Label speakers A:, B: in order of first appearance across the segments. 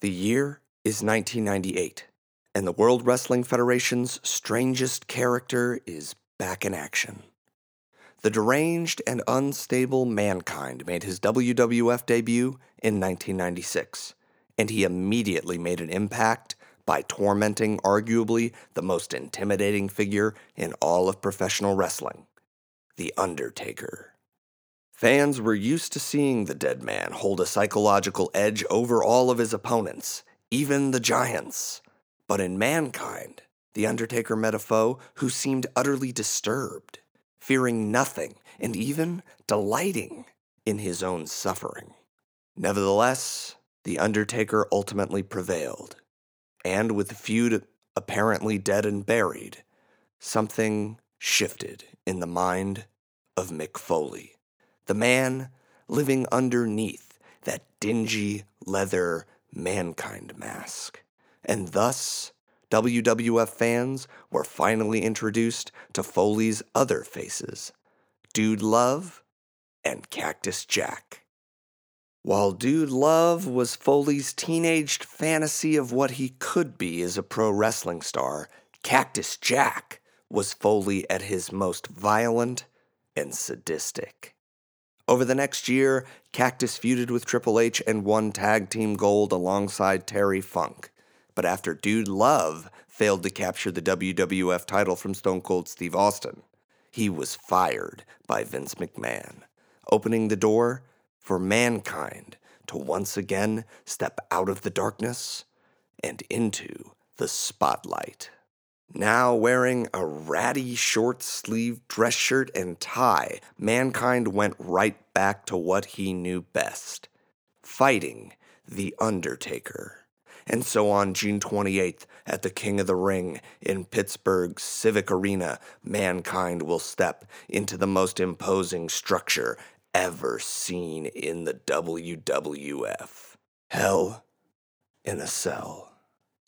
A: The year is 1998, and the World Wrestling Federation's strangest character is back in action. The deranged and unstable Mankind made his WWF debut in 1996, and he immediately made an impact by tormenting arguably the most intimidating figure in all of professional wrestling The Undertaker. Fans were used to seeing the dead man hold a psychological edge over all of his opponents, even the giants. But in mankind, the Undertaker met a foe who seemed utterly disturbed, fearing nothing and even delighting in his own suffering. Nevertheless, the Undertaker ultimately prevailed, and with the feud apparently dead and buried, something shifted in the mind of Mick Foley the man living underneath that dingy leather mankind mask. And thus, WWF fans were finally introduced to Foley's other faces Dude Love and Cactus Jack. While Dude Love was Foley's teenaged fantasy of what he could be as a pro wrestling star, Cactus Jack was Foley at his most violent and sadistic. Over the next year, Cactus feuded with Triple H and won tag team gold alongside Terry Funk. But after Dude Love failed to capture the WWF title from Stone Cold Steve Austin, he was fired by Vince McMahon, opening the door for mankind to once again step out of the darkness and into the spotlight. Now wearing a ratty short sleeved dress shirt and tie, mankind went right back to what he knew best fighting The Undertaker. And so on June 28th at the King of the Ring in Pittsburgh's Civic Arena, mankind will step into the most imposing structure ever seen in the WWF Hell in a Cell.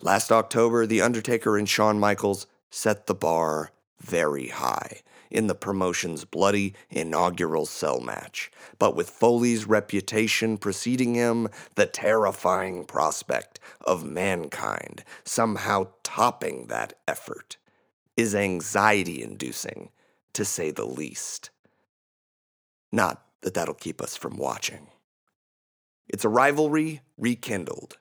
A: Last October, The Undertaker and Shawn Michaels set the bar very high in the promotion's bloody inaugural cell match. But with Foley's reputation preceding him, the terrifying prospect of mankind somehow topping that effort is anxiety inducing, to say the least. Not that that'll keep us from watching. It's a rivalry rekindled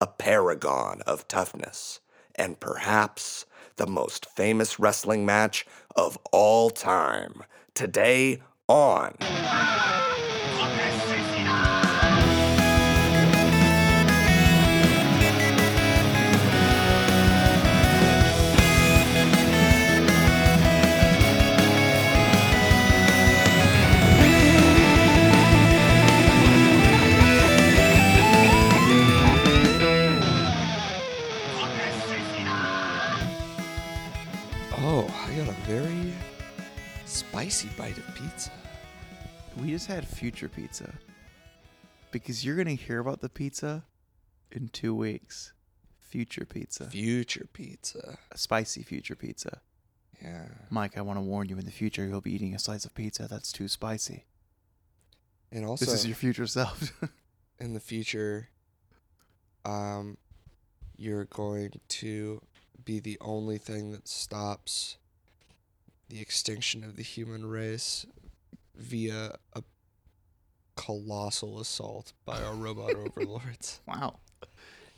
A: a paragon of toughness, and perhaps the most famous wrestling match of all time. Today on.
B: Oh, I got a very spicy bite of pizza.
C: We just had future pizza. Because you're going to hear about the pizza in two weeks. Future pizza.
B: Future pizza.
C: spicy future pizza.
B: Yeah.
C: Mike, I want to warn you in the future, you'll be eating a slice of pizza that's too spicy.
B: And also
C: this is your future self.
B: in the future um you're going to be the only thing that stops the extinction of the human race via a colossal assault by our robot overlords.
C: wow.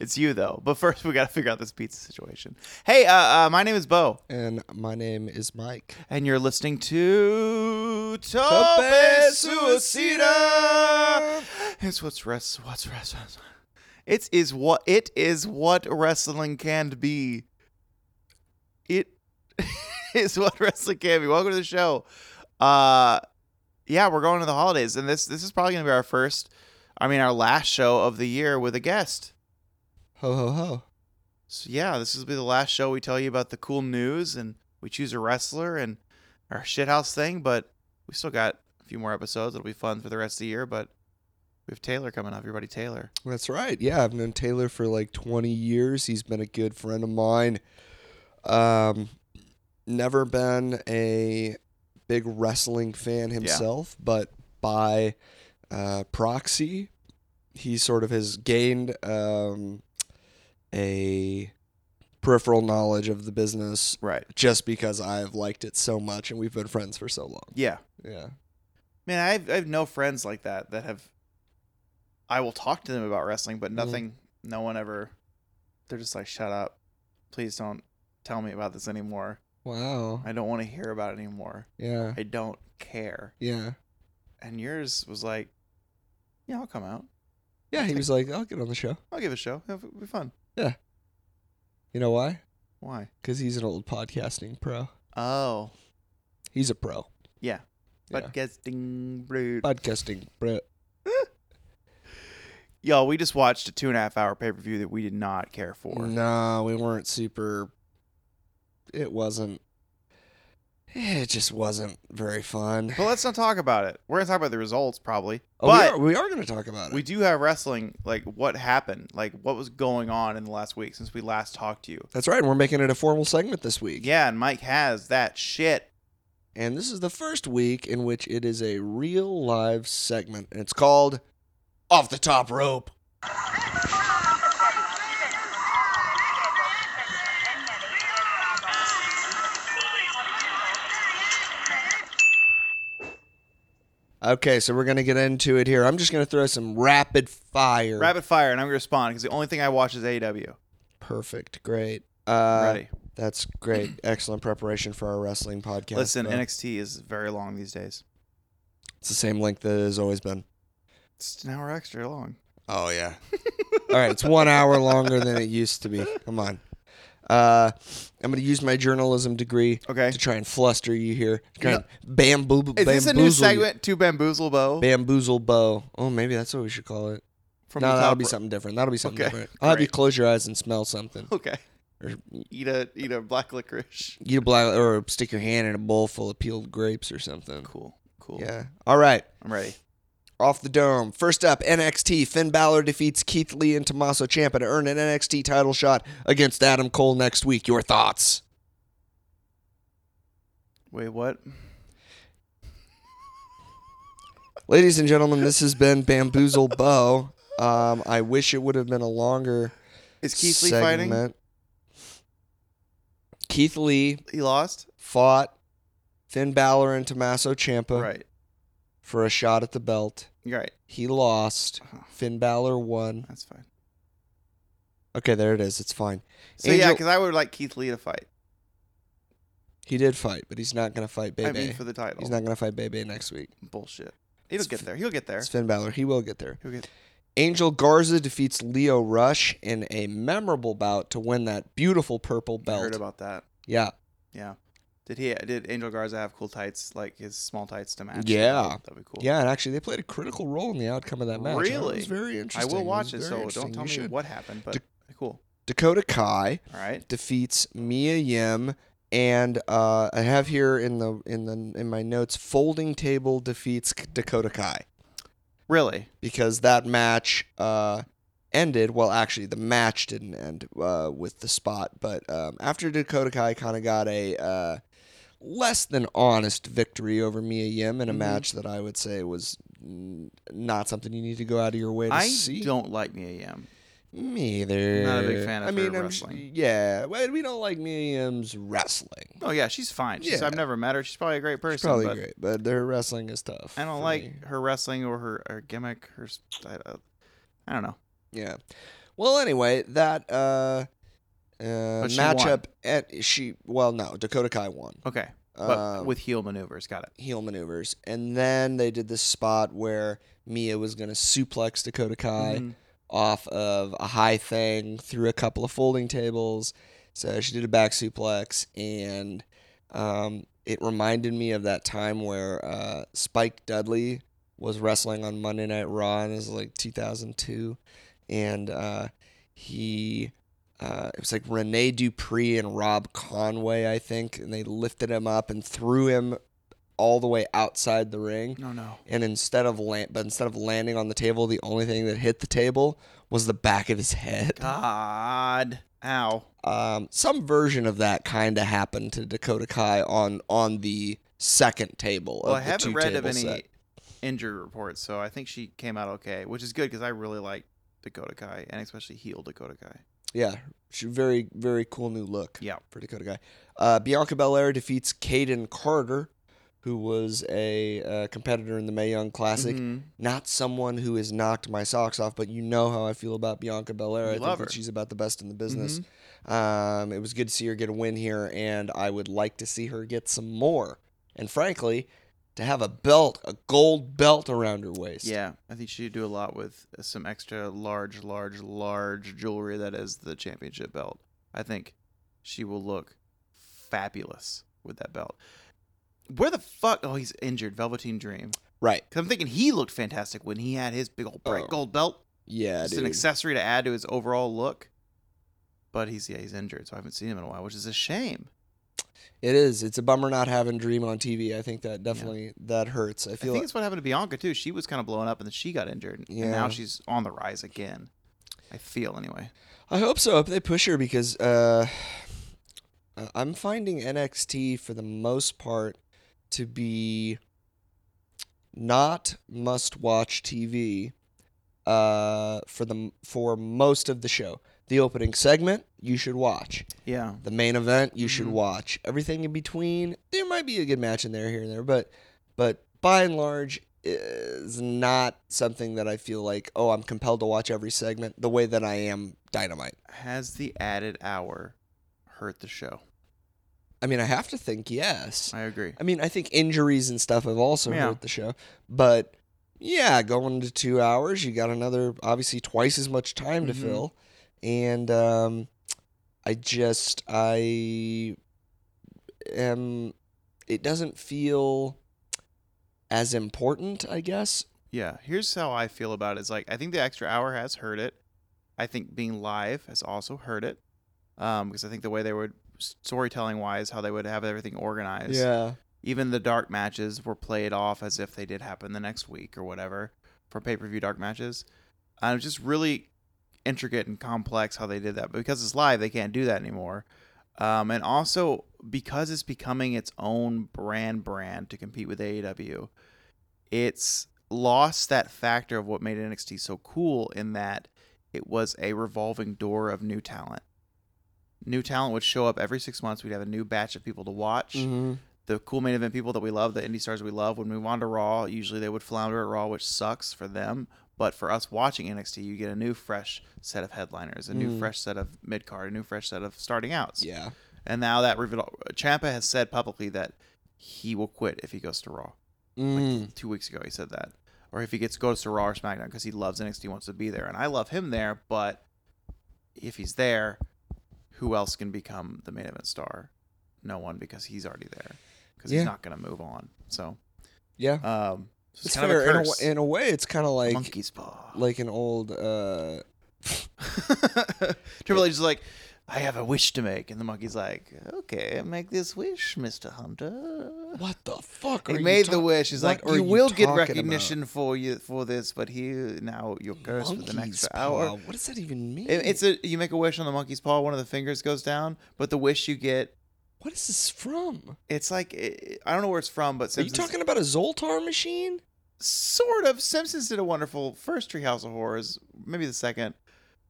C: It's you, though. But first, we got to figure out this pizza situation. Hey, uh, uh, my name is Bo,
B: And my name is Mike.
C: and you're listening to Tope Suicida. It's what's rest. What's rest. rest- It is what it is. What wrestling can be. It is what wrestling can be. Welcome to the show. Uh, yeah, we're going to the holidays, and this this is probably gonna be our first. I mean, our last show of the year with a guest.
B: Ho ho ho.
C: So yeah, this will be the last show we tell you about the cool news, and we choose a wrestler and our shithouse thing. But we still got a few more episodes. It'll be fun for the rest of the year. But we have Taylor coming up. Everybody, Taylor.
B: That's right. Yeah, I've known Taylor for like 20 years. He's been a good friend of mine. Um, never been a big wrestling fan himself, but by uh, proxy, he sort of has gained um, a peripheral knowledge of the business
C: Right.
B: just because I've liked it so much and we've been friends for so long.
C: Yeah.
B: Yeah.
C: Man, I've I've no friends like that that have. I will talk to them about wrestling, but
B: Mhm.
C: nothing. No one ever. They're just like, shut up, please don't tell me about this anymore.
B: Wow.
C: I don't want to hear about it anymore.
B: Yeah.
C: I don't care.
B: Yeah.
C: And yours was like, yeah, I'll come out.
B: Yeah, he was like, I'll get on the show.
C: I'll give it a show. It'll be fun.
B: You know why?
C: Why?
B: Because he's an old podcasting pro.
C: Oh,
B: He's a pro.
C: yeah.
B: Yeah.
C: Podcasting, brood.
B: Podcasting pro.
C: Y'all, we just watched a two and a half hour pay per view that we did not care for.
B: No, we weren't super. It wasn't. It just wasn't very fun.
C: But let's not talk about it. We're gonna talk about the results probably.
B: Oh,
C: but
B: we are, we are going to talk about it.
C: We do have wrestling, like what happened, like what was going on in the last week since we last talked to you.
B: That's right. and We're making it a formal segment this week.
C: Yeah, and Mike has that shit.
B: And this is the first week in which it is a real live segment. And it's called Off the Top Rope. Okay, so we're going to get into it here. I'm just going to throw some rapid fire.
C: Rapid fire, and I'm gonna respond because the only thing I watch is AEW.
B: Perfect. Great. Uh,
C: Ready?
B: That's great. Excellent preparation for our wrestling podcast.
C: Listen,
B: but
C: NXT is very long these days.
B: it's the same length that it has always been.
C: It's an hour extra long.
B: Oh yeah. All right, it's one hour longer than it used to be. Come on. Uh, I'm gonna use my journalism degree
C: Okay.
B: to try and fluster you here. Try and bamboo.
C: Is this a
B: bamboozle
C: new
B: you.
C: segment to Bamboozle Bo?
B: Bamboozle bow. Oh, maybe that's what we should call it.
C: from
B: no,
C: the
B: that'll
C: top
B: be
C: rope?
B: something different. That'll be something
C: Okay,
B: different. I'll have you
C: great.
B: close your eyes and smell something,
C: Okay.
B: or
C: Eat a eat a black licorice.
B: eat a black, or stick your hand in a bowl full of peeled grapes or something.
C: Cool. Cool.
B: Yeah. All right.
C: I'm ready.
B: Off the dome. First up, NXT. Finn Balor defeats Keith Lee and Tommaso Ciampa to earn an NXT title shot against Adam Cole next week. Your thoughts?
C: Wait, what?
B: Ladies and gentlemen, this has been Bamboozle Bo. Um, I wish it would have been a longer
C: Is Keith Lee
B: segment.
C: fighting?
B: Keith Lee
C: He lost.
B: fought Finn Balor and Tommaso Ciampa
C: right.
B: for a shot at the belt.
C: You're right.
B: He lost.
C: Oh,
B: Finn Balor won.
C: that's fine.
B: Okay, there it is. It's fine.
C: So yeah, 'cause yeah,
B: Angel-
C: because I would like Keith Lee to fight.
B: He did fight, but he's not going to fight Bebe.
C: I mean, for the title.
B: He's not going to fight Bebe next week.
C: bullshit. He'll
B: It's
C: get
B: f-
C: there. He'll get there.
B: It's Finn Balor. He will get there.
C: He'll get.
B: Angel Garza defeats Leo Rush in a memorable bout to win that beautiful purple
C: I heard
B: belt.
C: about that.
B: Yeah.
C: Yeah. Did he? Did Angel Garza have cool tights, like his small tights to match?
B: Yeah.
C: that'd be cool.
B: Yeah, and actually they played a critical role in the outcome of that match. It
C: Really?
B: was very
C: I
B: interesting.
C: will watch
B: was very
C: it. So don't
B: interesting.
C: tell
B: You
C: me
B: should.
C: what happened, but
B: Dic-
C: cool.
B: Dakota Kai
C: All right.
B: defeats Mia Yim and uh, I have here in the in the in my notes folding table defeats Dakota Kai.
C: Really?
B: because that match uh, ended. Well, actually, the match didn't end uh, with the spot, but um, after Dakota Kai kind of got a uh, less than honest victory over Mia Yim in a
C: Mhm.
B: match that I would say was mm, not something you need to go out of your way to
C: I
B: see.
C: don't like Mia Yim.
B: Me either.
C: Not a big fan of
B: I mean,
C: her
B: I'm sh-
C: wrestling.
B: yeah, well, we don't like Mia Yim's wrestling.
C: Oh yeah, she's fine. She's,
B: Yeah.
C: I've never met her. She's probably a great person.
B: It's probably
C: but
B: great, but her wrestling is tough.
C: I don't
B: for
C: like
B: me.
C: her wrestling or her, her gimmick. Her, s- I, uh, I don't know.
B: Yeah. Well, anyway, that uh, uh
C: she
B: matchup at she well no Dakota Kai won
C: Okay, but
B: um,
C: with heel maneuvers, got it.
B: heel maneuvers, and then they did this spot where Mia was gonna suplex Dakota Kai
C: Mhm.
B: off of a high thing through a couple of folding tables. So she did a back suplex, and um, it reminded me of that time where uh, Spike Dudley was wrestling on Monday Night Raw, and it was like 2002, and uh, he. Uh, it was like Rene Dupree and Rob Conway, I think, and they lifted him up and threw him all the way outside the ring
C: No, no.
B: and instead of land, but instead of landing on the table, the only thing that hit the table was the back of his head.
C: God. Ow.
B: Um, some version of that kind of happened to Dakota Kai on on the second table.
C: Well,
B: of
C: I
B: the
C: haven't
B: two
C: read of
B: table
C: any
B: set.
C: injury report, so I think she came out okay, which is good because I really like Dakota Kai and especially heel Dakota Kai.
B: Yeah, she very very cool new look.
C: Yeah.
B: for Dakota Guy. Uh, Bianca Belair defeats Caden Carter, who was a uh, competitor in the Mae Young Classic.
C: Mhm.
B: Not someone who has knocked my socks off, but you know how I feel about Bianca Belair.
C: You
B: I
C: love
B: think
C: her. Mm-hmm.
B: that she's about the best in the business. Um, it was good to see her get a win here, and I would like to see her get some more. And frankly, to have a belt, a gold belt around her waist.
C: Yeah, I think she'd do a lot with some extra large, large, large jewelry that is the championship belt. I think she will look fabulous with that belt. Where the fuck? Oh, he's injured. Velveteen Dream.
B: Right.
C: Because I'm thinking he looked fantastic when he had his big old bright
B: Oh,
C: gold belt.
B: Yeah,
C: It's an
B: dude.
C: accessory to add to his overall look. But he's yeah he's injured, so I haven't seen him in a while, which is a shame.
B: it is. It's a bummer not having Dream on TV. I think that definitely that hurts. I
C: I, think
B: feel like,
C: it's what happened to Bianca too. She was kind of blown up, and then she got injured, and now
B: Yeah.
C: she's on the rise again. I feel anyway.
B: I hope so. I hope they push her because uh, I- I'm finding NXT for the most part to be not must-watch TV uh, for the for most of the show. The opening segment you should watch.
C: Yeah,
B: The main event you should
C: Mhm.
B: watch. Everything in between, there might be a good match in there here and there, but but by and large is not something that I feel like oh I'm compelled to watch every segment the way that I am Dynamite.
C: has the added hour hurt the show?
B: I mean, I have to think yes.
C: I agree.
B: I mean, I think injuries and stuff have also
C: Yeah.
B: hurt the show, but yeah, going to two hours, you got another obviously twice as much time
C: Mhm.
B: to fill, and um, I just I am. It doesn't feel as important, I guess.
C: Yeah, here's how I feel about it. It's like I think the extra hour has hurt it. I think being live has also hurt it. Um, because I think the way they would storytelling wise, how they would have everything organized.
B: Yeah,
C: Even the dark matches were played off as if they did happen the next week or whatever for pay per view dark matches. Uh, it was just really intricate and complex how they did that. But because it's live, they can't do that anymore. Um, and also because it's becoming its own brand brand to compete with AEW, it's lost that factor of what made NXT so cool in that it was a revolving door of new talent. New talent would show up every six months. We'd have a new batch of people to watch
B: Mhm.
C: the cool main event people that we love, the indie stars we love, would move on to Raw. Usually they would flounder at Raw, which sucks for them. But for us watching NXT, you get a new fresh set of headliners, a new
B: Mm.
C: fresh set of mid card, a new fresh set of starting outs.
B: yeah,
C: And now that Rivel- Champa has said publicly that he will quit if he goes to Raw.
B: Mm.
C: Two weeks ago, he said that. Or if he gets goes to Raw or SmackDown because he loves NXT, wants to be there, and I love him there. But if he's there, who else can become the main event star? No one because he's already there because
B: Yeah.
C: he's not going to move on. So
B: yeah.
C: um, it's,
B: It's
C: kind
B: fair.
C: of a
B: In a
C: curse.
B: w- in a way, it's kind of like
C: monkey's paw.
B: like an old uh,
C: Triple H is like, I have a wish to make, and the monkey's like, Okay, make this wish, Mister Hunter.
B: what the fuck.
C: He
B: are you
C: made the
B: talk-
C: wish. He's
B: What
C: like,
B: are
C: you will
B: you
C: get
B: talking
C: recognition for you for this, but here now you're cursed for the
B: Monkey's
C: next
B: paw.
C: hour.
B: What does that even mean?
C: It- It's a you make a wish on the monkey's paw, one of the fingers goes down, but the wish you get,
B: what is this from?
C: it's like eh, I don't know where it's from, but
B: Are you
C: Simpsons,
B: talking about a Zoltar machine?
C: sort of Simpsons did a wonderful first Treehouse of Horrors, maybe the second,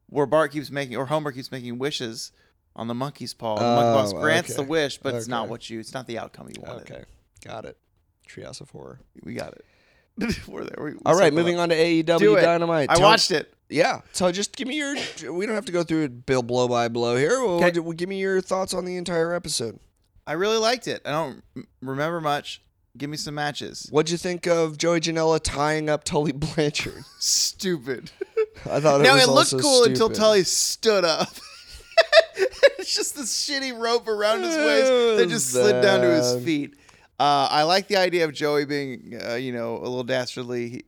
C: where Bart keeps making or Homer keeps making wishes on the monkey's paw. the monkey's paw
B: Oh,
C: grants the
B: okay.
C: wish, but it's not
B: Okay.
C: what you, it's not the outcome you wanted.
B: Okay, got it. Treehouse of Horror.
C: We got it. We're there. We, we
B: All right,
C: circled
B: moving
C: up.
B: on to AEW
C: Do it.
B: Dynamite.
C: I
B: Tell-
C: watched it.
B: Yeah, so just give me your. We don't have to go through it bill blow by blow here. Well,
C: Okay.
B: d- well, give me your thoughts on the entire episode.
C: I really liked it. I don't m- remember much. Give me some matches.
B: What'd you think of Joey Janela tying up Tully Blanchard?
C: Stupid.
B: I thought it
C: now
B: was
C: it looked
B: also
C: cool until
B: stupid.
C: Tully stood up. it's just this shitty rope around his
B: It
C: waist that just
B: was
C: slid down to his
B: bad.
C: feet. Uh, I like the idea of Joey being, uh, you know, a little dastardly. He,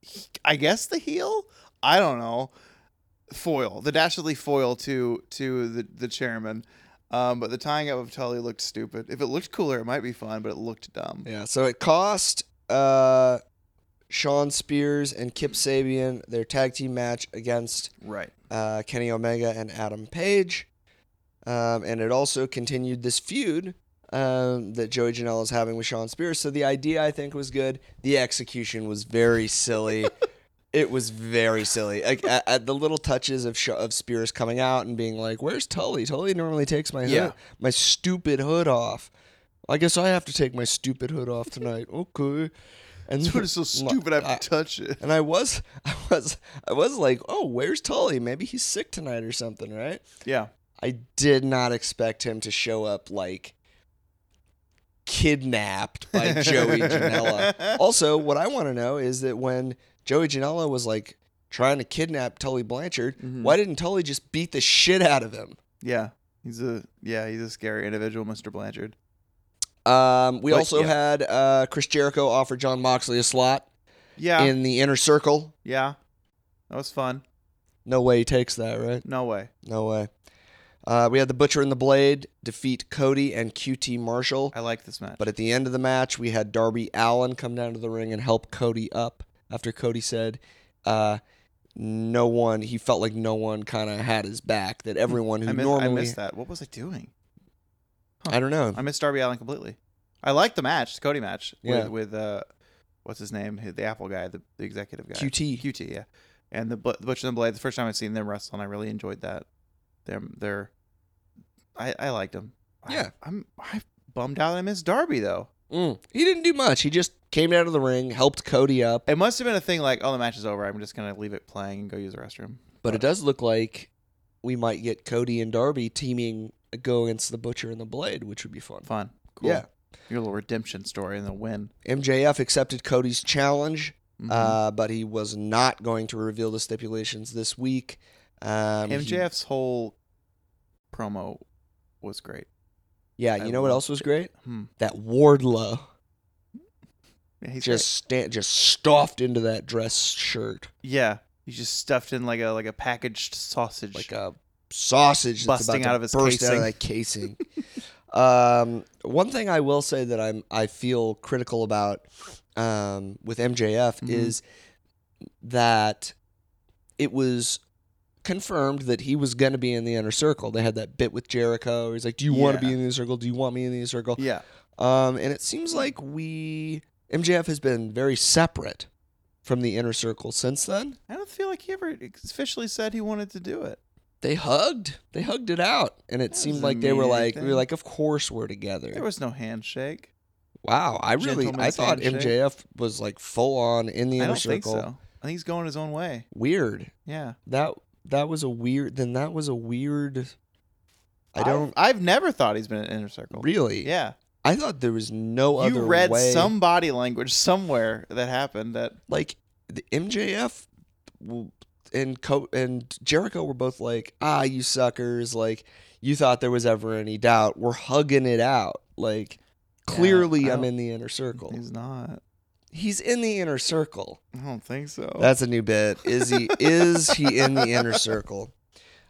C: he- I guess the heel. I don't know. Foil the dastardly foil to to the the chairman. Um, but the tying up of Tully looked stupid. If it looked cooler, it might be fun, but it looked dumb.
B: Yeah, so it cost uh, Sean Spears and Kip Sabian their tag team match against
C: Right.
B: uh, Kenny Omega and Adam Page. Um, and it also continued this feud um, that Joey Janela is having with Sean Spears. So the idea I think was good. The execution was very silly. it was very silly. Like at, at the little touches of Sha- of Spears coming out and being like, "Where's Tully? Tully normally takes my hood,
A: Yeah.
B: my stupid hood off. I guess I have to take my stupid hood off tonight. Okay." And
C: Dude, it's so stupid. I
B: I-
C: have to touch it.
B: and I was, I was, I was like, "Oh, where's Tully? Maybe he's sick tonight or something, right?"
C: Yeah.
B: I did not expect him to show up like kidnapped by Joey Janela. Also, what I want to know is that when Joey Janela was like trying to kidnap Tully Blanchard,
C: Mhm.
B: why didn't Tully just beat the shit out of him?
C: Yeah. He's a yeah. He's a scary individual, Mr. Blanchard.
B: Um, we
C: But,
B: also
C: yeah.
B: had uh, Chris Jericho offer John Moxley a slot
C: Yeah.
B: in the inner circle.
C: yeah. That was fun.
B: No way he takes that, right?
C: No way.
B: No way. Uh, we had the Butcher and the Blade defeat Cody and QT Marshall.
C: I like this match.
B: But at the end of the match, we had Darby Allen come down to the ring and help Cody up after Cody said, uh, no one, he felt like no one kind of had his back, that everyone who
C: I, miss,
B: normally.
C: I missed that. What was I doing?
B: I don't know.
C: I missed Darby Allen completely. I like the match, the Cody match
B: Yeah.
C: with with uh, what's his name, Who- the Apple guy, the, the executive guy,
B: QT.
C: QT, yeah, and the, Bu- the Butcher and the Blade. The first time I've seen them wrestle, and I really enjoyed that. Them, they're, I, I liked them.
B: Yeah.
C: I, am I bummed out. that I missed Darby though.
B: Mm. He didn't do much. He just came down to the ring, helped Cody up.
C: It must have been a thing like, oh, the match is over. I'm just gonna leave it playing and go use the restroom.
B: But it does look like we might get Cody and Darby teaming uh, go against the Butcher and the Blade, which would be fun.
C: Fun, cool.
B: Yeah.
C: your little redemption story and the win.
B: MJF accepted Cody's challenge,
C: Mhm.
B: uh, but he was not going to reveal the stipulations this week. Um, he-
C: MJF's whole promo was great.
B: Yeah,
C: I
B: you know what else was
C: loved it.
B: great?
C: Hmm.
B: That Wardlow
C: Yeah, he's great.
B: just sta- just stuffed into that dress shirt
C: Yeah, he's just stuffed in like a like a packaged sausage.
B: like a sausage that's
C: Busting
B: about
C: out
B: to
C: of his
B: burst out of that casing. um, one thing I will say that I'm I feel critical about um, with MJF
C: Mhm.
B: is that it was confirmed that he was going to be in the inner circle. They had that bit with Jericho. Where he's like, "Do you want to
C: Yeah.
B: be in the inner circle? Do you want me in the inner circle?"
C: yeah,
B: Um, and it seems like we MJF has been very separate from the inner circle since then.
C: I don't feel like he ever officially said he wanted to do it.
B: They hugged, they hugged it out, and it
C: That
B: seemed
C: doesn't
B: like they were
C: mean
B: like, we
C: anything.
B: were like, of course we're together.
C: There was no handshake.
B: wow, I really, I
C: Gentleman's
B: thought
C: handshake.
B: MJF was like full on in the
C: I
B: inner
C: don't think
B: circle.
C: so. I think he's going his own way.
B: Weird.
C: Yeah,
B: That that was a weird. Then that was a weird. I
C: I've-
B: don't
C: I've, never thought he's been in inner circle.
B: really.
C: Yeah,
B: I thought there was no
C: you
B: other
C: read
B: way.
C: some body language somewhere that happened that
B: like the MJF w- and Co- and Jericho were both like, "Ah, you suckers! Like you thought there was ever any doubt. We're hugging it out. Like clearly,
C: I
B: I'm
C: don't-
B: in the inner circle.
C: he's not.
B: He's in the inner circle.
C: I don't think so.
B: That's a new bit. Is he? is he in the inner circle?"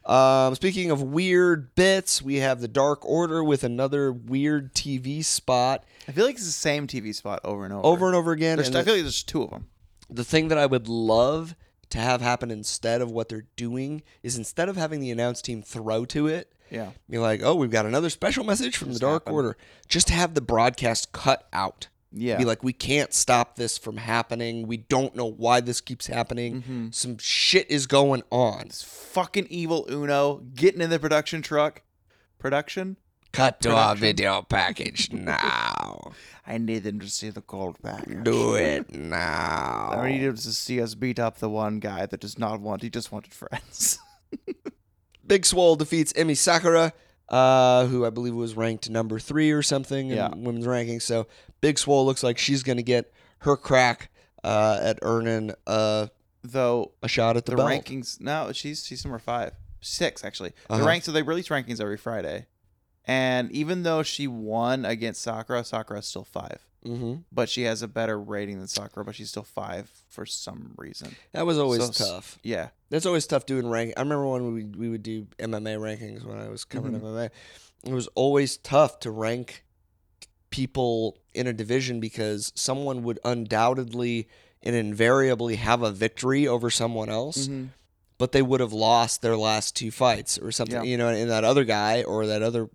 B: Um, speaking of weird bits, we have the Dark Order with another weird TV spot
C: I feel like it's the same TV spot over and over.
B: over and over again.
C: There's,
B: and
C: I
B: the-
C: feel like there's two of them.
B: the thing that I would love to have happen instead of what they're doing is instead of having the announce team throw to it,
C: Yeah,
B: be like, oh, we've got another special message from
C: Just
B: the Dark
C: happen.
B: Order, just have the broadcast cut out.
C: yeah.
B: Be like, we can't stop this from happening. We don't know why this keeps happening.
C: mm-hmm.
B: Some shit is going on.
C: This fucking evil Uno getting in the production truck. Production?
B: Cut to our
C: Production.
B: video package now.
C: I need them to see the gold back.
B: Do it now.
C: I need them to see us beat up the one guy that does not want, he just wanted friends.
B: Big Swole defeats Emmy Sakura, uh, who I believe was ranked number three or something in
C: Yeah.
B: women's rankings. So Big Swole looks like she's going to get her crack uh, at earning uh,
C: Though
B: a shot at the,
C: the,
B: belt.
C: rankings, no, she's she's number five, six actually.
B: Uh-huh.
C: The ranks, so they release rankings every Friday. And even though she won against Sakura, Sakura's still five.
B: hmm
C: But she has a better rating than Sakura, but she's still five for some reason.
B: That was always
C: So s-
B: tough.
C: Yeah.
B: That's always tough doing rank. I remember when we we would do MMA rankings when I was covering
C: Mhm.
B: MMA. It was always tough to rank people in a division because someone would undoubtedly and invariably have a victory over someone else. but they would have lost their last two fights or something,
C: Yeah.
B: you know, and that other guy or that other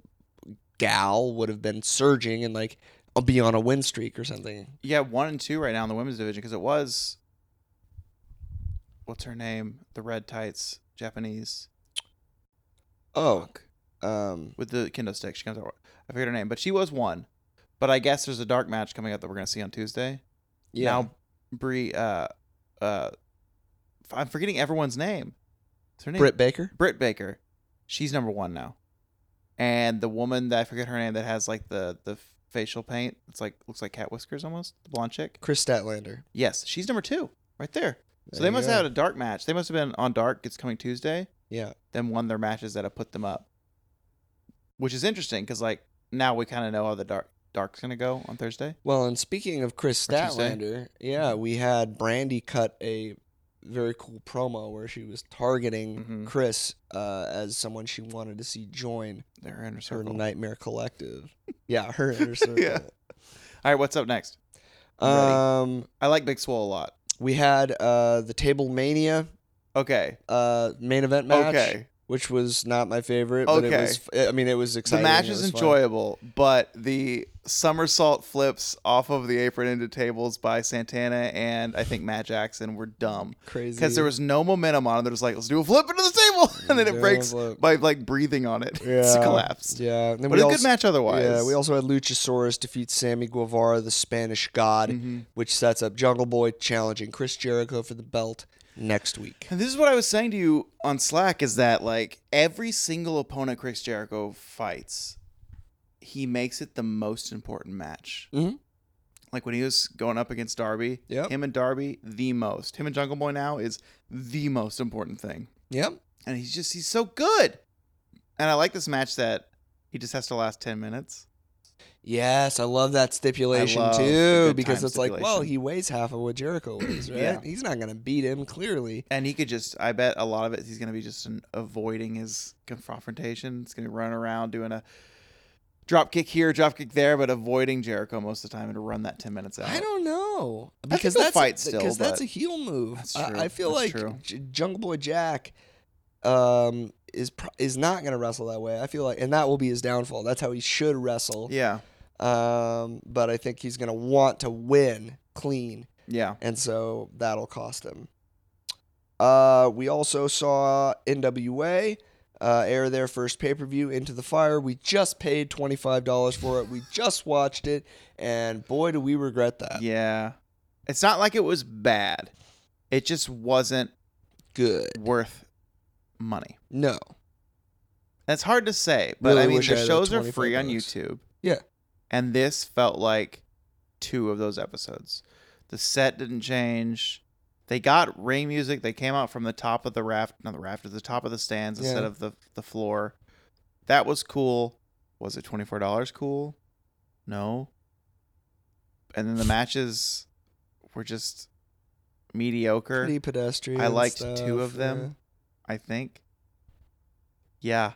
B: gal would have been surging and like I'll be on a win streak or something.
C: Yeah, one and two right now in the women's division because it was. What's her name? The red tights, Japanese,
B: Oh, um,
C: with the kendo stick. She comes out. I forget her name, but she was one. But I guess there's a dark match coming up that we're gonna see on Tuesday.
B: yeah,
C: Now, Brie, uh, uh, I'm forgetting everyone's name. What's her name?
B: Britt Baker.
C: Britt Baker. She's number one now. And the woman that I forget her name that has like the the facial paint, it's like looks like cat whiskers almost. The blonde chick.
B: Chris Statlander.
C: Yes, she's number two right there. So
B: There
C: they
B: you
C: must
B: go.
C: have had a dark match. They must have been on dark. It's coming Tuesday.
B: Yeah,
C: Then won their matches that have put them up, which is interesting because like now we kind of know how the dark dark's gonna go on Thursday.
B: Well, and speaking of Chris
C: Or Tuesday.
B: Statlander, yeah, we had Brandy cut a very cool promo where she was targeting
C: Mhm.
B: Chris uh, as someone she wanted to see join
C: They're in a
B: her
C: circle. All
B: Nightmare Collective. Yeah, her inner circle.
C: Yeah. right, what's up next?
B: Um,
C: I like Big Swole a lot.
B: we had uh, the Table Mania
C: Okay.
B: uh, main event match,
C: Okay.
B: which was not my favorite, but it
C: Okay.
B: was. I mean, it was
C: The
B: exciting.
C: match
B: it
C: is
B: was fun.
C: enjoyable, but the somersault flips off of the apron into tables by Santana and I think Matt Jackson were dumb
B: Crazy
C: because um, there was no momentum on it. They're just like, let's do a flip into the table, and then it
B: Yeah,
C: breaks
B: look.
C: by like breathing on it. It's
B: Yeah.
C: collapsed.
B: Yeah, and then
C: But
B: we
C: a good
B: also-
C: match otherwise.
B: Yeah, we also had Luchasaurus defeat Sammy Guevara, the Spanish God,
C: Mhm.
B: which sets up Jungle Boy challenging Chris Jericho for the belt next week.
C: And this is what I was saying to you on Slack is that like every single opponent Chris Jericho fights, he makes it the most important match.
B: Mhm.
C: Like when he was going up against Darby,
B: Yep.
C: him and Darby the most. Him and Jungle Boy now is the most important thing.
B: Yep.
C: And he's just he's so good. And I like this match that he just has to last 10 minutes.
B: Yes, I love that stipulation
C: I love the
B: too
C: good
B: because
C: time
B: it's like, well,
C: stipulation.
B: he weighs half of what Jericho weighs, right?
C: Yeah.
B: He's not gonna beat him clearly.
C: And he could just I bet a lot of it he's going to be just an, avoiding his confrontation. He's going to run around doing a drop kick here, drop kick there, but avoiding Jericho most of the time and run that 10 minutes out.
B: I don't know
C: think
B: because
C: he'll
B: that's
C: fight
B: a,
C: still,
B: because that's
C: but-
B: a heel move.
C: That's
B: I-
C: true,
B: I, feel
C: that's
B: like
C: true.
B: J- Jungle Boy Jack um, is pro- is not gonna wrestle that way. I feel like, and that will be his downfall. That's how he should wrestle.
C: Yeah.
B: Um, but I think he's going to want to win clean,
C: Yeah.
B: and so that'll cost him. Uh, we also saw NWA uh, air their first pay per view into the fire. We just paid twenty five dollars for it. We just watched it, and boy, do we regret that.
C: Yeah. It's not like it was bad. It just wasn't
B: Good.
C: worth money.
B: No.
C: That's hard to say, but
B: Really
C: I mean,
B: wish I
C: the
B: had
C: shows
B: that
C: are free on
B: $25.
C: YouTube.
B: Yeah.
C: And this felt like two of those episodes. The set didn't change. They got ring music. They came out from the top of the raft, not the raft, at the top of the stands instead
B: Yeah.
C: of the, the floor. That was cool. Was it $24 cool? No. And then the matches were just mediocre.
B: Pretty pedestrian.
C: I liked
B: stuff,
C: two of them. I think. Yeah.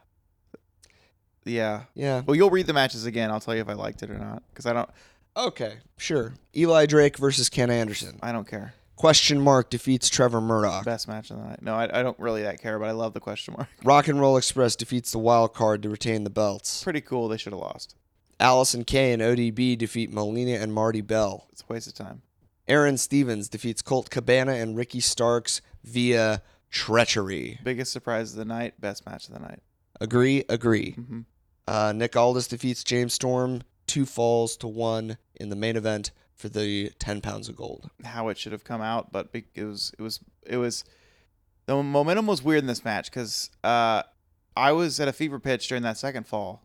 C: Yeah.
B: Yeah.
C: Well, you'll read the matches again. I'll tell you if I liked it or not because I don't.
B: yeah. Okay. Sure. Eli Drake versus Ken Anderson.
C: I don't care.
B: Question mark defeats Trevor Murdoch.
C: Best match of the night. No, I, I don't really that care, but I love the question mark.
B: Rock and Roll Express defeats the Wild Card to retain the belts.
C: Pretty cool. They should have lost.
B: Allison Kay and ODB defeat Molina and Marty Bell.
C: It's a waste of time.
B: Aaron Stevens defeats Colt Cabana and Ricky Starks via treachery.
C: Biggest surprise of the night. Best match of the night.
B: Agree, agree.
C: hmm
B: Uh, Nick Aldis defeats James Storm, two falls to one in the main event for the 10 pounds of gold.
C: How it should have come out, but be- it was it was it was the momentum was weird in this match because uh, I was at a fever pitch during that second fall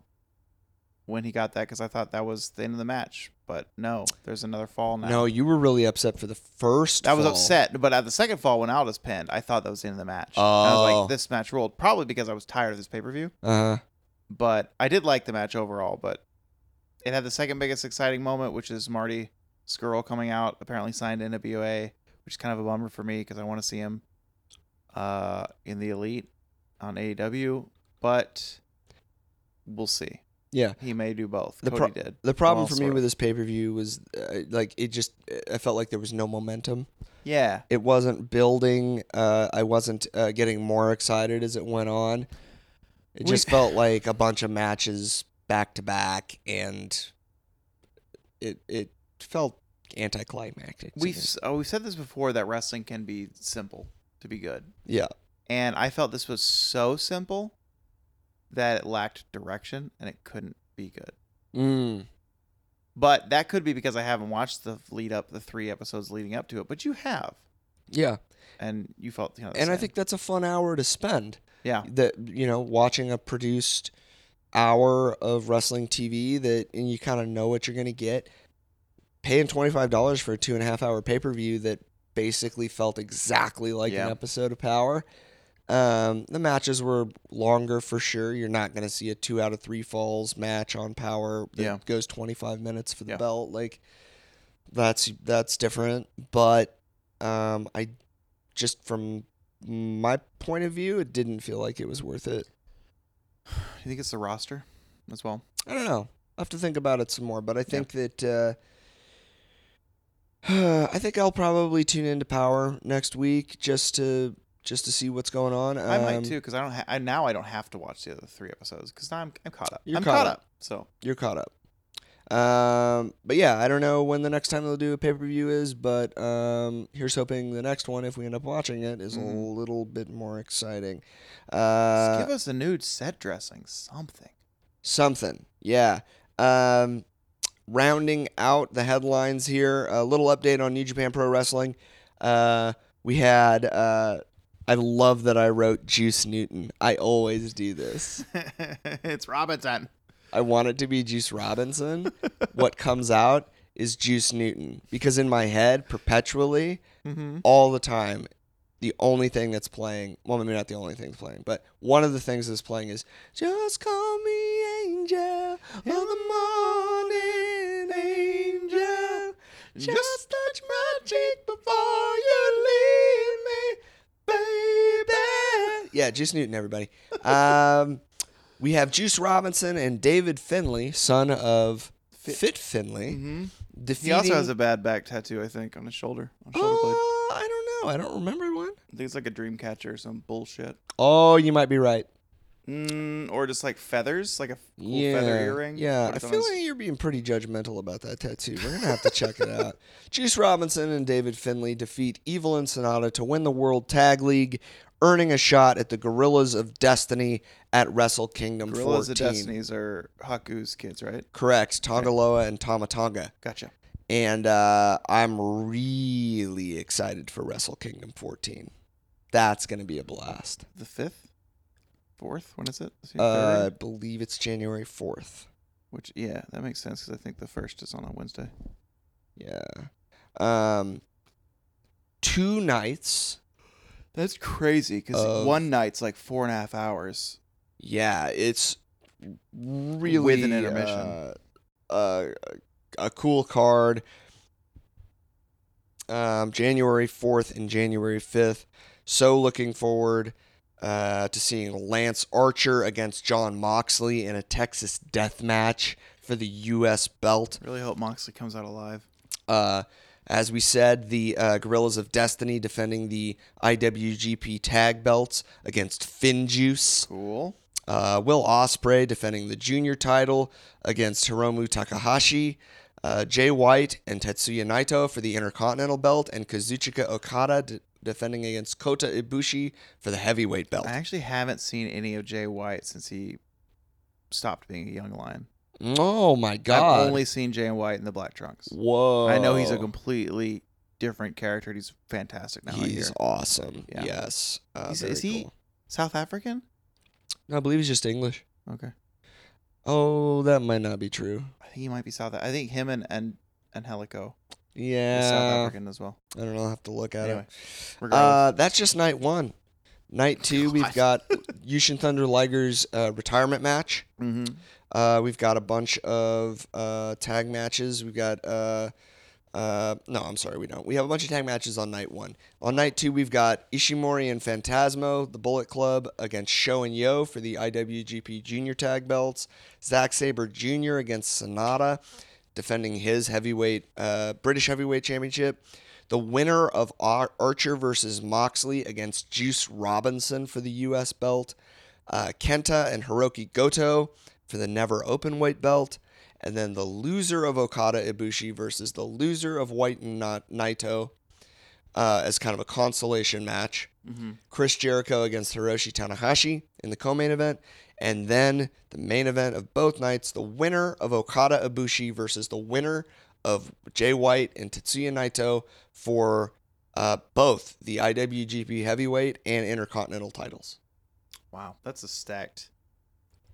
C: when he got that because I thought that was the end of the match, but no, there's another fall now.
B: No, you were really upset for the first.
C: I was
B: fall.
C: upset, but at the second fall when Aldis pinned, I thought that was the end of the match. And I was
B: Oh.
C: like, this match ruled, probably because I was tired of this pay per view.
B: Uh,
C: But I did like the match overall, but it had the second biggest exciting moment, which is Marty Skrull coming out, apparently signed NWA, which is kind of a bummer for me because I want to see him uh, in the Elite on AEW, but we'll see.
B: yeah.
C: He may do both.
B: The
C: Cody did.
B: The problem
C: Well,
B: for me
C: sort of.
B: with this pay per view was uh, like it just, I felt like there was no momentum.
C: Yeah.
B: it wasn't building. Uh, I wasn't uh, getting more excited as it went on. It
C: We-
B: just felt like a bunch of matches back to back, and it it felt anticlimactic. to
C: We've
B: me.
C: s- oh, we've said this before that wrestling can be simple to be good,
B: yeah,
C: and I felt this was so simple that it lacked direction and it couldn't be good.
B: mm,
C: But that could be because I haven't watched the lead up, the three episodes leading up to it. But you have,
B: yeah,
C: and you felt you know. the
B: and I
C: same.
B: think that's a fun hour to spend.
C: yeah,
B: that you know watching a produced hour of wrestling TV that and you kind of know what you're gonna get. Paying twenty five dollars for a two and a half hour pay per view that basically felt exactly like
C: Yeah.
B: an episode of Power. Um, the matches were longer for sure. You're not gonna see a two out of three falls match on Power that
C: Yeah.
B: goes twenty five minutes for the
C: Yeah.
B: belt. Like that's that's different, but um, I just from my point of view, it didn't feel like it was worth it.
C: you think it's the roster as well.
B: I don't know. I have to think about it some more, but I think that uh, I think I'll probably tune into Power next week just to just to see what's going on.
C: I might
B: Um,
C: too because I don't. Ha- I, now I don't have to watch the other three episodes because now I'm, I'm caught up.
B: You're
C: I'm
B: caught
C: caught
B: up.
C: up. So
B: You're caught up. Um, but yeah, I don't know when the next time they'll do a pay per view is, but um, here's hoping the next one, if we end up watching it, is a
C: Mhm.
B: little bit more exciting.
C: just
B: Uh,
C: give us a nude set dressing, something.
B: Something. Yeah. Um, rounding out the headlines here, a little update on New Japan Pro Wrestling. Uh, we had. Uh, I love that I wrote Juice Newton. I always do this.
C: it's Robinson.
B: I want it to be Juice Robinson. what comes out is Juice Newton because in my head, perpetually,
C: Mm-hmm.
B: all the time. The only thing that's playing, well, maybe not the only thing that's playing, but one of the things that's playing is "Just Call Me Angel of the Morning Angel, just touch my cheek before you leave me, baby." Yeah, Juice Newton, everybody. Um, we have Juice Robinson and David Finley, son of Fit, Finley,
C: Mm-hmm.
B: defeating.
C: He also has a bad back tattoo, I think, on his shoulder. On his shoulder blade.
B: Oh, I don't know. I don't remember one.
C: I think it's like a dream catcher or some bullshit.
B: Oh, you might be right.
C: Mm, or just like feathers, like a f- cool feather earring.
B: Yeah,
C: Put
B: I
C: it on
B: feel
C: his-
B: like you're being pretty judgmental about that tattoo. We're gonna have to check it out. Juice Robinson and David Finley defeat Evil and Sonata to win the World Tag League, earning a shot at the Gorillas of Destiny at Wrestle Kingdom
C: Gorillas
B: 14.
C: of Destinies are Haku's kids, right?
B: Correct, Tongaloa and Tamatanga.
C: Gotcha.
B: And uh, I'm really excited for Wrestle Kingdom 14. That's gonna be a blast.
C: The fifth, fourth. When is it? Is it
B: Uh, I
C: February?
B: believe it's January 4th.
C: Which yeah, that makes sense because I think the first is on a Wednesday.
B: Yeah. Um two nights.
C: That's crazy because
B: Of-
C: one night's like four and a half hours.
B: Yeah, it's really
C: With an intermission.
B: uh, uh, a cool card. Um January 4th and January 5th. So looking forward uh, to seeing Lance Archer against John Moxley in a Texas death match for the US belt.
C: Really hope Moxley comes out alive.
B: Uh, as we said, the uh, Gorillas of Destiny defending the IWGP tag belts against Finjuice.
C: Cool.
B: Uh, Will Osprey defending the junior title against Hiromu Takahashi. Uh, Jay White and Tetsuya Naito for the Intercontinental belt, and Kazuchika Okada de- defending against Kota Ibushi for the heavyweight belt.
C: I actually haven't seen any of Jay White since he stopped being a young lion.
B: Oh my god!
C: I've only seen Jay White in the black trunks.
B: Whoa!
C: I know he's a completely different character. and He's fantastic now. I hear.
B: He's awesome.
C: Yeah.
B: Yes. Uh,
C: He's-
B: very
C: is he-
B: cool.
C: South African.
B: No, I believe he's just English.
C: Okay,
B: Oh, that might not be true.
C: I think he might be South. I think him and and and Helico is South
B: Yeah,
C: African as well.
B: I don't know. I'll have to look at
C: Anyway,
B: it.
C: regardless.
B: Uh, that's just night one. Night
C: Oh,
B: two, we've got Yushin Thunder Liger's uh, retirement match.
C: hmm
B: Uh, we've got a bunch of uh, tag matches. We've got uh, uh, no, I'm sorry, we don't. We have a bunch of tag matches on night one. On night two, we've got Ishimori and Phantasmo, the Bullet Club against Sho and Yo for the IWGP Junior Tag Belts. Zack Saber Jr. against Sonata, defending his heavyweight uh, British Heavyweight Championship. The winner of Ar- Archer versus Moxley against Juice Robinson for the U.S. belt. Uh, Kenta and Hiroki Goto for the never open weight belt, and then the loser of Okada Ibushi versus the loser of White and Na- Naito uh, as kind of a consolation match.
C: Mm-hmm.
B: Chris Jericho against Hiroshi Tanahashi in the co-main event, and then the main event of both nights, the winner of Okada Ibushi versus the winner of Jay White and Tetsuya Naito for uh, both the IWGP Heavyweight and Intercontinental titles.
C: Wow, that's a stacked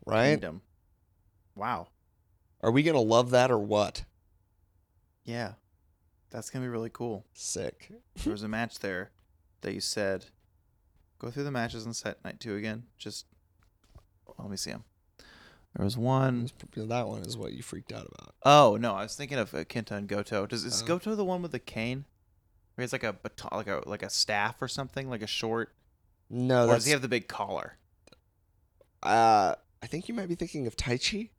B: Right?
C: kingdom. Wow.
B: Are we gonna love that or what?
C: Yeah, that's gonna be really cool.
B: Sick.
C: There was a match there that you said, go through the matches on set night two again. Just let me see them. There was one.
B: That one is what you freaked out about.
C: Oh no, I was thinking of uh, Kenta and Goto. Does is
B: Oh.
C: Goto the one with the cane? Or it's like a baton, like a like a staff or something, like a short.
B: No,
C: or
B: Oh, that's
C: does he have the big collar?
B: uh, I think you might be thinking of Tai Chi,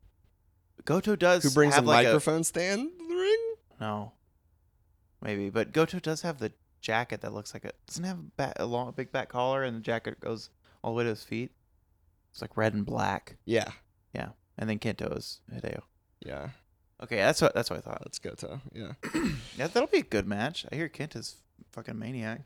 C: Goto does.
B: who brings a
C: have like
B: microphone stand to the ring.
C: No, maybe, but Goto does have the jacket that looks like a doesn't it have a, back, a long, big back collar, and the jacket goes all the way to his feet. It's like red and black,
B: Yeah,
C: and then Kento is Hideo.
B: yeah.
C: Okay, that's what that's what I thought.
B: Let's go to yeah.
C: Yeah, that'll be a good match. I hear Kenta's fucking maniac,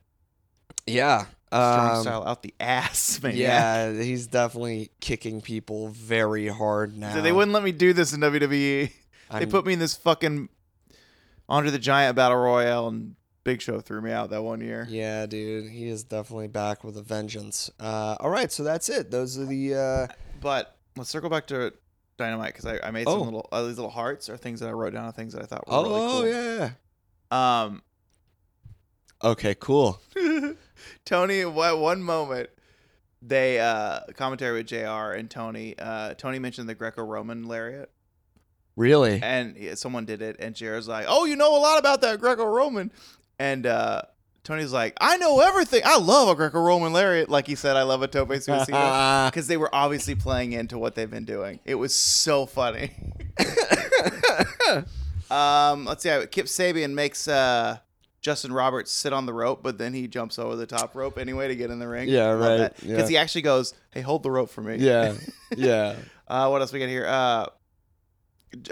B: Yeah.
C: strong
B: um,
C: style out the ass maniac.
B: yeah, he's definitely kicking people very hard now.
C: So they wouldn't let me do this in WWE.
B: I'm-
C: They put me in this fucking Andre the Giant Battle Royale, and Big Show threw me out that one year.
B: Yeah, dude, he is definitely back with a vengeance. Uh, all right, so that's it. Those are the. Uh,
C: But let's circle back to Dynamite because I, I made some
B: Oh.
C: little uh, these little hearts or things that I wrote down, things that I thought were
B: oh,
C: really cool.
B: yeah.
C: Yeah.
B: Okay, cool.
C: Um, Tony, at one one moment, they uh commentary with Jr. and Tony. Uh, Tony mentioned the Greco-Roman lariat,
B: Really?
C: and he- someone did it, and Jr's like, "Oh, you know a lot about that Greco-Roman," and uh. Tony's like, I know everything. I love a Greco-Roman lariat, like he said. I love a tope suicida. because they were obviously playing into what they've been doing. It was so funny. um, let's see. Kip Sabian makes uh, Justin Roberts sit on the rope, but then he jumps over the top rope anyway to get in the ring.
B: Yeah, right,
C: Because
B: yeah.
C: he actually goes, "Hey, hold the rope for me."
B: yeah, yeah.
C: Uh, what else we got here? Uh,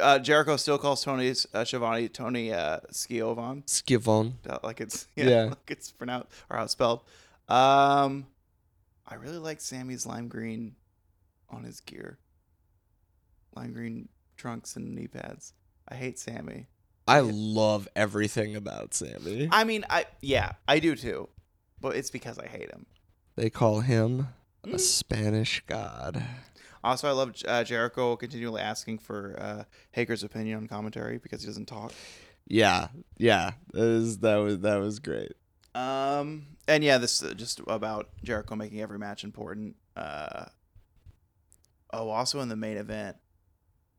C: uh, Jericho still calls Tony's uh, Shivani Tony uh, Skiovan
B: Skivon.
C: uh, like it's
B: Yeah.
C: yeah, like it's pronounced or how it's spelled. Um, I really like Sammy's lime green on his gear, lime green trunks and knee pads. I hate Sammy.
B: I love everything about Sammy.
C: I mean, I yeah, I do too, but it's because I hate him.
B: They call him a
C: Mm.
B: Spanish god.
C: Also, I love uh, Jericho continually asking for uh, Hager's opinion on commentary because he doesn't talk.
B: Yeah, yeah. That was that was, that was great.
C: Um, and yeah, this uh, just about Jericho making every match important. Uh, oh, also in the main event,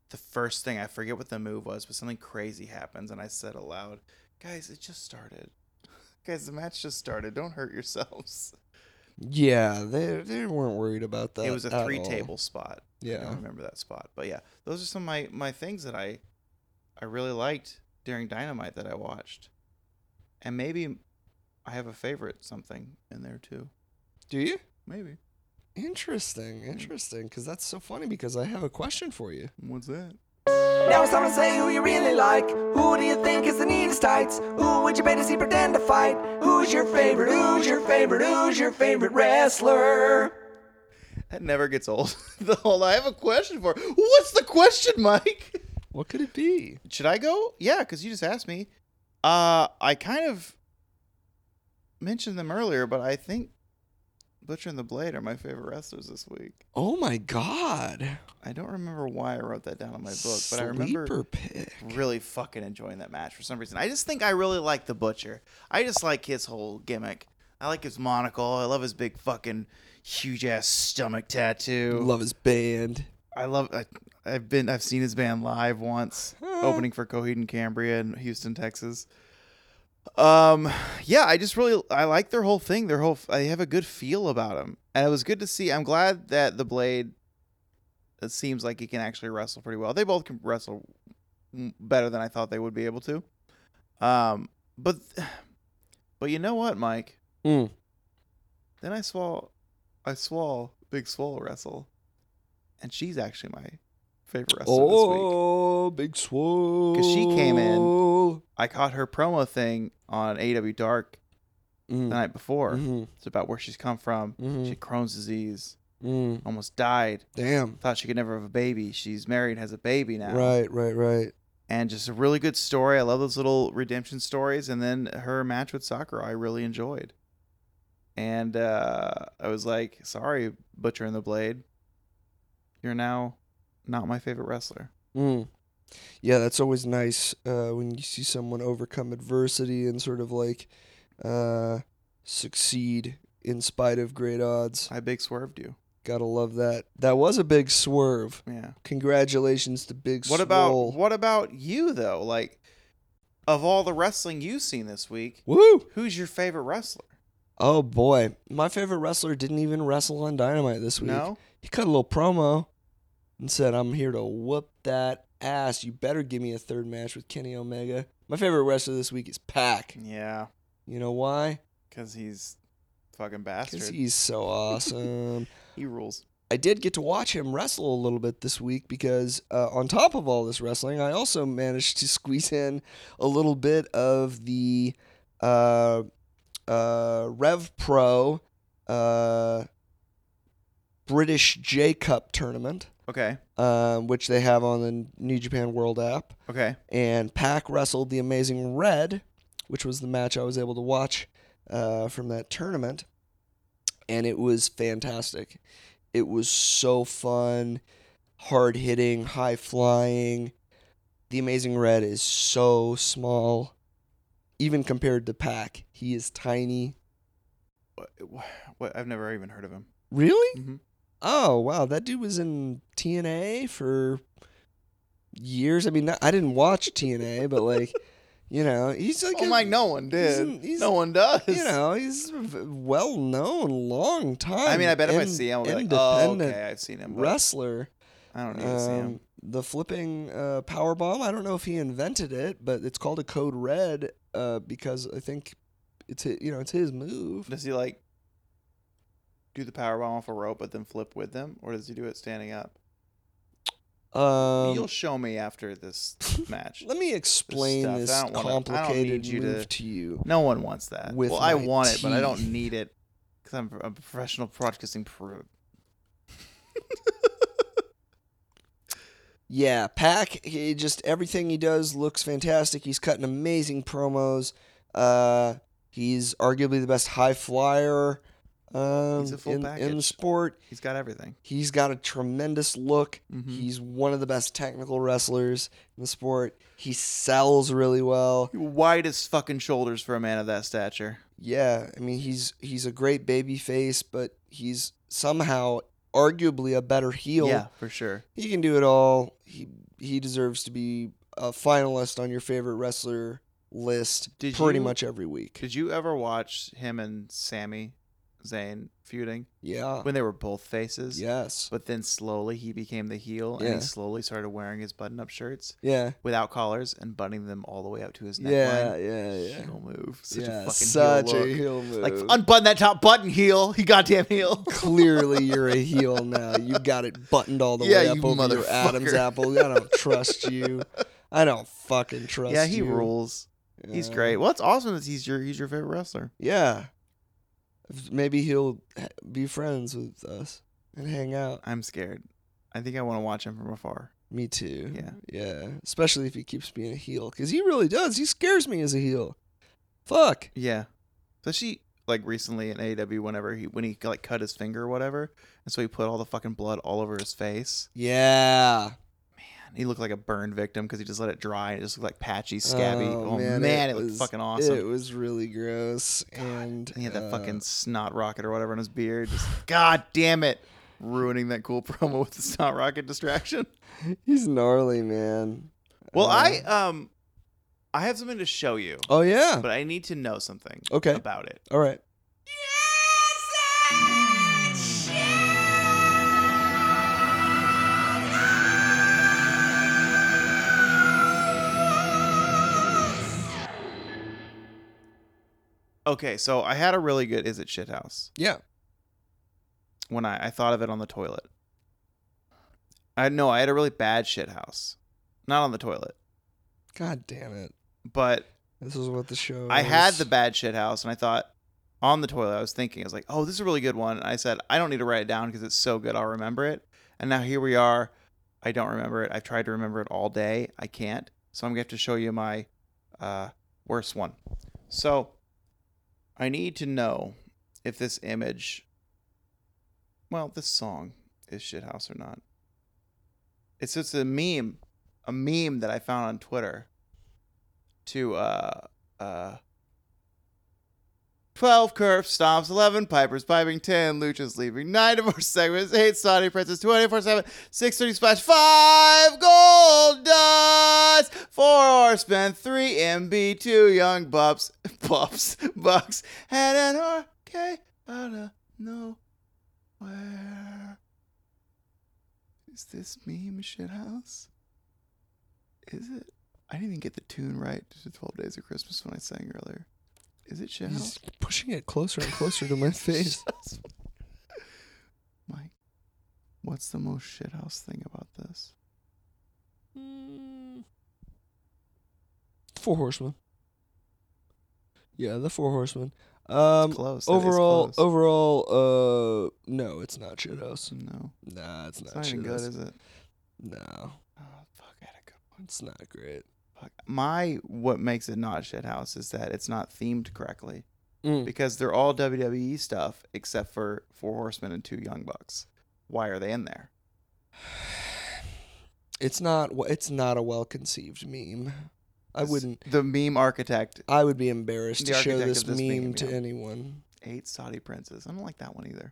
C: the first thing I forget what the move was, but something crazy happens, and I said aloud, "Guys, it just started. Guys, the match just started. Don't hurt yourselves."
B: Yeah, they they weren't worried about that.
C: it was a
B: at
C: three
B: all.
C: table spot. I
B: Yeah.
C: don't remember that spot, but yeah, those are some of my my things that I I really liked during Dynamite that I watched, and maybe I have a favorite something in there too.
B: Do you?
C: Maybe.
B: Interesting,
C: Mm.
B: interesting. Because that's so funny. Because I have a question for you.
C: What's that?
D: Now it's time to say who you really like. Who do you think is the neatest tights? Who would you bet to see pretend to fight? Who's your favorite? Who's your favorite? Who's your favorite wrestler?
C: That never gets old. the whole I have a question for. What's the question, Mike?
B: What could it be?
C: Should I go? Yeah, because you just asked me. Uh, I kind of mentioned them earlier, but I think Butcher and the Blade are my favorite wrestlers this week.
B: Oh my god!
C: I don't remember why I wrote that down in my book, but I remember
B: Sleeper pick.
C: really fucking enjoying that match for some reason. I just think I really like the Butcher. I just like his whole gimmick. I like his monocle. I love his big fucking huge ass stomach tattoo.
B: Love his band.
C: I love. I, I've been. I've seen his band live once,
B: Mm.
C: opening for Coheed and Cambria in Houston, Texas. Um, yeah, I just really I like their whole thing. Their whole I have a good feel about them, and it was good to see. I'm glad that the Blade. It seems like he can actually wrestle pretty well. They both can wrestle m- better than I thought they would be able to. Um, but but you know what, Mike?
B: Mm.
C: Then I swall, I swall, big swall wrestle, and she's actually my favorite wrestler this week.
B: Oh, big Mm. swole.
C: Because she came in. I caught her promo thing on AW Dark the
B: Mm,
C: night before.
B: mhm,
C: It's about where she's come from. She
B: mhm,
C: had Crohn's disease,
B: mm.
C: almost died.
B: Damn.
C: Thought she could never have a baby. She's married, has a baby now.
B: Right, right, right.
C: And just a really good story. I love those little redemption stories. And then her match with Sakura, I really enjoyed. And uh, I was like, sorry, Butcher and the Blade. You're now not my favorite wrestler.
B: Mm. Yeah, that's always nice uh, when you see someone overcome adversity and sort of like uh, succeed in spite of great odds.
C: I big swerved you.
B: Gotta love that. That was a big swerve.
C: Yeah.
B: Congratulations to Big
C: What about
B: Swole.
C: what about you though? Like, of all the wrestling you've seen this week,
B: Woo!
C: who's your favorite wrestler?
B: Oh boy, my favorite wrestler didn't even wrestle on Dynamite this week.
C: No,
B: He cut a little promo and said, "I'm here to whoop that ass. You better give me a third match with Kenny Omega." My favorite wrestler this week is Pac.
C: yeah,
B: You know why?
C: because he's fucking
B: Because
C: bastard.
B: he's so awesome.
C: he rules.
B: I did get to watch him wrestle a little bit this week because, uh, on top of all this wrestling, I also managed to squeeze in a little bit of the uh, uh, Rev Pro uh, British J Cup tournament,
C: Okay,
B: um, which they have on the New Japan World app.
C: okay,
B: And Pac wrestled the Amazing Red, which was the match I was able to watch uh, from that tournament. And it was fantastic. It was so fun, hard hitting, high flying. The Amazing Red is so small, even compared to Pac. He is tiny.
C: what, what, I've never even heard of him.
B: Really?
C: hmm
B: Oh, wow. That dude was in TNA for years. I mean, not- I didn't watch TNA, but like, you know, he's like
C: Oh
B: a-
C: my, no one did.
B: he's- he's-
C: no one does.
B: you know, he's v- well known, long time.
C: I mean, I bet if I
B: in-
C: see him, I'll be like, oh,
B: independent
C: okay, I've seen him. but
B: wrestler.
C: I don't need to see him.
B: Um, the flipping uh, power bomb. I don't know if he invented it, but it's called a code red uh, because I think it's hi- you know it's his move.
C: Does he like do the power bomb off a rope, but then flip with them, or does he do it standing up? You'll
B: Um,
C: show me after this match.
B: let me explain
C: stuff. I
B: this
C: don't wanna- I don't
B: complicated
C: need you
B: move
C: to-
B: to you.
C: No one wants that.
B: With
C: well, I
B: my
C: want it, but I
B: teeth.
C: don't need it because I'm a professional broadcasting pro.
B: Yeah, Pac, he just everything he does looks fantastic. He's cutting amazing promos. Uh, he's arguably the best high flyer um,
C: He's a full
B: in, in the
C: package.
B: sport.
C: He's got everything.
B: He's got a tremendous look.
C: Mhm.
B: He's one of the best technical wrestlers in the sport. He sells really well.
C: Widest fucking shoulders for a man of that stature.
B: Yeah, I mean he's he's a great baby face, but he's somehow arguably a better heel.
C: Yeah, for sure.
B: he can do it all. He he deserves to be a finalist on your favorite wrestler list
C: Did
B: pretty
C: you-
B: much every week.
C: Did you ever watch him and Sammy Zayn feuding
B: Yeah.
C: when they were both faces?
B: Yes.
C: But then slowly he became the heel, and
B: Yeah.
C: he slowly started wearing his button-up shirts
B: Yeah.
C: without collars and buttoning them all the way up to his neckline.
B: Yeah. Yeah. Yeah.
C: Heel move. Such
B: yeah.
C: a fucking
B: such
C: heel
B: a
C: look.
B: heel move.
C: Like unbutton that top button heel. He goddamn heel.
B: Clearly, you're a heel now. You got it buttoned all the
C: Yeah,
B: way up
C: you
B: over your
C: motherfucker.
B: Adam's apple. I don't trust you. I don't fucking trust
C: yeah, he
B: you.
C: rules. He's
B: Yeah.
C: great. Well, it's awesome that he's your he's your favorite wrestler.
B: Yeah. Maybe he'll h- be friends with us and hang out.
C: I'm scared. I think I want to watch him from afar.
B: Me too.
C: Yeah.
B: Yeah. Especially if he keeps being a heel. Because he really does. He scares me as a heel. Fuck.
C: Yeah, especially like recently in AEW, whenever he when he like cut his finger or whatever, and so he put all the fucking blood all over his face.
B: Yeah.
C: And he looked like a burn victim because he just let it dry and it just looked like patchy, scabby. Oh, man, it, looked
B: was-
C: fucking awesome.
B: It was really gross. And,
C: and he had that
B: uh,
C: fucking snot rocket or whatever in his beard. Just, God damn it, ruining that cool promo with the snot rocket distraction.
B: He's gnarly, man.
C: Well,
B: Uh,
C: I um, I have something to show you.
B: Oh, yeah.
C: but I need to know something
B: Okay.
C: about it.
B: All right.
C: Okay, so I had a really good is it shit house
B: Yeah.
C: when I, I thought of it on the toilet. I know I had a really bad shit house, not on the toilet,
B: God damn it.
C: but
B: This is what the show
C: I had
B: is.
C: the bad shit house, and I thought on the toilet, I was thinking, I was like, oh, this is a really good one. And I said, I don't need to write it down because it's so good, I'll remember it. And now here we are. I don't remember it. I've tried to remember it all day. I can't. So I'm going to have to show you my uh, worst one. So I need to know if this image, well, this song is shithouse or not. It's just a meme, a meme that I found on Twitter to uh, uh, 12 curve stomps, 11 pipers piping, 10 luchas leaving, 9 divorce segments, 8 Saudi princes, 24 7, 630 splash, 5 gold dust, 4 horsemen, 3 MB, 2 young bups, bups, bucks, and an RK out of nowhere. Is this meme shithouse? Is it? I didn't even get the tune right to 12 Days of Christmas when I sang earlier. Is it shithouse?
B: He's pushing it closer and closer to my face.
C: Mike, what's the most shithouse thing about this?
B: Four horsemen. Yeah, the four horsemen. Um
C: Close. that is
B: overall
C: close.
B: overall uh no, it's not shit house.
C: No.
B: Nah, it's
C: It's
B: not,
C: not even
B: shit
C: good,
B: house.
C: is it?
B: No.
C: Oh, fuck. I had a good one.
B: It's not great.
C: Fuck. My, what makes it not shithouse is that it's not themed correctly
B: Mm.
C: because they're all WWE stuff except for Four Horsemen and Two Young Bucks. Why are they in there?
B: It's not w- it's not a well conceived meme. I
C: This-
B: wouldn't
C: The meme architect
B: I would be embarrassed to
C: The
B: show
C: architect
B: this,
C: of this
B: meme,
C: meme,
B: to
C: yeah.
B: anyone.
C: eight Saudi princes. I don't like that one either.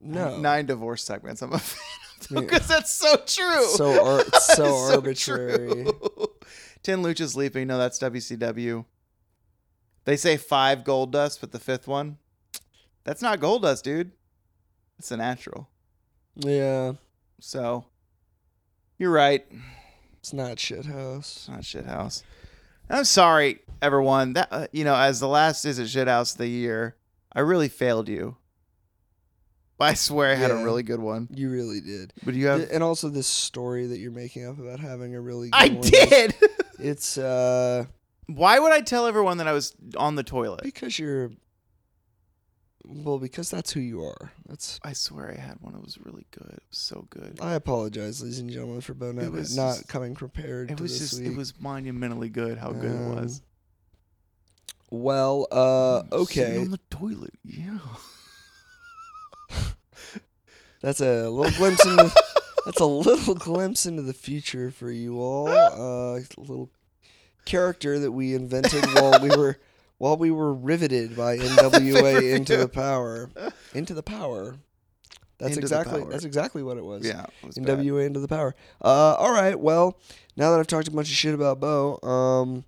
B: No.
C: Nine divorce segments. I'm a fan of
B: Yeah.
C: because that's so true.
B: So ar- it's so
C: true.
B: arbitrary.
C: Ten luchas leaping. No, that's WCW. They say five gold dust, but the fifth one, that's not gold dust, dude. It's a natural.
B: Yeah.
C: So you're right.
B: It's not shit house.
C: It's not shit house. I'm sorry, everyone. That uh, you know, as the last is a shit house of the year, I really failed you. I swear I had
B: Yeah.
C: a really good one.
B: You really did.
C: But you have
B: Th- and also this story that you're making up about having a really good
C: I
B: one.
C: did.
B: It's uh
C: Why would I tell everyone that I was on the toilet?
B: because you're well, because that's who you are. That's
C: I swear I had one. It was really good. It was so good.
B: I apologize, ladies and gentlemen, for Bo Nabbit
C: was
B: not
C: just-
B: coming prepared
C: It
B: to
C: was
B: this
C: just.
B: week.
C: It was monumentally good. How good it was.
B: Well, uh
C: Mm, sitting
B: okay.
C: On the toilet. Yeah.
B: That's a little glimpse into that's a little glimpse into the future for you all. Uh, a little character that we invented while we were while we were riveted by NWA into the power. Into the power. That's
C: Into the
B: exactly
C: power.
B: that's exactly what it was.
C: Yeah. It was bad.
B: NWA into the power. Uh, all right. Well, now that I've talked a bunch of shit about Bo, um,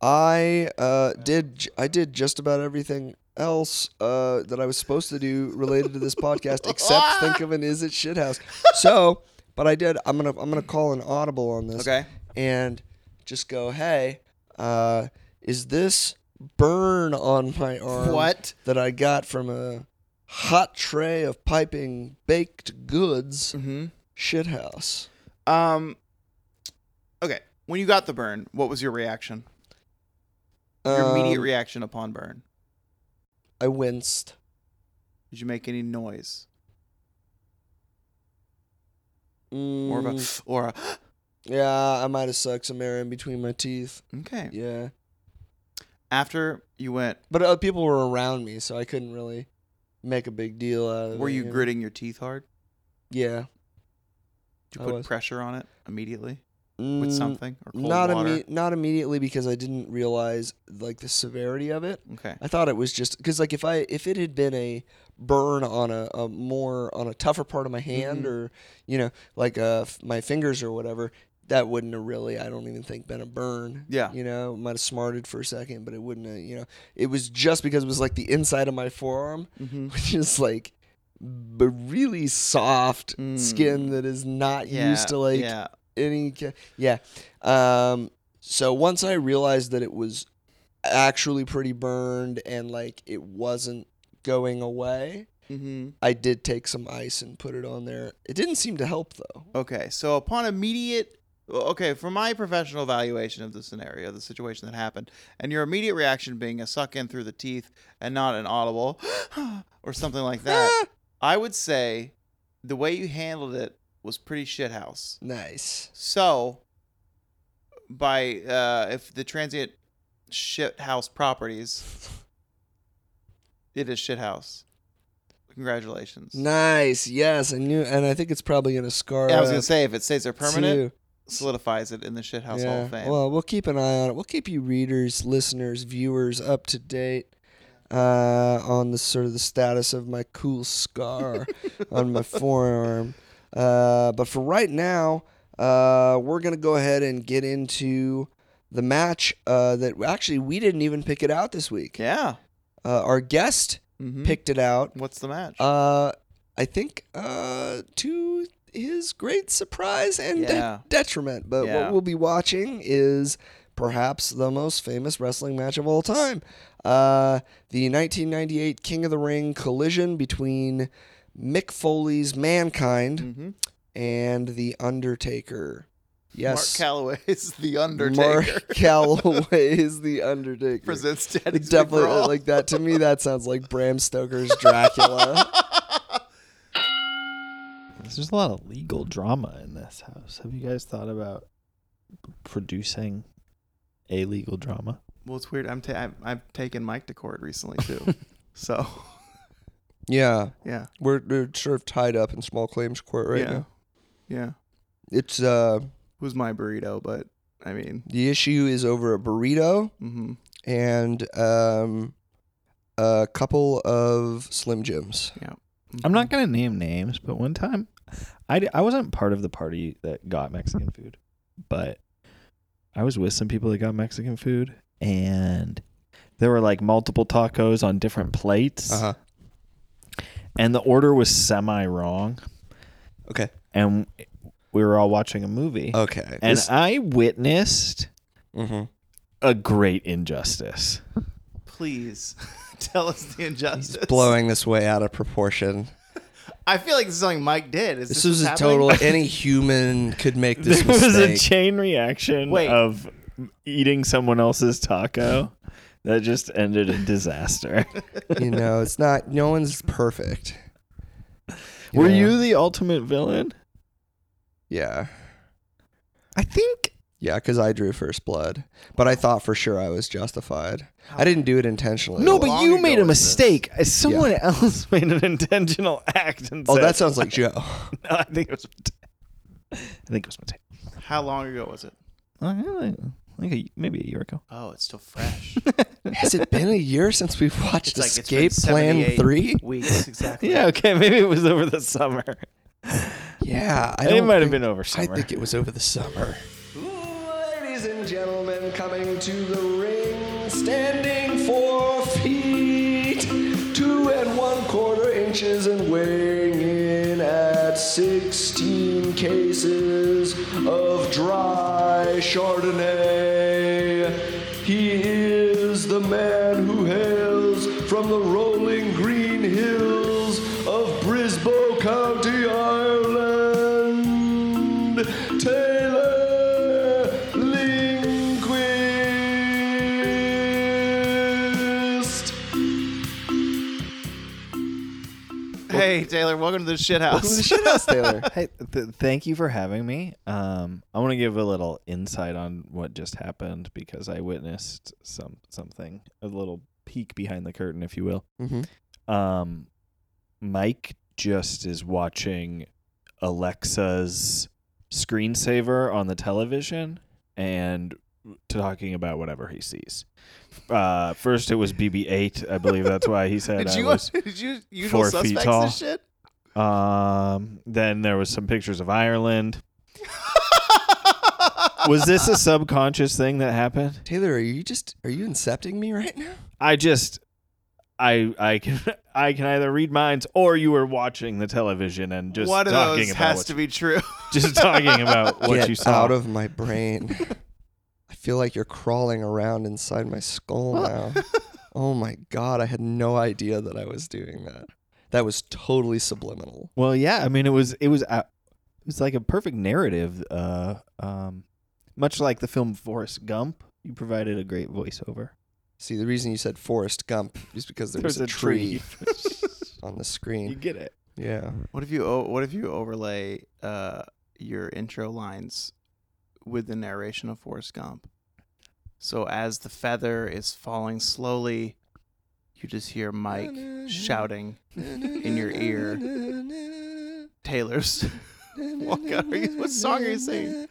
B: I uh, did j- I did just about everything else uh, that I was supposed to do related to this podcast, except think of an is it shit house. So, but I did. I'm gonna I'm gonna call an audible on this
C: Okay.
B: and just go, hey, uh, is this burn on my arm?
C: What?
B: that I got from a hot tray of piping baked goods
C: Mm-hmm.
B: shithouse.
C: Um. Okay. When you got the burn, what was your reaction? Your immediate
B: Um,
C: reaction upon burn.
B: I winced.
C: Did you make any noise
B: Mm,
C: or a, or a,
B: yeah, I might have sucked some air in between my teeth.
C: okay
B: Yeah,
C: after you went?
B: but uh, people were around me, so I couldn't really make a big deal out of it.
C: Were you
B: know?
C: gritting your teeth hard?
B: Yeah,
C: Did
B: I
C: you put
B: was.
C: pressure on it immediately with
B: Mm,
C: something or cold
B: Not
C: water?
B: imme- not immediately because I didn't realize like the severity of it.
C: okay.
B: I thought it was just because like if I if it had been a burn on a, a more on a tougher part of my hand
C: Mhm.
B: or you know like uh f- my fingers or whatever that wouldn't have really I don't even think been a burn.
C: Yeah.
B: You know, might have smarted for a second, but it wouldn't have, you know. It was just because it was like the inside of my forearm,
C: Mm-hmm.
B: which is like b- really soft
C: Mm.
B: skin that is not used to like
C: yeah.
B: any ca- yeah um so once i realized that it was actually pretty burned and like it wasn't going away
C: Mm-hmm.
B: I did take some ice and put it on there. It didn't seem to help though.
C: Okay, so upon immediate, well, okay, for my professional evaluation of the scenario, the situation that happened, and your immediate reaction being a suck in through the teeth and not an audible or something like that,
B: Ah!
C: I would say the way you handled it was pretty shithouse.
B: Nice.
C: So, by uh, if the transient shithouse properties, it is shithouse. Congratulations.
B: Nice. Yes, I knew and I think it's probably going to scar.
C: I was gonna
B: up
C: say if it stays there
B: too.
C: permanent, solidifies it in the shithouse hall of fame.
B: Well, we'll keep an eye on it. We'll keep you readers, listeners, viewers up to date uh, on the sort of the status of my cool scar on my forearm. Uh, but for right now, uh, we're gonna go ahead and get into the match uh, that actually we didn't even pick it out this week.
C: yeah.
B: Uh, our guest
C: Mhm.
B: picked it out.
C: What's the match?
B: Uh, I think uh, to his great surprise and de-
C: Yeah.
B: detriment. But
C: Yeah.
B: what we'll be watching is perhaps the most famous wrestling match of all time uh, the 1998 King of the Ring collision between Mick Foley's Mankind
C: hmm
B: and The Undertaker. Yes.
C: Mark Calloway is the Undertaker.
B: Mark Calloway is The Undertaker.
C: presents
B: It
C: Daddy's
B: definitely uh,
C: Big Brawl.
B: like that to me that sounds like Bram Stoker's Dracula.
E: There's just a lot of legal drama in this house. Have you guys thought about producing a legal drama?
C: well, it's weird. I'm ta- I've, I've taken Mike to court recently too. so
B: yeah.
C: yeah,
B: We're, we're sort of tied up in small claims court right
C: yeah,
B: now.
C: yeah.
B: It's uh
C: Who's my burrito? But I mean,
B: the issue is over a burrito
C: hmm
B: and um a couple of Slim Jims.
E: I'm not going to name names, but one time I, d- I wasn't part of the party that got Mexican food, but I was with some people that got Mexican food and there were like multiple tacos on different plates
B: huh.
E: and the order was semi wrong
B: Okay. Oh,
E: and we were all watching a movie
B: Okay.
E: and I witnessed
B: mm-hmm.
E: a great injustice.
C: Please tell us the injustice.
B: blowing this way out of proportion.
C: I feel like this is something Mike did. Is
B: This,
C: this
B: was a
C: what's
B: total.
C: happening?
B: Any human could make this
E: There was a
B: mistake.
E: chain reaction
C: Wait.
E: of eating someone else's taco that just ended in disaster.
B: you know, it's not. No one's perfect. know?
E: Were you the ultimate villain?
B: Yeah.
E: I think
B: Yeah, because I drew first blood, but I thought for sure I was justified. I didn't do it intentionally.
E: no,
C: long
E: but you
C: ago
E: made a
C: was this?
E: mistake. Uh, Someone else made an intentional act and
B: Oh,
E: said,
B: that sounds like Joe.
E: No, I think it was. I think it was my take.
C: How long ago was it?
E: Like, like a, maybe a year ago.
C: Oh, it's still fresh.
B: Has it been a year since we've watched
C: It's like it's been
B: Escape Plan
C: 78
B: Three?
C: Weeks exactly.
E: Yeah, okay, maybe it was over the summer.
B: Yeah, I
E: It
B: don't
E: might have
B: think-
E: been over
B: I
E: summer.
B: think it was over the summer. Ladies and gentlemen, coming to the ring, standing four feet, two and one quarter inches, and weighing in at 16 cases of dry Chardonnay. He is the man who hails from the rolling green hills of Brisbane County, Ireland. Taylor Lindquist.
C: Hey Taylor, welcome to the shit
B: Welcome to the
C: house.
B: shit house, Taylor.
E: Hey, th- thank you for having me. Um, I want to give a little insight on what just happened because I witnessed some something, a little peek behind the curtain, if you will.
B: Mm-hmm.
E: Um, Mike just is watching Alexa's screensaver on the television and talking about whatever he sees. Uh, first, it was BB-8. I believe that's why he said
C: Did
E: I
C: you
E: was.
C: did you usual
E: four feet
C: suspects
E: tall.
C: and shit?
E: Um, then there was some pictures of Ireland. was this a subconscious thing that happened?
B: Taylor, are you just are you incepting me right now?
E: I just I I can I can either read minds or you were watching the television and just
C: One of
E: talking
C: those
E: about
C: has
E: what
C: to be true.
E: you- just talking about what
B: Get
E: you saw.
B: out of my brain. I feel like you're crawling around inside my skull now. Oh my god, I had no idea that I was doing that. That was totally subliminal.
E: Well, yeah, I mean it was it was uh, it was like a perfect narrative uh um much like the film Forrest Gump, you provided a great voiceover.
B: See, the reason you said Forrest Gump is because there was a, tree, on the
E: you
B: screen.
E: get it.
B: Yeah.
C: What if you o- what if you overlay uh, your intro lines with the narration of Forrest Gump? So as the feather is falling slowly, you just hear Mike shouting in your ear. Taylor's walk out. Are you- What song are you singing?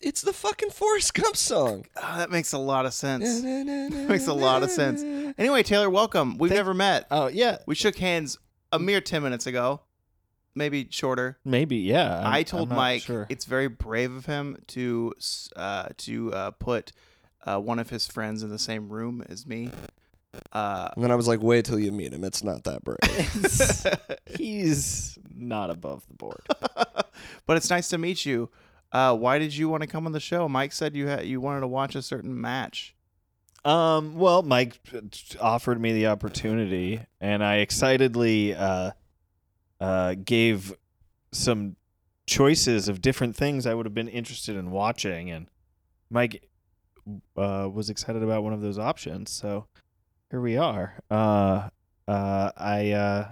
B: It's the fucking Forrest Gump song.
C: Oh, that makes a lot of sense.
B: Makes
C: Makes a lot of sense. Anyway, Taylor, welcome. We've never met.
E: Oh, yeah.
C: We shook hands a mere ten minutes ago, maybe shorter.
E: Maybe, yeah. I'm-
C: i
E: I'm
C: told
E: not
C: Mike
E: sure.
C: it's very brave of him to s- uh, to uh, put uh, one of his friends in the same room as me. Uh,
B: And then I was like, wait till you meet him. It's not that brave.
E: he's not above the board.
C: but it's nice to meet you. Uh, why did you want to come on the show? Mike said you had you wanted to watch a certain match.
E: Um, well, Mike offered me the opportunity, and I excitedly uh, uh, gave some choices of different things I would have been interested in watching, and Mike uh, was excited about one of those options. So here we are. Uh, uh, I uh,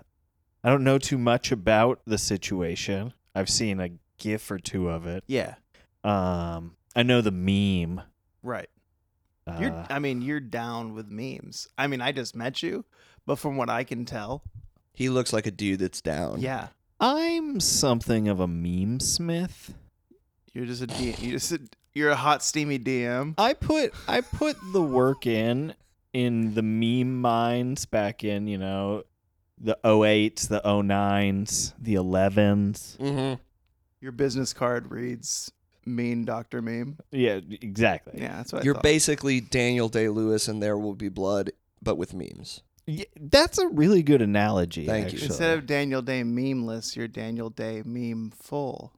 E: I don't know too much about the situation. I've seen a gif or two of it.
C: Yeah,
E: Um, I know the meme.
C: right.
E: Uh,
C: You're I mean you're down with memes. I mean I just met you, but from what I can tell,
B: he looks like a dude that's
E: Oh,
B: down.
C: yeah,
E: I'm something of a meme smith.
C: you're just a D- you just a, you're a hot steamy DM.
E: I put I put the work in in the meme mines back in, you know, the 08s, the 09s, the 11s.
B: Mm-hmm.
C: Your business card reads mean doctor meme.
E: Yeah, exactly.
C: Yeah, that's what
B: You're
C: I thought.
B: basically Daniel Day Lewis and There Will Be Blood, but with memes.
E: Y- That's a really good analogy.
B: Thank you.
E: actually.
C: Instead of Daniel Day memeless, you're Daniel Day meme full.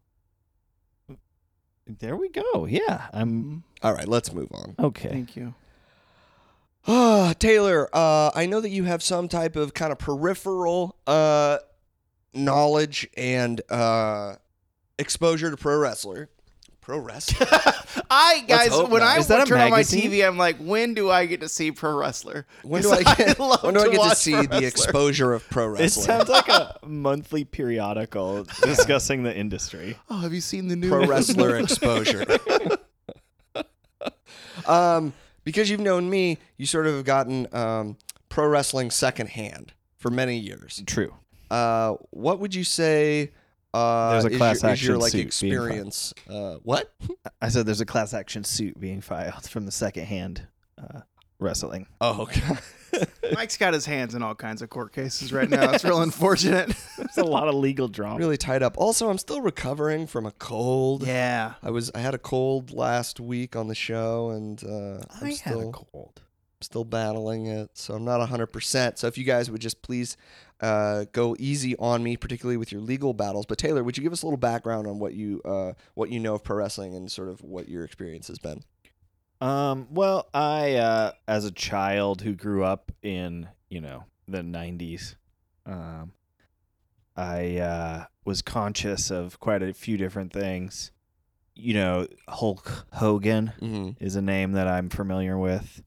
E: there we go. Yeah, I'm
C: Mhm.
B: All right, let's move on.
E: okay.
C: Thank you.
B: Ah, Taylor, uh, I know that you have some type of kind of peripheral uh, knowledge and uh, exposure to pro wrestler. Pro wrestler?
C: I guys,
B: hope
C: when
B: not.
C: I
E: Is that a
C: turn on my
E: magazine?
C: TV, I'm like, when do I get to see pro wrestler?
B: When do I
C: 'Cause
B: get,
C: love
B: when do I get to
C: watch
B: see
C: pro
B: the
C: wrestler.
B: exposure of pro wrestling?
E: It sounds like a monthly periodical discussing the industry.
C: Oh, have you seen the new
B: pro wrestler exposure. um, because you've known me, you sort of have gotten um, pro wrestling secondhand for many years.
E: True.
B: Uh, what would you say? Uh,
E: There's a
B: is
E: class
B: your, is your
E: action
B: like
E: suit being filed.
B: experience. Uh, what?
E: I said there's a class action suit being filed from the secondhand uh, wrestling.
B: Oh god.
C: Mike's got his hands in all kinds of court cases right now. It's real unfortunate.
E: There's a lot of legal drama.
B: really tied up. Also, I'm still recovering from a cold.
C: yeah.
B: I was I had a cold last week on the show, and uh, I'm still
E: cold.
B: still battling it, so I'm not 100%. So if you guys would just please uh, go easy on me, particularly with your legal battles. But Taylor, would you give us a little background on what you uh, what you know of pro wrestling and sort of what your experience has been?
E: Um, well, I uh, as a child who grew up in you know the '90s, um, I uh, was conscious of quite a few different things. You know, Hulk Hogan
B: Mm-hmm.
E: is a name that I'm familiar with.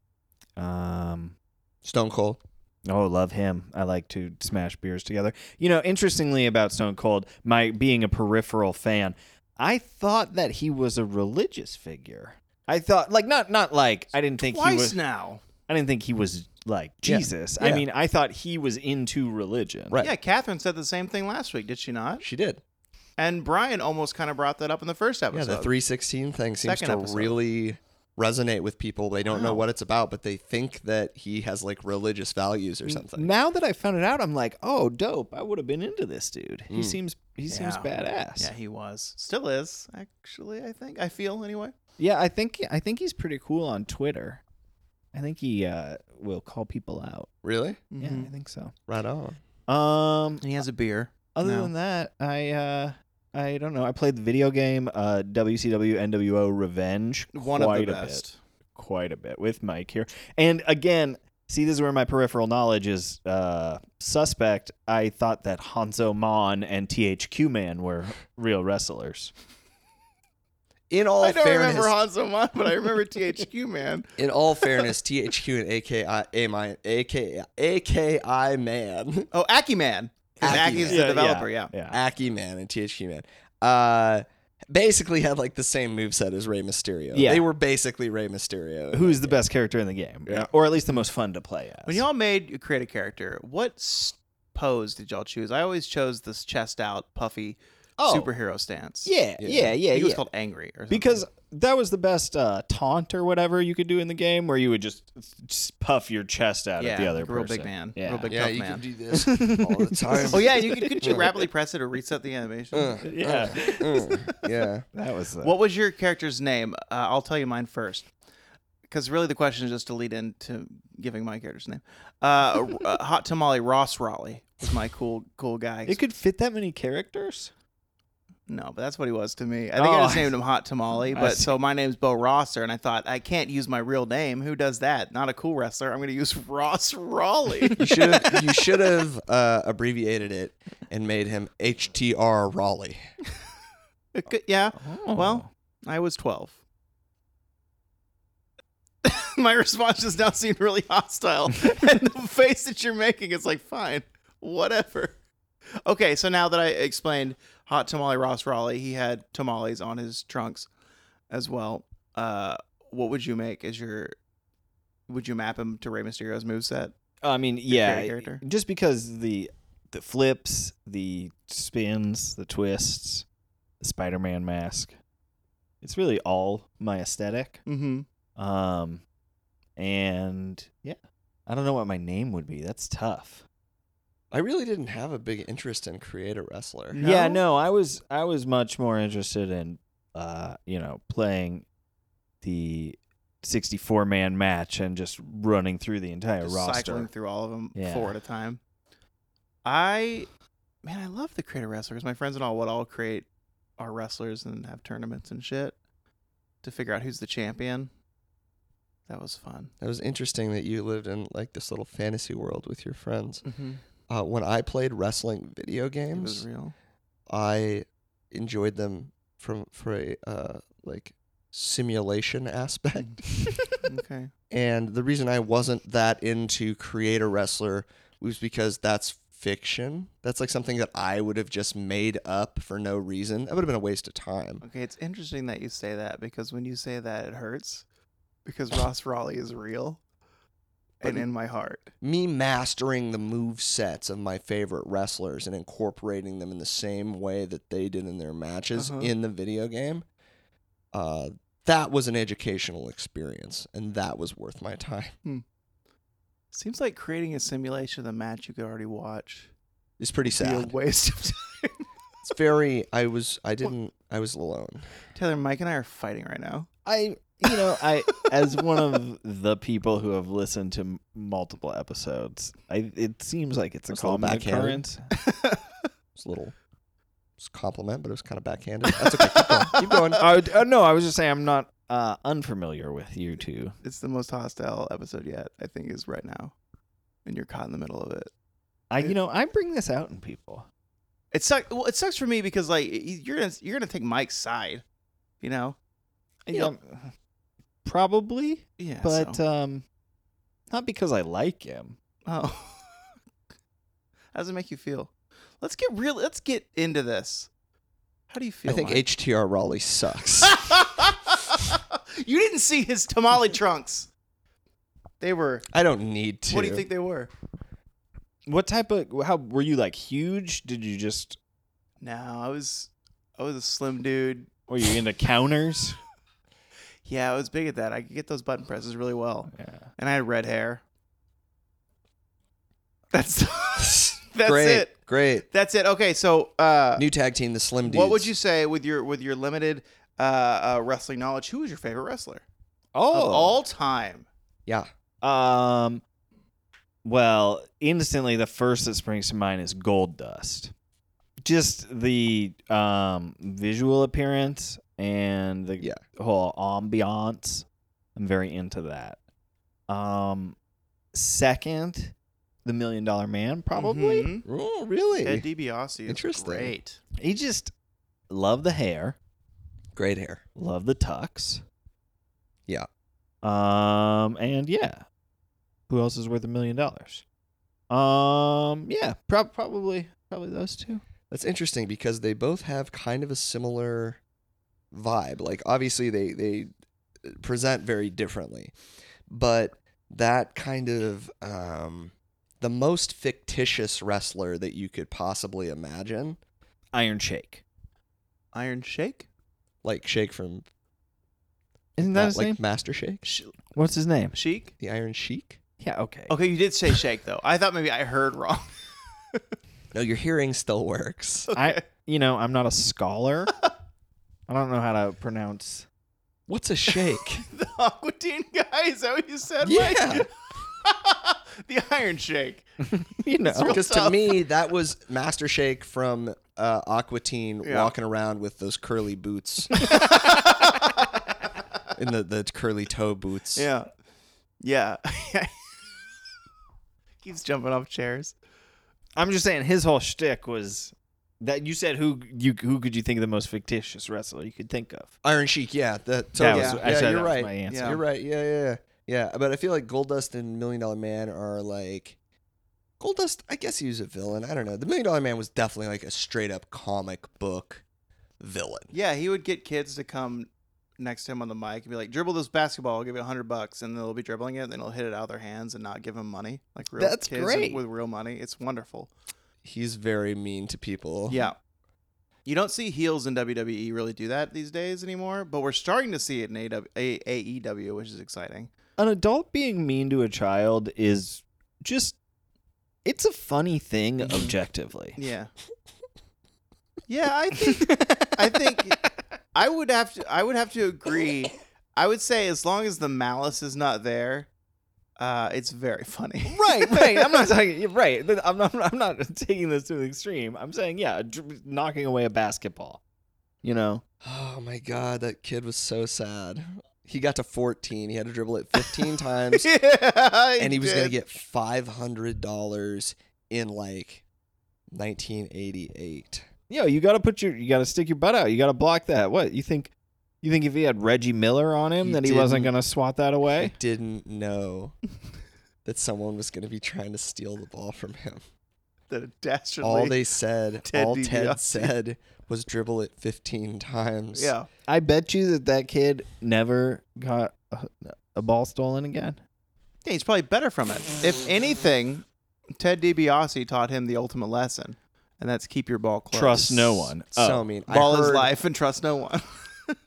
E: Um,
B: Stone Cold.
E: Oh, love him. I like to smash beers together. You know, interestingly about Stone Cold, my being a peripheral fan, I thought that he was a religious figure. I thought like not not like I didn't think he
C: Twice
E: was
C: now.
E: I didn't think he was like
B: Yeah.
E: Jesus.
B: Yeah.
E: I mean, I thought he was into religion.
B: Right.
C: Yeah, Catherine said the same thing last week, did she not?
B: She did.
C: And Brian almost kind of brought that up in the first episode.
B: Yeah, the 316 thing seems
C: Second
B: to
C: episode.
B: really resonate with people. They don't know
C: Wow.
B: what it's about, but they think that he has like religious values or something.
E: Now that I found it out, I'm like, "Oh, dope. I would have been into this dude. He
B: Mm.
E: seems he seems
C: Yeah.
E: badass."
C: Yeah, he was. Still is, actually, I think. I feel anyway.
E: Yeah, I think I think he's pretty cool on Twitter. I think he uh, will call people out.
B: Really?
E: Yeah, I
C: Mhm.
E: think so.
B: Right on.
E: Um,
C: And he has a beer.
E: other
C: No.
E: than that, I uh, I don't know. I played the video game uh, WCW NWO Revenge
C: One
E: quite
C: of the
E: a
C: best.
E: bit, quite a bit with Mike here, and again, See, this is where my peripheral knowledge is uh, suspect. I thought that Hanzo Mon and THQ Man were real wrestlers.
B: In all
C: I don't
B: fairness,
C: remember Hanzo Mon, but I remember THQ man.
B: in all fairness, THQ and AKI, AMI, AKI, AKI man,
C: Oh, Aki Man. 'Cause
B: Aki
C: Aki's
B: Man.
C: the developer, yeah.
E: Yeah.
B: Aki man, and THQ man, uh, basically had like the same moveset as Rey Mysterio.
E: Yeah.
B: they were basically Rey Mysterio.
E: Who's the best character in the game?
B: Yeah.
E: Or at least the most fun to play as.
C: When y'all made create a character, what s- pose did y'all choose? I always chose this chest out, puffy
E: Oh.
C: superhero stance.
E: yeah, yeah,
C: I
E: yeah.
C: think it was
E: yeah.
C: called angry or something.
E: because that was the best uh, taunt or whatever you could do in the game, where you would just, just puff your chest out
C: yeah,
E: at the other
C: like a real
E: person.
C: big man,
E: Yeah.
C: real big
F: Yeah,
C: tough
F: you
C: man.
F: can do this all the time.
C: oh yeah, and you could, could you rapidly press it or reset the animation?
E: Uh-huh. Yeah.
B: Uh, yeah.
E: That was.
C: What was your character's name? Uh, I'll tell you mine first. Because really, the question is just to lead into giving my character's name. Uh, uh, Hot Tamale Ross Raleigh was my cool, cool guy.
E: It could fit that many characters.
C: no, but that's what he was to me. I think
E: Oh,
C: I just
E: I-
C: named him Hot Tamale.
E: I
C: But
E: see.
C: so my name's Bo Rosser, and I thought I can't use my real name. Who does that? Not a cool wrestler. I'm going to use Ross Raleigh.
B: You should have you should have uh, abbreviated it and made him HTR Raleigh.
C: It could- yeah. Well, I was 12. My response just now seemed really hostile. and the face that you're making is like, fine, whatever. Okay, so now that I explained Hot Tamale Ross Raleigh, he had tamales on his trunks as well. Uh, what would you make as your. Would you map him to Rey Mysterio's moveset?
E: I mean,
C: favorite
E: yeah,
C: character?
E: just because the the flips, the spins, the twists, the Spider-Man mask. It's really all my aesthetic.
C: Mm hmm.
E: Um and yeah, I don't know what my name would be. That's tough.
B: I really didn't have a big interest in create a wrestler.
E: Yeah,
C: No?
E: no, I was I was much more interested in uh, you know, playing the 64 man match and just running through the entire
C: just
E: roster.
C: cycling through all of them
E: Yeah.
C: four at a time. I man, I love the creative wrestlers. My friends and all would all create our wrestlers and have tournaments and shit to figure out who's the champion. That was fun.
B: It was interesting that you lived in like this little fantasy world with your friends.
E: Mm-hmm.
B: Uh, when I played wrestling video
C: It was
B: games,
C: real.
B: I enjoyed them from for a uh, like simulation aspect.
C: Okay.
B: and the reason I wasn't that into create a wrestler was because that's fiction. That's like something that I would have just made up for no reason. That would have been a waste of time.
C: Okay, it's interesting that you say that because when you say that it hurts because Ross Raleigh is real and
B: But-
C: in my heart.
B: me mastering the move sets of my favorite wrestlers and incorporating them in the same way that they did in their matches
C: Uh-huh.
B: in the video game uh, that was an educational experience and that was worth my time
C: Seems like creating a simulation of the match you could already watch
B: it's pretty
C: would be a
B: sad
C: waste of time.
B: it's very i was i didn't i was alone
C: Taylor, Mike, and I are fighting right now.
E: I, you know, I as one of the people who have listened to m- multiple episodes, I it seems like it's a
B: That's a little
E: common
B: backhanded.
E: occurrence.
B: it's a little it's a compliment but it was kind of backhanded that's okay keep going, keep going.
E: I would- uh, no, I was just saying I'm not uh, unfamiliar with you two.
C: It's the most hostile episode yet, I think, is right now. And you're caught in the middle of it.
E: I, you know, I bring this out in people.
C: It sucks. Well, it sucks for me because like y- you're gonna you're gonna take Mike's side, you know.
E: Yeah, probably,
C: Yeah.
E: but
B: uh,
C: so-
E: um, not because I like him.
C: oh, how does it make you feel? Let's get real. Let's get into this. How do you feel?
B: i think
C: Mike?
B: htr raleigh sucks
C: you didn't see his tamale trunks. They were.
B: i don't need to
C: What do you think they were?
E: What type of how were you like huge? Did you just
C: No, I was I was a slim dude.
E: were you into counters?
C: Yeah, I was big at that. I could get those button presses really well.
E: Yeah.
C: and I had red hair. That's that's
B: great
C: it.
B: great
C: That's it. Okay, so uh,
B: new tag team the slim dudes
C: what would you say with your with your limited uh, uh, wrestling knowledge? Who is your favorite wrestler
E: Oh,
C: of all time?
B: yeah
E: Um, well, instantly the first that springs to mind is Gold Dust. Just the um visual appearance and the
B: Yeah.
E: whole ambiance. I'm very into that. Um, second, The Million Dollar Man, probably.
C: Mhm.
B: Oh, really?
C: Ted DiBiase. Interesting.
B: Interesting.
C: Great.
E: He just love the hair,
B: Great hair.
E: love the tux.
B: Yeah.
E: Um, and yeah, who else is worth a million dollars? Um, yeah, prob- probably probably those two.
B: That's interesting because they both have kind of a similar vibe. Like obviously they they uh, present very differently, but that kind of um, the most fictitious wrestler that you could possibly imagine,
E: Iron Shake.
C: Iron Shake.
B: like Shake from
E: Isn't that his
B: like
E: name?
B: Master Shake,
E: What's his name?
C: Sheik.
B: the Iron Sheik.
E: Yeah, okay.
C: Okay, you did say Shake though. I thought maybe I heard wrong.
B: No, your hearing still works.
E: I you know, I'm not a scholar. I don't know how to pronounce
B: What's a shake?
C: the Aquatine guy. Is that what you said? Mike?
B: yeah,
C: the Iron Shake.
E: you know.
C: real
B: because to
C: tough.
B: me that was Master Shake from uh, Aquatine
C: Yeah.
B: walking around with those curly boots. in the, the curly toe boots.
C: yeah. Yeah. Keeps jumping off chairs.
E: I'm just saying his whole shtick was that you said who you who could you think of the most fictitious wrestler you could think of?
B: Iron Sheik. Yeah, that.
E: That
B: Totally.
E: was-
B: yeah,
E: I said
B: you're
E: that was
B: right.
E: my answer.
C: Yeah.
B: You're right. Yeah, yeah, yeah, yeah. But I feel like Goldust and Million Dollar Man are like Goldust. I guess he was a villain. I don't know. The Million Dollar Man was definitely like a straight up comic book villain.
C: Yeah, he would get kids to come next to him on the mic and be like, dribble this basketball, I'll give you a hundred bucks, and they'll be dribbling it, and then he'll hit it out of their hands and not give him money. Like real
B: That's
C: kids
B: great.
C: with real money. It's wonderful.
B: He's very mean to people.
C: Yeah. You don't see heels in WWE really do that these days anymore, but we're starting to see it in AW, A- AEW, which is exciting.
E: An adult being mean to a child is just it's a funny thing objectively.
C: Yeah. Yeah, I think I think I would have to I would have to agree. I would say as long as the malice is not there, uh, it's very funny.
E: right, right. I'm not talking right. I'm not, I'm not taking this to the extreme. I'm saying yeah, dr- knocking away a basketball. You know.
B: Oh my god, that kid was so sad. He got to 14. He had to dribble it 15 times,
C: yeah,
B: and he was gonna
C: did.
B: get 500 dollars in like 1988.
E: Yo, you got to put your you got to stick your butt out. You got to block that. What? You think you think if he had Reggie Miller on him
B: He
E: that he wasn't
B: didn't.
E: going to swat that
B: I
E: away?
B: didn't know that someone was going to be trying to steal the ball from him.
C: the dastardly.
B: All they said,
C: Ted
B: all
C: DiBiase.
B: Ted said was dribble it 15 times.
C: yeah.
E: I bet you that that kid never got a, a ball stolen again.
C: yeah, he's probably better from it. If anything, Ted DiBiase taught him the ultimate lesson, and that's keep your ball close.
E: Trust no one.
B: So
E: Oh.
B: mean.
C: Ball
B: I heard,
C: is life, and trust no one.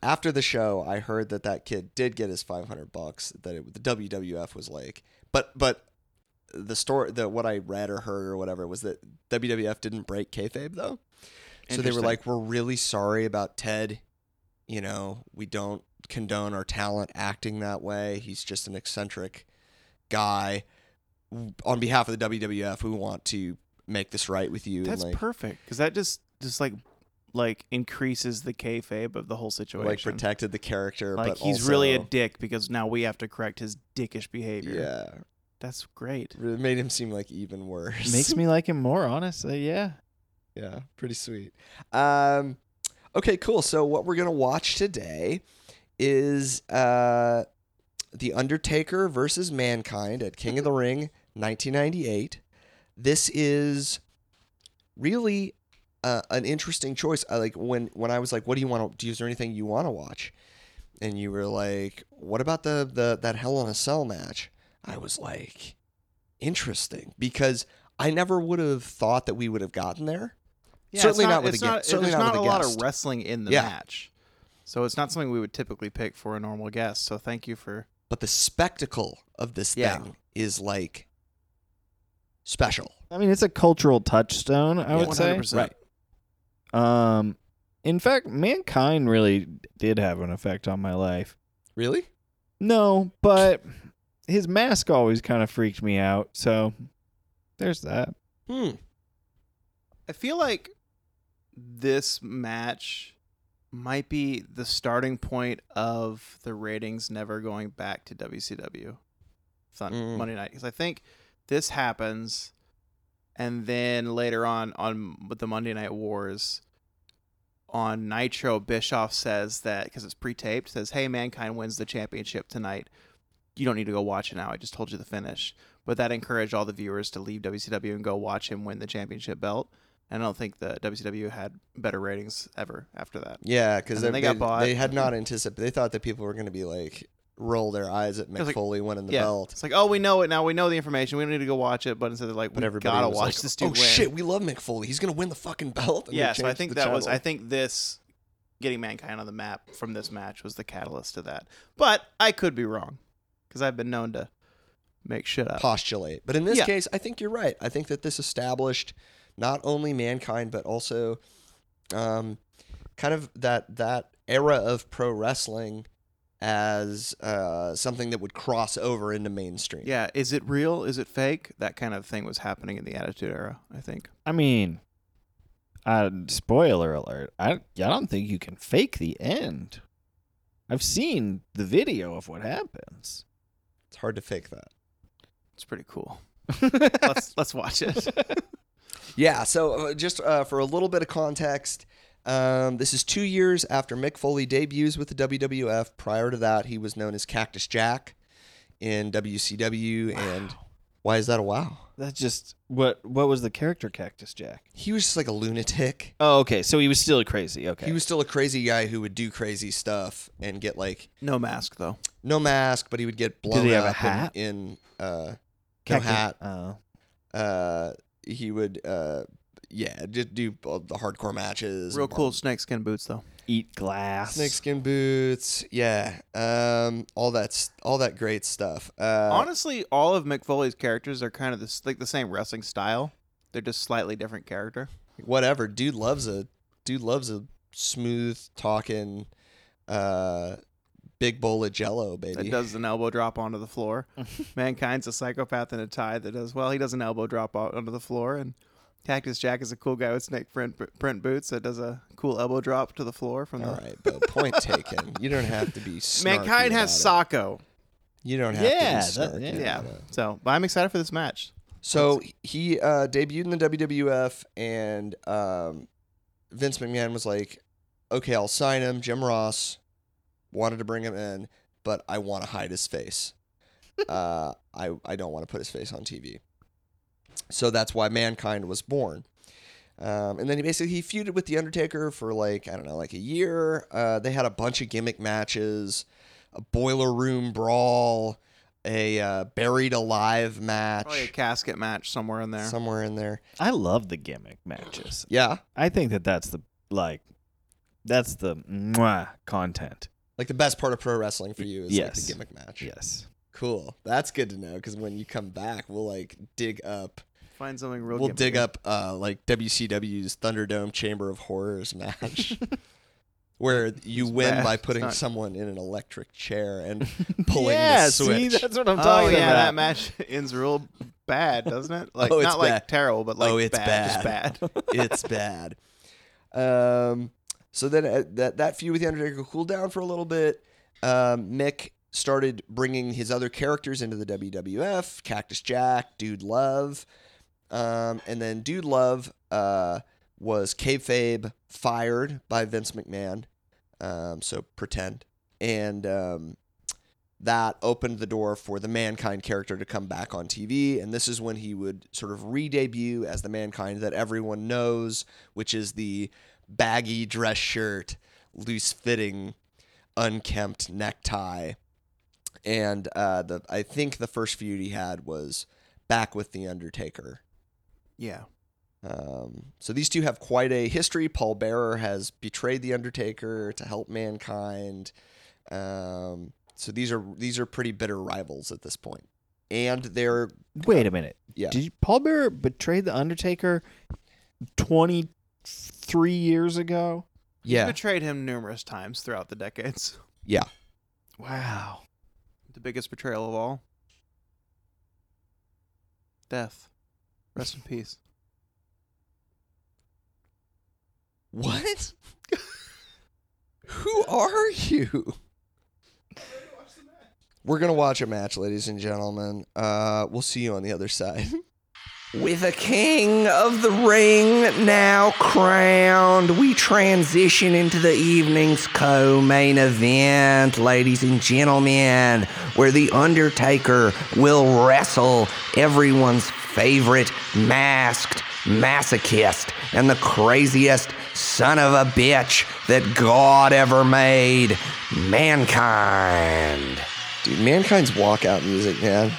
B: After the show, I heard that that kid did get his 500 bucks that it, the WWF was like. But but the story the what I read or heard or whatever was that WWF didn't break kayfabe though. So they were
C: Interesting.
B: like, "We're really sorry about Ted. You know, we don't condone our talent acting that way. He's just an eccentric guy. On behalf of the WWF, we want to make this right with you."
C: That's
B: and like,
C: perfect because that just just like like increases the kayfabe of the whole situation.
B: like protected the character,
C: Like
B: but
C: he's really a
B: also-
C: dick because now we have to correct his dickish behavior.
B: Yeah,
C: that's great.
B: it made him seem like even worse.
E: Makes me like him more, honestly. Yeah.
B: Yeah, pretty sweet. Um, okay, cool. So what we're gonna watch today is uh, the Undertaker versus Mankind at King of the Ring, 1998. This is really uh, an interesting choice. I like when when I was like, "What do you want to do? Is there anything you want to watch?" And you were like, "What about the the that Hell in a Cell match?" I was like, "Interesting," because I never would have thought that we would have gotten there.
C: Yeah,
B: Certainly
C: it's
B: not with
C: it's
B: a guest. Certainly
C: there's
B: not
C: not,
B: with
C: a
B: a
C: lot of
B: guest.
C: wrestling in the
B: Yeah.
C: match, so it's not something we would typically pick for a normal guest. So thank you for
B: but the spectacle of this
C: Yeah.
B: thing is like special.
E: I mean, it's a cultural touchstone, I would say.
C: 100%.
B: Right.
E: Um in fact, mankind really did have an effect on my life.
B: Really?
E: No, but his mask always kind of freaked me out. So there's that.
B: Hmm.
C: I feel like this match might be the starting point of the ratings never going back to WCW. It's not
B: Mm.
C: Monday night because I think this happens, and then later on on with the Monday Night Wars, on Nitro, Bischoff says that because it's pre-taped, says, "Hey, Mankind wins the championship tonight. You don't need to go watch it now. I just told you the finish." But that encouraged all the viewers to leave WCW and go watch him win the championship belt. And I don't think the WCW had better ratings ever after that.
B: Yeah, because
C: And then
B: they,
C: they got
B: they-
C: bought.
B: they had not anticipated. They thought that people were going to be like roll their eyes at
C: was like-
B: McFoley winning the
C: yeah,
B: belt.
C: it's like, oh, we know it now. We know the information. We don't need to go watch it. But instead, they're like,
B: But
C: we
B: everybody
C: gotta
B: was
C: watch
B: like,
C: this dude
B: "Oh
C: win.
B: shit, we love McFoley. He's going to win the fucking belt." And they
C: yeah, so I
B: changed
C: think
B: the
C: that was. I
B: channel.
C: think this getting mankind on the map from this match was the catalyst to that. But I could be wrong because I've been known to make shit up.
B: postulate. But in this
C: Yeah.
B: case, I think you're right. I think that this established not only mankind but also um, kind of that that era of pro wrestling as uh, something that would cross over into mainstream.
C: Yeah, is it real? Is it fake? That kind of thing was happening in the Attitude Era. I think.
E: I mean, uh, spoiler alert. I I don't think you can fake the end. I've seen the video of what happens.
B: It's hard to fake that.
C: It's pretty cool. let's let's watch it.
B: Yeah, so uh, just uh, for a little bit of context, um, this is two years after Mick Foley debuts with the WWF. Prior to that, he was known as Cactus Jack in WCW. And why is that a wow?
E: That's just what what was the character Cactus Jack?
B: He was just like a lunatic.
E: Oh, okay. So he was still crazy. Okay.
B: He was still a crazy guy who would do crazy stuff and get like
C: No mask though.
B: no mask, but he would get blown
E: he have a
B: up in-
E: hat?
B: in, uh, no
E: Cactus-
B: hat.
E: Oh.
B: Uh, he would uh, yeah, just do all the hardcore matches.
C: Real
B: and
C: cool snakeskin boots though.
E: Eat glass.
B: snakeskin boots. Yeah, um, all that's all that great stuff. Uh,
C: Honestly, all of McFoley's characters are kind of this like the same wrestling style. They're just slightly different character.
B: whatever. Dude loves a dude loves a smooth talking, uh, big bowl of Jello,
C: that
B: baby.
C: does an elbow drop onto the floor. Mankind's a psychopath in a tie that does well. He does an elbow drop out onto the floor, and Cactus Jack is a cool guy with snake print print boots that does a cool elbow drop to the floor from
B: All
C: the.
B: right, but point taken. You don't have to be. snarky
C: Mankind has
B: about it.
C: Socko.
B: You don't have
E: Yeah,
B: to be
E: that-
B: snarky
E: yeah.
C: Yeah.
B: about it.
C: So, but I'm excited for this match.
B: So he uh, debuted in the WWF, and um, Vince McMahon was like, "Okay, I'll sign him." Jim Ross wanted to bring him in, but I want to hide his face. uh, I I don't want to put his face on TV. So that's why Mankind was born. Um, and then he basically he feuded with the Undertaker for like I don't know like a year. Uh, they had a bunch of gimmick matches, a boiler room brawl, a uh, buried alive match
C: Probably a casket match somewhere in there.
B: somewhere in there.
E: I love the gimmick matches.
B: Yeah,
E: I think that that's the like that's the mwah content.
B: like the best part of pro wrestling for you is
E: Yes.
B: like the gimmick match.
E: Yes.
B: cool. That's good to know because when you come back, we'll like dig up.
C: Find something real.
B: we'll dig
C: gimmicky.
B: up uh like WCW's Thunderdome Chamber of Horrors match. Where you
C: It's
B: win
C: bad.
B: by
C: It's
B: putting
C: not-
B: someone in an electric chair and pulling
E: yeah,
B: the switch.
E: see, that's what I'm
C: Oh
E: talking
C: yeah,
E: about.
C: that match ends real bad, doesn't it? Like
B: Oh, it's
C: not like
B: bad.
C: terrible, but like
B: Oh, it's
C: Just
B: bad.
C: bad.
B: it's bad. Um, so then uh, that that feud with the Undertaker cooled down for a little bit. Um, Mick started bringing his other characters into the WWF: Cactus Jack, Dude Love, um, and then Dude Love uh, was kayfabe fired by Vince McMahon. Um, so pretend, and um, that opened the door for the Mankind character to come back on TV. And this is when he would sort of re debut as the Mankind that everyone knows, which is the baggy dress shirt, loose fitting, unkempt necktie. And uh, the I think the first feud he had was back with The Undertaker.
C: yeah.
B: Um, so these two have quite a history. Paul Bearer has betrayed the Undertaker to help mankind. Um, so these are these are pretty bitter rivals at this point, and they're
E: Wait a minute.
B: Yeah.
E: Did Paul Bearer betray the Undertaker 23 years ago?
C: He betrayed him numerous times throughout the decades.
B: yeah.
E: Wow.
C: The biggest betrayal of all. Death. Rest in peace.
B: What? Who are you? We're gonna watch a match, ladies and gentlemen. Uh, we'll see you on the other side.
A: With a king of the ring now crowned, we transition into the evening's co main event, ladies and gentlemen, where The Undertaker will wrestle everyone's favorite masked masochist and the craziest son of a bitch that God ever made mankind.
B: Dude, mankind's walkout music, man.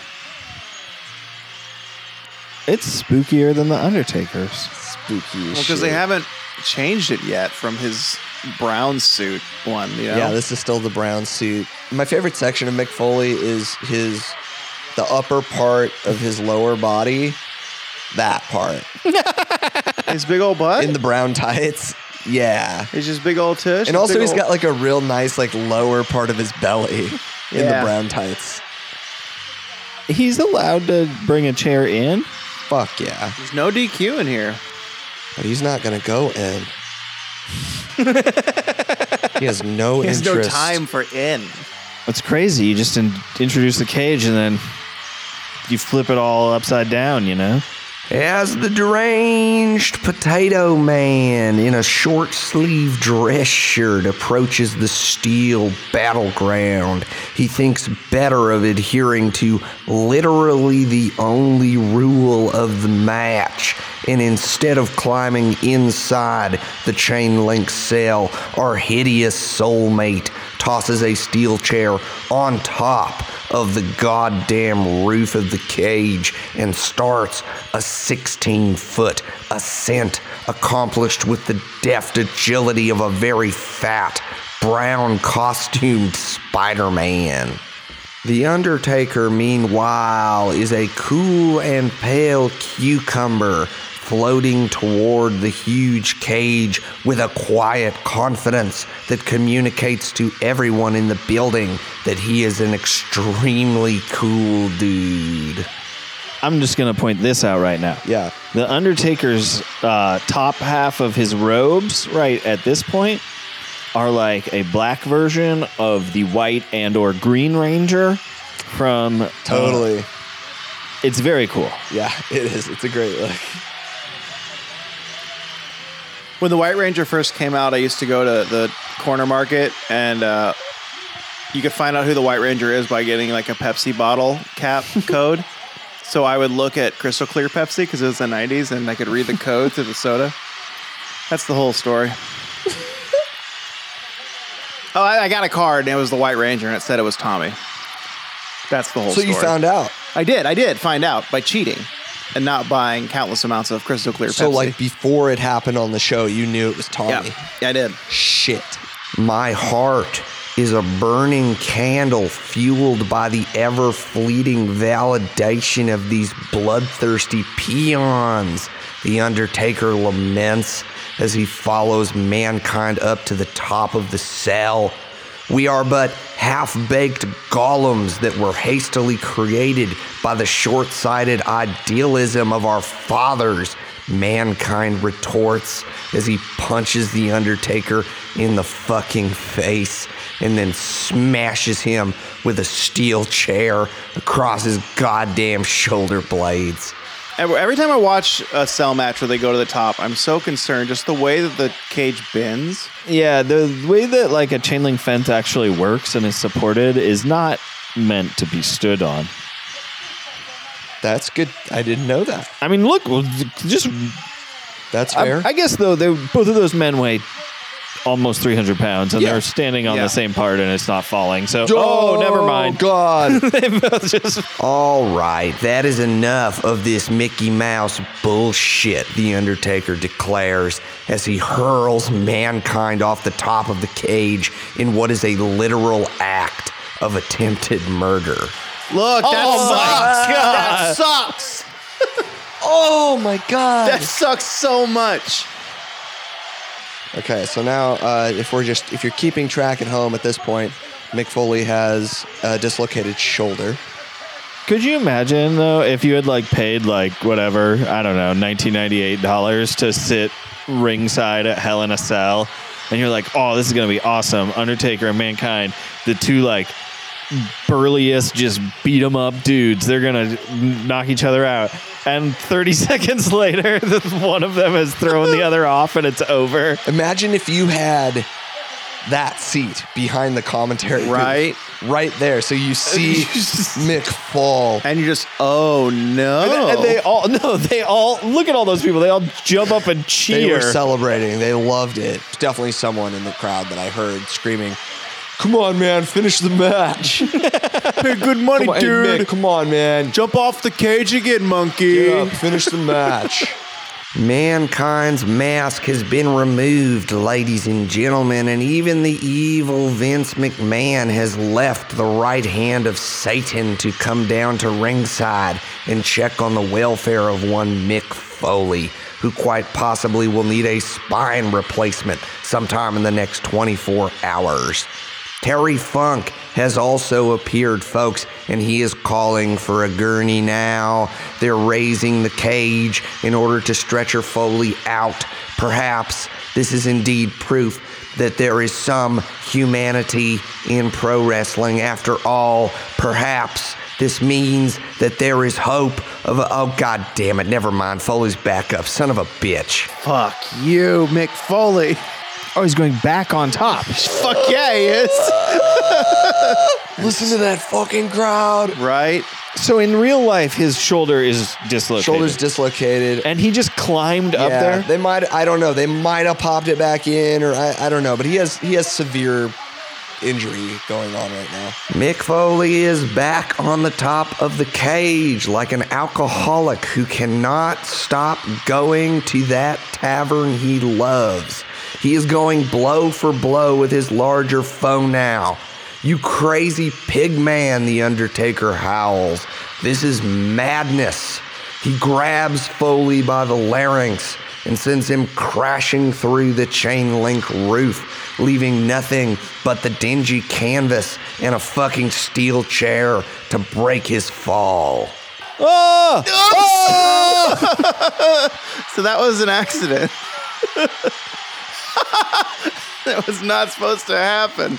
E: It's spookier than the Undertaker's.
B: Spooky.
C: Well, because they haven't changed it yet from his brown suit one. You know?
B: Yeah, this is still the brown suit. My favorite section of Mick Foley is his the upper part of his lower body, that part
C: his big old butt.
B: in the brown tights. Yeah.
C: it's just big old tush.
B: And also
C: he's
B: he's got like a real nice like lower part of his belly in the
C: Yeah.
B: brown tights.
E: He's allowed to bring a chair in.
B: Fuck yeah.
C: There's no DQ in here.
B: But he's not going to go in. he has no
C: There's no
B: interest.
C: time for in.
E: It's crazy. You just in- introduce the cage and then you flip it all upside down, you know?
A: As the deranged potato man in a short sleeve dress shirt approaches the steel battleground, he thinks better of adhering to literally the only rule of the match. And instead of climbing inside the chain link cell, our hideous soulmate tosses a steel chair on top of the goddamn roof of the cage and starts a 16 foot ascent, accomplished with the deft agility of a very fat, brown costumed Spider Man. The Undertaker, meanwhile, is a cool and pale cucumber floating toward the huge cage with a quiet confidence that communicates to everyone in the building that he is an extremely cool dude.
E: I'm just going to point this out right now.
B: Yeah.
E: The Undertaker's uh, top half of his robes, right at this point, are like a black version of the white and or green ranger from uh,
B: Totally.
E: it's very cool.
B: yeah, it is. It's a great look.
C: When the White Ranger first came out, I used to go to the corner market and uh, you could find out who the White Ranger is by getting like a Pepsi bottle cap code. So I would look at crystal clear Pepsi because it was the 90s and I could read the code to the soda. That's the whole story. oh, I, I got a card and it was the White Ranger and it said it was Tommy. That's the whole
B: So
C: story.
B: you found out.
C: I did. I did find out by cheating and not buying countless amounts of crystal clear
B: So
C: Pepsi.
B: like before it happened on the show, you knew it was Tommy.
C: yeah, I did.
B: Shit.
A: My heart is a burning candle fueled by the ever fleeting validation of these bloodthirsty peons. The Undertaker laments as he follows mankind up to the top of the cell. We are but half baked golems that were hastily created by the short sighted idealism of our fathers, mankind retorts as he punches The Undertaker in the fucking face and then smashes him with a steel chair across his goddamn shoulder blades.
C: Every, every time I watch a cell match where they go to the top, I'm so concerned just the way that the cage bends.
E: Yeah, the way that like a chain link fence actually works and is supported is not meant to be stood on.
B: That's good. I didn't know that.
E: I mean, look, well, just
B: That's fair.
E: I, I guess though they both of those men weigh almost 300 pounds and
B: Yeah.
E: they're standing on
C: Yeah.
E: the same part and it's not falling. So oh, never mind.
B: God.
E: they both just
A: All right, that is enough of this Mickey Mouse bullshit, The Undertaker declares as he hurls mankind off the top of the cage in what is a literal act of attempted murder.
C: Look, that
E: Oh
C: sucks. That sucks.
B: oh my God.
C: That sucks so much.
B: Okay, so now uh, if we're just if you're keeping track at home at this point, Mick Foley has a dislocated shoulder.
E: Could you imagine though if you had like paid like whatever I don't know 1998 dollars to sit ringside at Hell in a Cell, and you're like, oh, this is gonna be awesome. Undertaker and Mankind, the two like burliest, just beat 'em up dudes. They're gonna knock each other out. And 30 seconds later, one of them has thrown the other off, and it's over.
B: Imagine if you had that seat behind the commentary, booth.
G: Right.
B: right there, so you see Mick fall.
G: And you're just, oh no.
E: And, they- and they all no, they all look at all those people. They all jump up and
B: They
E: cheer.
B: were celebrating. They loved it. Definitely someone in the crowd that I heard screaming, "Come on, man! Finish the match!
G: pay good money,
B: Come on, hey,
G: dude.
B: Mick, come on, man!
G: Jump off the cage again, monkey.
B: Get up! Finish the match!"
A: Mankind's mask has been removed, ladies and gentlemen, and even the evil Vince McMahon has left the right hand of Satan to come down to ringside and check on the welfare of one Mick Foley, who quite possibly will need a spine replacement sometime in the next 24 hours. Terry Funk has also appeared, folks, and he is calling for a gurney now. They're raising the cage in order to stretcher Foley out. Perhaps this is indeed proof that there is some humanity in pro wrestling after all. Perhaps this means that there is hope of. Oh, god damn it, never mind. Foley's back up, son of a bitch.
G: Fuck you, Mick Foley.
E: Oh, he's going back on top.
G: Fuck yeah, he is.
B: Listen to that fucking crowd.
G: Right?
E: So in real life, his shoulder is dislocated.
B: Shoulders dislocated.
E: and he just climbed up
B: yeah,
E: there.
B: they might. I don't know. They might have popped it back in, or I, I don't know. But he has he has severe injury going on right now.
A: Mick Foley is back on the top of the cage like an alcoholic who cannot stop going to that tavern he loves. He is going blow for blow with his larger foe now. You crazy pig man, The Undertaker howls. This is madness. He grabs Foley by the larynx and sends him crashing through the chain link roof, leaving nothing but the dingy canvas and a fucking steel chair to break his fall.
C: So that was an accident. that was not supposed to happen.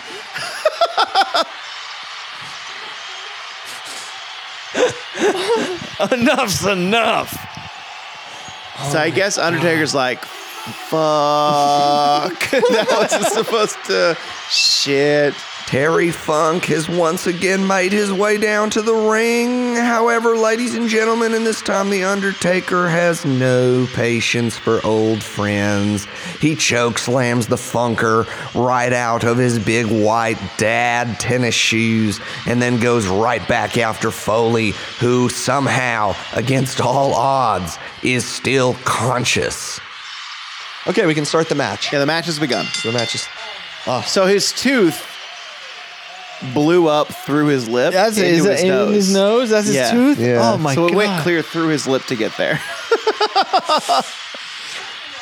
E: Enough's enough.
C: so I guess Undertaker's like, Uh, fuck. that wasn't supposed to. Shit.
A: Terry Funk has once again made his way down to the ring. However, ladies and gentlemen, and this time The Undertaker has no patience for old friends. He choke slams the Funker right out of his big white dad tennis shoes and then goes right back after Foley, who somehow, against all odds, is still conscious.
B: Okay, we can start the match.
C: Yeah, the match has begun.
B: So the match is
C: So his tooth blew up through his lip.
E: That's
C: into
E: is
C: his
E: that
C: nose.
E: in his nose. That's
C: Yeah.
E: his tooth.
B: Yeah.
E: Oh my
C: so it
E: god!
C: went clear through his lip to get there.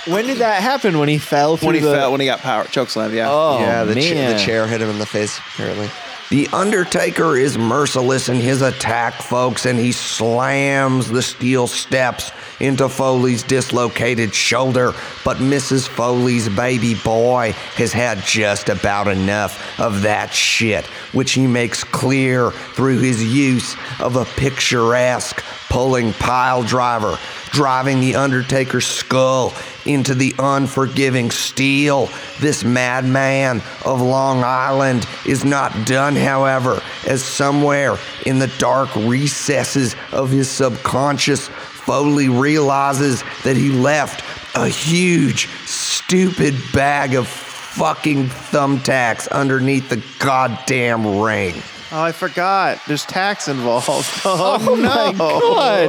E: When did that happen? When he fell through
C: when he
E: the
C: fell, when he got power choke slam. Yeah.
E: oh
B: yeah. The, cha-
E: man.
B: the chair hit him in the face. Apparently,
A: The Undertaker is merciless in his attack, folks, and he slams the steel steps into Foley's dislocated shoulder. But Mrs. Foley's baby boy has had just about enough of that shit, which he makes clear through his use of a picturesque pulling pile driver, driving the Undertaker's skull into the unforgiving steel. This madman of Long Island is not done, however, as somewhere in the dark recesses of his subconscious, Foley realizes that he left a huge, stupid bag of fucking thumbtacks underneath the goddamn ring.
C: Oh, I forgot. There's tax involved. Oh, no.
E: God.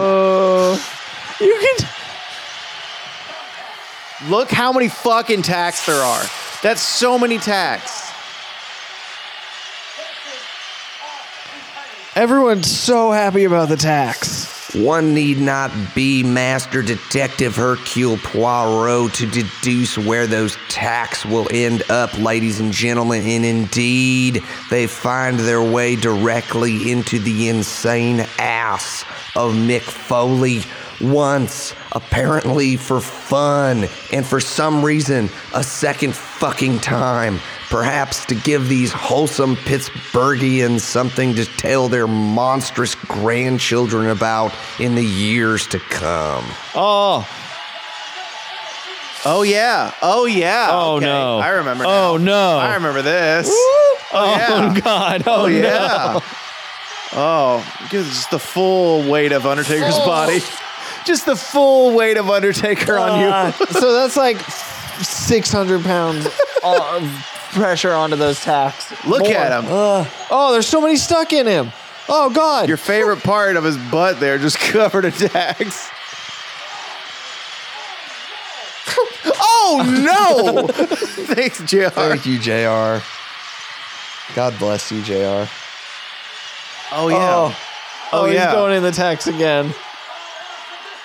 E: You can.
C: Look how many fucking tax there are. That's so many tax.
E: Everyone's so happy about the tax.
A: One need not be Master Detective Hercule Poirot to deduce where those tacks will end up, ladies and gentlemen. And indeed, they find their way directly into the insane ass of Mick Foley, once, apparently for fun, and for some reason, a second fucking time, perhaps to give these wholesome Pittsburghians something to tell their monstrous grandchildren about in the years to come.
E: Oh,
C: Oh yeah. Oh yeah.
E: Oh,
C: Okay.
E: no.
C: I remember.
E: Oh,
C: now.
E: no.
C: I remember this.
E: oh
C: yeah.
E: God! Oh,
C: Oh
E: no.
C: yeah. Oh, just the full weight of Undertaker's body. Just the full weight of Undertaker on you.
E: Uh, so that's like 600 pounds of pressure onto those tacks.
C: Look at him.
E: Ugh. oh, there's so many stuck in him. Oh God!
C: Your favorite part of his butt there, just covered in tags. oh no! Thanks, JR.
A: Thank you, JR. God bless you, JR.
C: Oh yeah. Oh,
E: Oh, oh, he's
C: yeah.
E: going in the tacks again.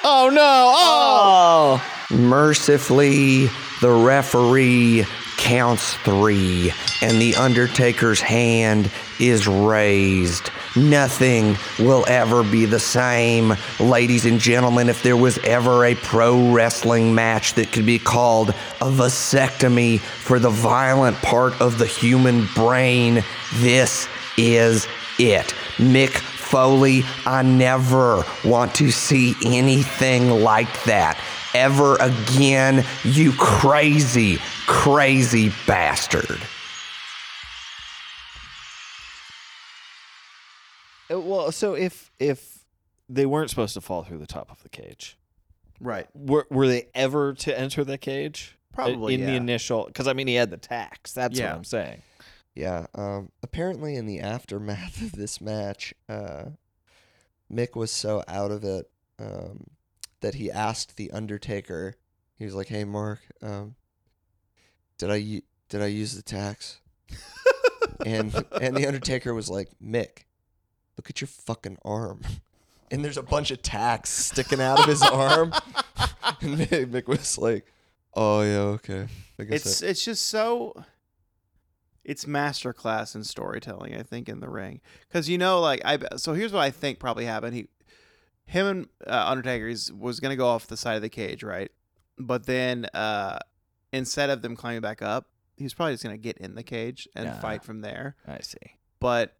E: Oh no! Oh,
A: Mercifully, the referee counts three, and the Undertaker's hand is raised. Nothing will ever be the same. Ladies and gentlemen, if there was ever a pro wrestling match that could be called a vasectomy for the violent part of the human brain, this is it. Mick Foley, I never want to see anything like that ever again, you crazy, crazy bastard.
E: Uh, well, so if if they weren't supposed to fall through the top of the cage,
C: Right.
E: were were they ever to enter the cage?
C: Probably,
E: in the
C: yeah.
E: initial, because I mean he had the tacks. That's
C: Yeah.
E: what I'm saying.
B: Yeah. Um, apparently, in the aftermath of this match, uh, Mick was so out of it um, that he asked the Undertaker. He was like, "Hey, Mark, um, did I u- did I use the tax?" and and the Undertaker was like, "Mick, look at your fucking arm." And there's a bunch of tacks sticking out of his arm. and Mick Mick was like, "Oh yeah, okay." I guess
C: It's it's just so it's masterclass in storytelling, I think, in the ring. Because you know, like I so here's what I think probably happened. He, him and uh, Undertaker is, was gonna go off the side of the cage, right? But then uh instead of them climbing back up, he was probably just gonna get in the cage and
E: Yeah.
C: fight from there.
E: I see.
C: But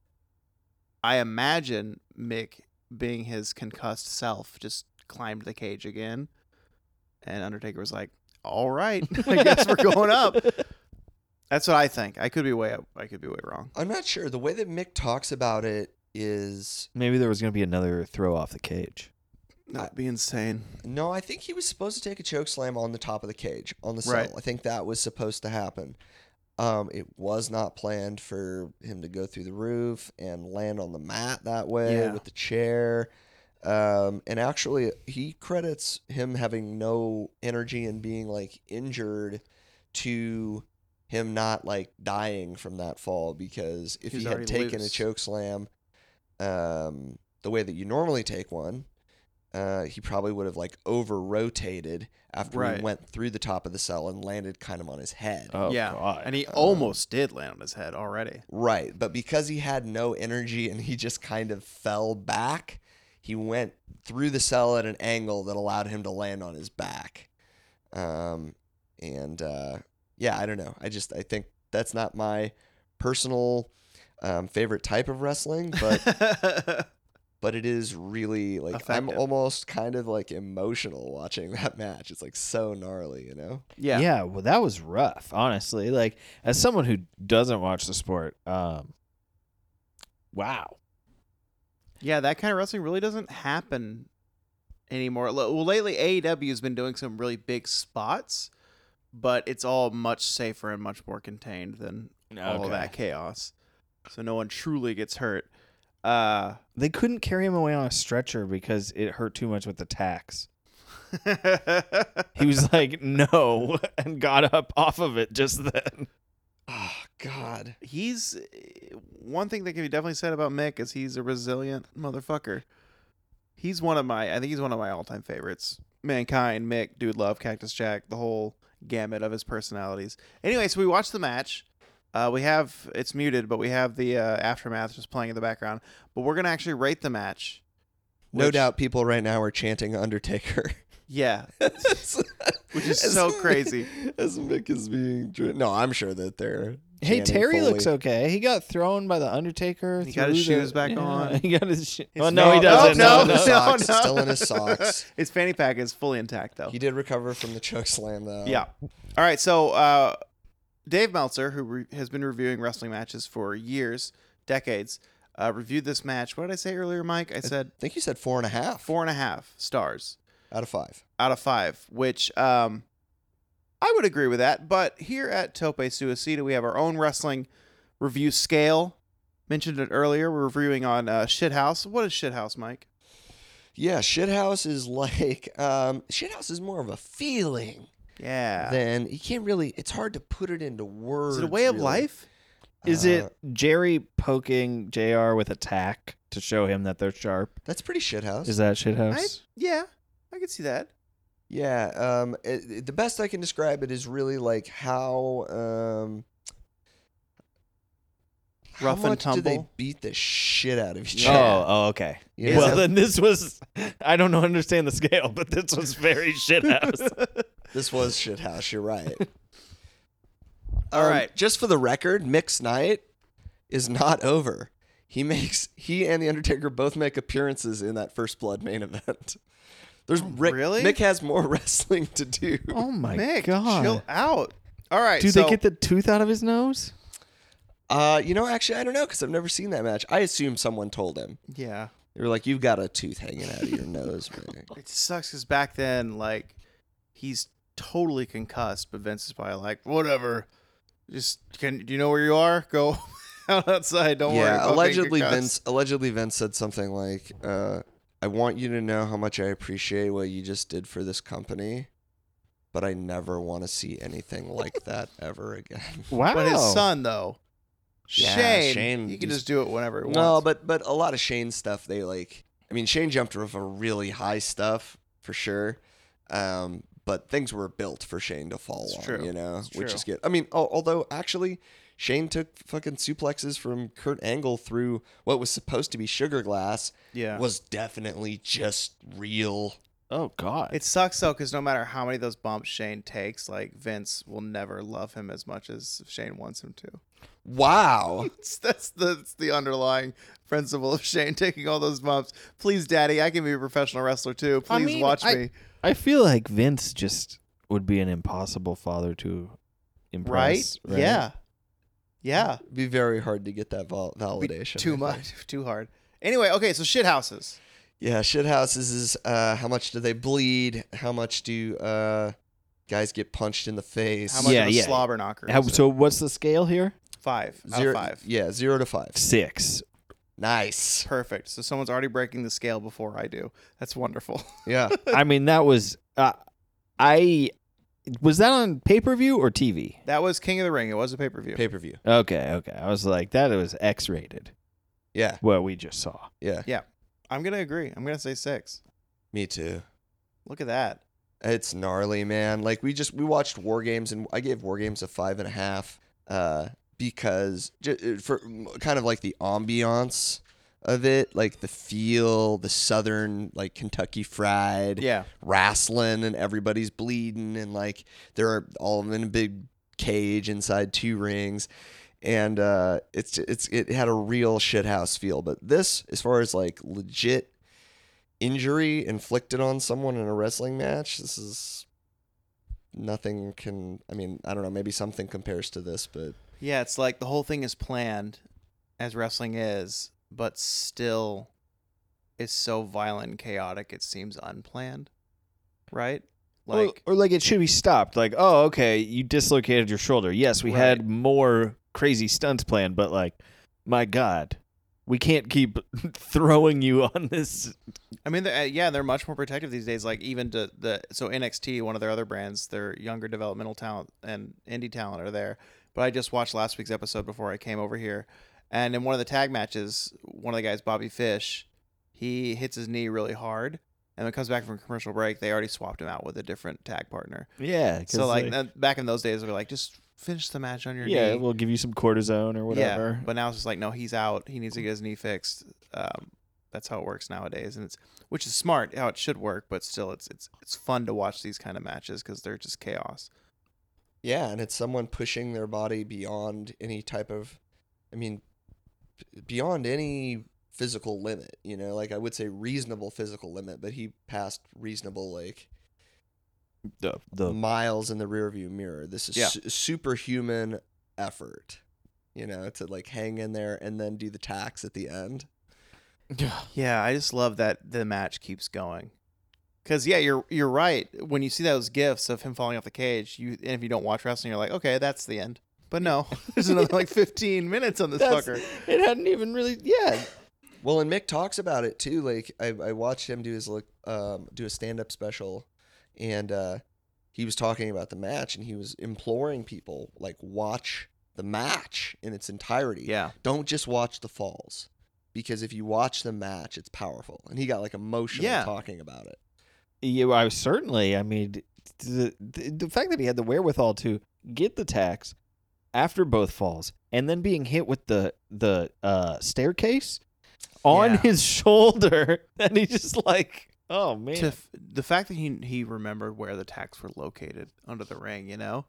C: I imagine Mick being his concussed self just climbed the cage again, and Undertaker was like, "All right, I guess we're going up." That's what I think. I could be way up. I could be way wrong.
B: I'm not sure. The way that Mick talks about it is
E: Maybe there was going to be another throw off the cage.
C: Not be insane.
B: no, I think he was supposed to take a choke slam on the top of the cage on the cell.
C: Right.
B: I think that was supposed to happen. Um, it was not planned for him to go through the roof and land on the mat that way
C: Yeah.
B: with the chair. Um, and actually, he credits him having no energy and being like injured to him not like dying from that fall because if
C: He was
B: he had
C: already
B: taken a
C: loose.
B: choke slam um, the way that you normally take one, uh, he probably would have like over rotated after
C: Right.
B: he went through the top of the cell and landed kind of on his head.
E: Oh
C: yeah,
E: God.
C: and he almost did land on his head already.
B: Right. But because he had no energy and he just kind of fell back, he went through the cell at an angle that allowed him to land on his back. Um, and uh, yeah, I don't know. I just, I think that's not my personal um, favorite type of wrestling, but but it is really like I'm
C: Effective.
B: almost kind of like emotional watching that match. It's like so gnarly, you know.
C: yeah,
E: yeah well that was rough honestly like as someone who doesn't watch the sport um wow
C: Yeah, that kind of wrestling really doesn't happen anymore. L- Well, lately AEW has been doing some really big spots, but it's all much safer and much more contained than all
E: Okay.
C: of that chaos. So no one truly gets hurt. Uh,
E: they couldn't carry him away on a stretcher because it hurt too much with the tax he was like no and got up off of it just then
B: Oh
C: Ah,
B: God.
C: he's eh, one thing that can be definitely said about Mick is he's a resilient motherfucker. He's one of my I think he's one of my all time favorites. Mankind, Mick, Dude Love, Cactus Jack, the whole gamut of his personalities. Anyway, so we watched the match. Uh, we have it's muted, but we have the uh, aftermath just playing in the background. But we're gonna actually rate the match
B: No
C: Which-
B: doubt people right now are chanting Undertaker.
C: Yeah. Which is
B: As-
C: so crazy.
B: As Mick is being dri- No, I'm sure that they're.
E: Hey,
B: chanting
E: Terry
B: Foley.
E: looks okay. He got thrown by the Undertaker.
C: He got his
E: through the-
C: shoes back
E: Yeah,
C: on.
E: He got his shoes.
C: His
E: Well, no, he
C: fan-
E: doesn't.
C: No, no,
E: No, no.
B: His socks,
C: no, no.
B: Still in his socks.
C: His fanny pack is fully intact though.
B: He did recover from the choke slam, though.
C: Yeah. All right. So uh, Dave Meltzer, who re- has been reviewing wrestling matches for years, decades, uh, reviewed this match. What did I say earlier, Mike? I said
B: I think you said four and a half.
C: four and a half stars
B: out of five.
C: out of five, which um, I would agree with that. But here at Tope Suicida, we have our own wrestling review scale. Mentioned it earlier. We're reviewing on uh, Shithouse. What is Shithouse, Mike?
B: Yeah, shithouse is like um, shithouse is more of a feeling
C: Yeah.
B: than you can't really. It's hard to put it into words.
C: is it a way of
B: really.
C: life?
E: Is
B: Uh,
E: it Jerry poking JR with a tack to show him that they're sharp?
B: That's pretty shithouse.
E: Is that Oh, shit
C: I,
E: house?
C: yeah. I could see that.
B: Yeah, um, it, it- the best I can describe it is really like how um, how
C: Rough and
B: much do they
C: tumble?
B: beat the shit out of each other?
E: Oh, oh, okay.
B: You
C: Is
B: know?
E: Well, then this was, I don't know, understand the scale, but this was very shit house.
C: Oh.
B: this was shit house. You're right.
C: All
B: Um,
C: right.
B: Just for the record, Mick Snight is not over. He makes he and the Undertaker both make appearances in that First Blood main event. There's Rick,
C: really?
B: Mick has more wrestling to do.
E: oh my
C: Mick,
E: god.
C: chill out. All right.
E: Do
C: so,
E: they get the tooth out of his nose?
B: Uh, you know, actually, I don't know because I've never seen that match. I assume someone told him.
C: Yeah.
B: They were like, "You've got a tooth hanging out of your nose." Mick."
C: It sucks because back then, like, he's totally concussed, but Vince is probably like, whatever. Just can do you know where you are? Go out outside. Don't worry.
B: yeah,
C: about being
B: allegedly
C: concussed."
B: Vince. Allegedly Vince said something like, uh, "I want you to know how much I appreciate what you just did for this company, but I never want to see anything like that ever again."
E: Wow.
C: But his son, though,
B: Oh. Yeah,
C: Shane,
B: Shane
C: he can
B: is-
C: just do it whenever he
B: No,
C: wants.
B: but but a lot of Shane's stuff they like. I mean, Shane jumped off a really high stuff for sure. Um, but things were built for Shane to fall
C: It's
B: on,
C: true.
B: you know,
C: It's
B: which
C: true.
B: is good. I mean, al- although actually, Shane took fucking suplexes from Kurt Angle through what was supposed to be sugar glass
C: yeah,
B: was definitely just real.
H: Oh God.
C: it sucks though because no matter how many of those bumps Shane takes, like Vince will never love him as much as Shane wants him to.
B: Wow.
C: It's- that's the that's the underlying principle of Shane taking all those bumps. Please, Daddy, I can be a professional wrestler too. Please
E: I mean,
C: watch
E: I-
C: me.
E: I feel like Vince just would be an impossible father to impress.
C: right? Yeah. Yeah.
B: be very hard to get that vol- validation. I
C: Too
B: think.
C: much. Too hard. Anyway, okay, so shit houses.
B: Yeah, shithouses is uh, how much do they bleed? How much do uh, guys get punched in the face?
C: How much
E: Yeah,
C: of a
E: yeah.
C: slobber knocker?
E: How-
C: is it?
E: so what's the scale here?
C: five
B: Zero,
C: out of five.
B: Yeah, zero to five.
E: Six.
B: Nice.
C: Perfect. So someone's already breaking the scale before I do. That's wonderful.
B: Yeah.
E: I mean, that was uh, I was that on pay per view or TV?
C: That was King of the Ring. It was a pay per view.
B: Pay per view.
E: Okay, okay. I was like, that was X rated.
B: Yeah.
E: What we just saw.
B: Yeah.
C: I'm gonna agree. I'm gonna say six.
B: Me too.
C: Look at that.
B: It's gnarly, man. Like we just we watched War Games, and I gave War Games a five and a half uh, because ju- uh, for kind of like the ambiance of it, like the feel, the southern like Kentucky Fried.
C: Yeah.
B: wrestling and everybody's bleeding and like they're all in a big cage inside two rings and uh it's it's it had a real shithouse feel but this as far as like legit injury inflicted on someone in a wrestling match this is nothing can i mean i don't know maybe something compares to this but
C: Yeah, it's like the whole thing is planned as wrestling is, but still is so violent and chaotic it seems unplanned. Right?
E: Or-
C: Like
E: or, like it should be stopped. Like, oh, okay, you dislocated your shoulder. Yes, we
C: Right.
E: had more crazy stunts planned, but like, my God, we can't keep throwing you on this.
C: I mean, they're, uh, yeah, they're much more protective these days. Like even to the so NXT, one of their other brands, their younger developmental talent and indie talent are there. But I just watched last week's episode before I came over here, and in one of the tag matches, one of the guys, Bobby Fish, he hits his knee really hard, and when it comes back from commercial break, they already swapped him out with a different tag partner.
E: Yeah. 'cause,
C: So like, that, back in those days, they were like, just finish the match on your knee.
E: yeah, we'll give you some cortisone or whatever.
C: Yeah, but now it's just like, no, he's out. He needs to get his knee fixed. Um, that's how it works nowadays, and it's which is smart how it should work, but still, it's it's it's fun to watch these kind of matches because they're just chaos.
B: Yeah, and it's someone pushing their body beyond any type of, I mean, b- beyond any physical limit, you know, like I would say reasonable physical limit, but he passed reasonable, like,
H: The,
E: Oh.
H: the
B: miles in the rearview mirror. This is
C: Yeah.
B: su- superhuman effort, you know, to like hang in there and then do the tax at the end.
C: Yeah, I just love that the match keeps going. Cause yeah, you're you're right. When you see those gifs of him falling off the cage, you and if you don't watch wrestling, you're like, okay, that's the end. But no, there's another like 15 minutes on this
B: That's-
C: fucker.
B: It hadn't even really, yeah. Well, and Mick talks about it too. Like I, I watched him do his look, um, do a stand up special, and uh, he was talking about the match and he was imploring people like watch the match in its entirety.
C: Yeah,
B: don't just watch the falls because if you watch the match it's powerful and he got like emotional
C: Yeah.
B: talking about it
E: Yeah, well, I was certainly. I mean, the, the the fact that he had the wherewithal to get the tax after both falls and then being hit with the the uh, staircase on
C: Yeah.
E: his shoulder, and he just like, oh man,
C: to f- the fact that he he remembered where the tacks were located under the ring, you know,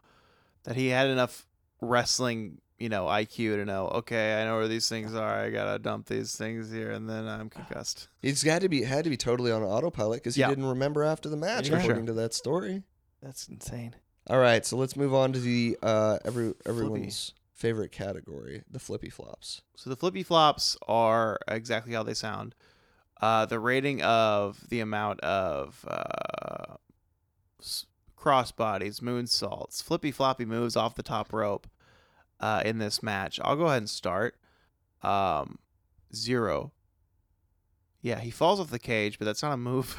C: that he had enough wrestling, you know, IQ to know, okay, I know where these things are. I gotta dump these things here, and then I'm
E: Ah,
C: concussed.
B: he's got to be had to be totally on autopilot because he
C: Yeah.
B: didn't remember after the match
E: Yeah.
B: according to that story
E: that's insane.
B: all right so let's move on to the uh every
C: Flippy.
B: everyone's favorite category the flippy flops
C: So the flippy flops are exactly how they sound. Uh, the rating of the amount of uh, s- crossbodies, moonsaults, flippy floppy moves off the top rope uh, in this match. I'll go ahead and start. Um, zero. Yeah, he falls off the cage, but that's not a move.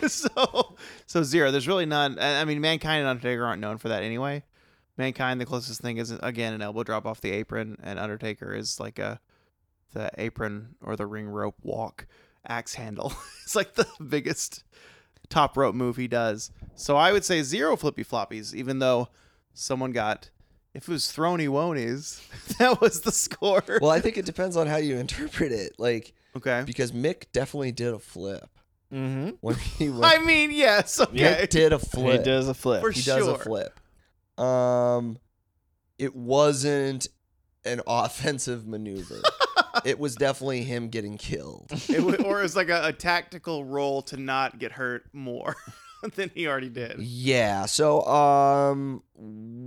C: so, so zero. There's really none. I I mean, mankind and Undertaker aren't known for that anyway. Mankind, the closest thing is again an elbow drop off the apron, and Undertaker is like a the apron or the ring rope walk axe handle. it's like the biggest top rope move he does. So I would say zero flippy floppies, even though someone got if it was throny wonies, that was the score.
B: well i think it depends on how you interpret it like
C: okay.
B: because mick definitely did a flip
E: Mm-hmm.
B: when he went,
C: I mean, yes, okay.
B: mick did a
E: He
B: flip
E: does a flip.
C: For
B: he does a
C: sure.
B: flip. Um, it wasn't an offensive maneuver. it was definitely him getting killed.
C: It wa- or it was like a, a tactical roll to not get hurt more than he already did.
B: Yeah. So, um,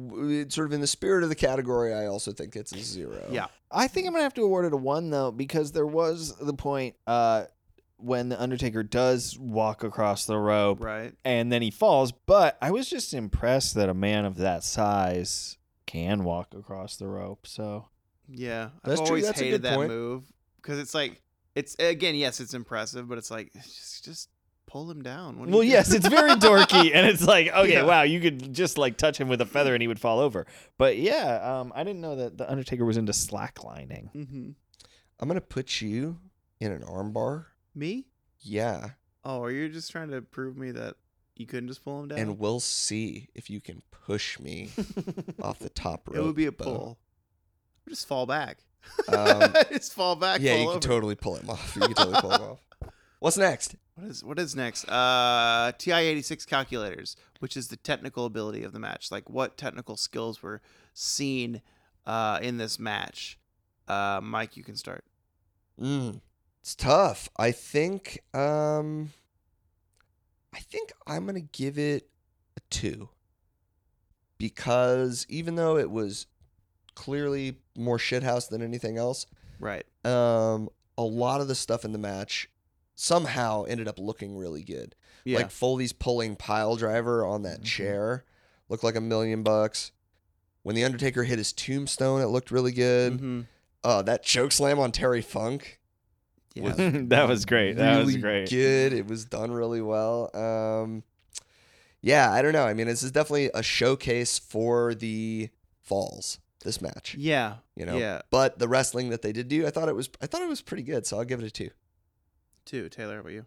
B: w- it's sort of in the spirit of the category, I also think it's a zero.
C: Yeah.
E: I think I'm gonna have to award it a one though, because there was the point uh, when the Undertaker does walk across the rope,
C: Right.
E: and then he falls. But I was just impressed that a man of that size can walk across the rope. So
C: Yeah,
B: That's
C: I've
B: true.
C: always
B: That's a
C: hated
B: good
C: that
B: point.
C: move because it's like it's again, yes, it's impressive, but it's like just just pull him down. What are you
E: well,
C: doing?
E: yes, it's very dorky, and it's like, okay,
C: Yeah.
E: wow, you could just like touch him with a feather and he would fall over. But yeah, um, I didn't know that the Undertaker was into slacklining.
C: Mhm.
B: I'm gonna put you in an armbar.
C: Me?
B: Yeah,
C: Oh, are you just trying to prove me that you couldn't just pull him down?
B: and we'll see if you can push me off the top rope.
C: it would be a
B: but,
C: pull. Just fall back.
B: Um,
C: just fall back.
B: yeah,
C: fall
B: you
C: over.
B: can totally pull him off. You can totally pull him off. What's next?
C: What is what is next? Uh, TI eighty six calculators, which is the technical ability of the match, like what technical skills were seen uh, in this match. Uh, Mike, you can start.
B: Mm, it's tough. I think um I think I'm going to give it a 2. Because even though it was clearly more shithouse than anything else,
C: Right.
B: um a lot of the stuff in the match somehow ended up looking really good.
C: Yeah.
B: Like Foley's pulling pile driver on
E: Mm-hmm.
B: that chair looked like a million bucks. When the Undertaker hit his tombstone, it looked really good.
E: Mm-hmm.
C: Mhm.
B: Uh, that choke slam on Terry Funk
C: Yeah.
E: that was great. That
B: really
E: was great.
B: Good. It was done really well. Um, yeah, I don't know. I mean, this is definitely a showcase for the falls. This match,
C: Yeah.
B: you know.
C: Yeah.
B: But the wrestling that they did do, I thought it was, I thought it was pretty good. So I'll give it a two.
C: Two. Taylor, how about you?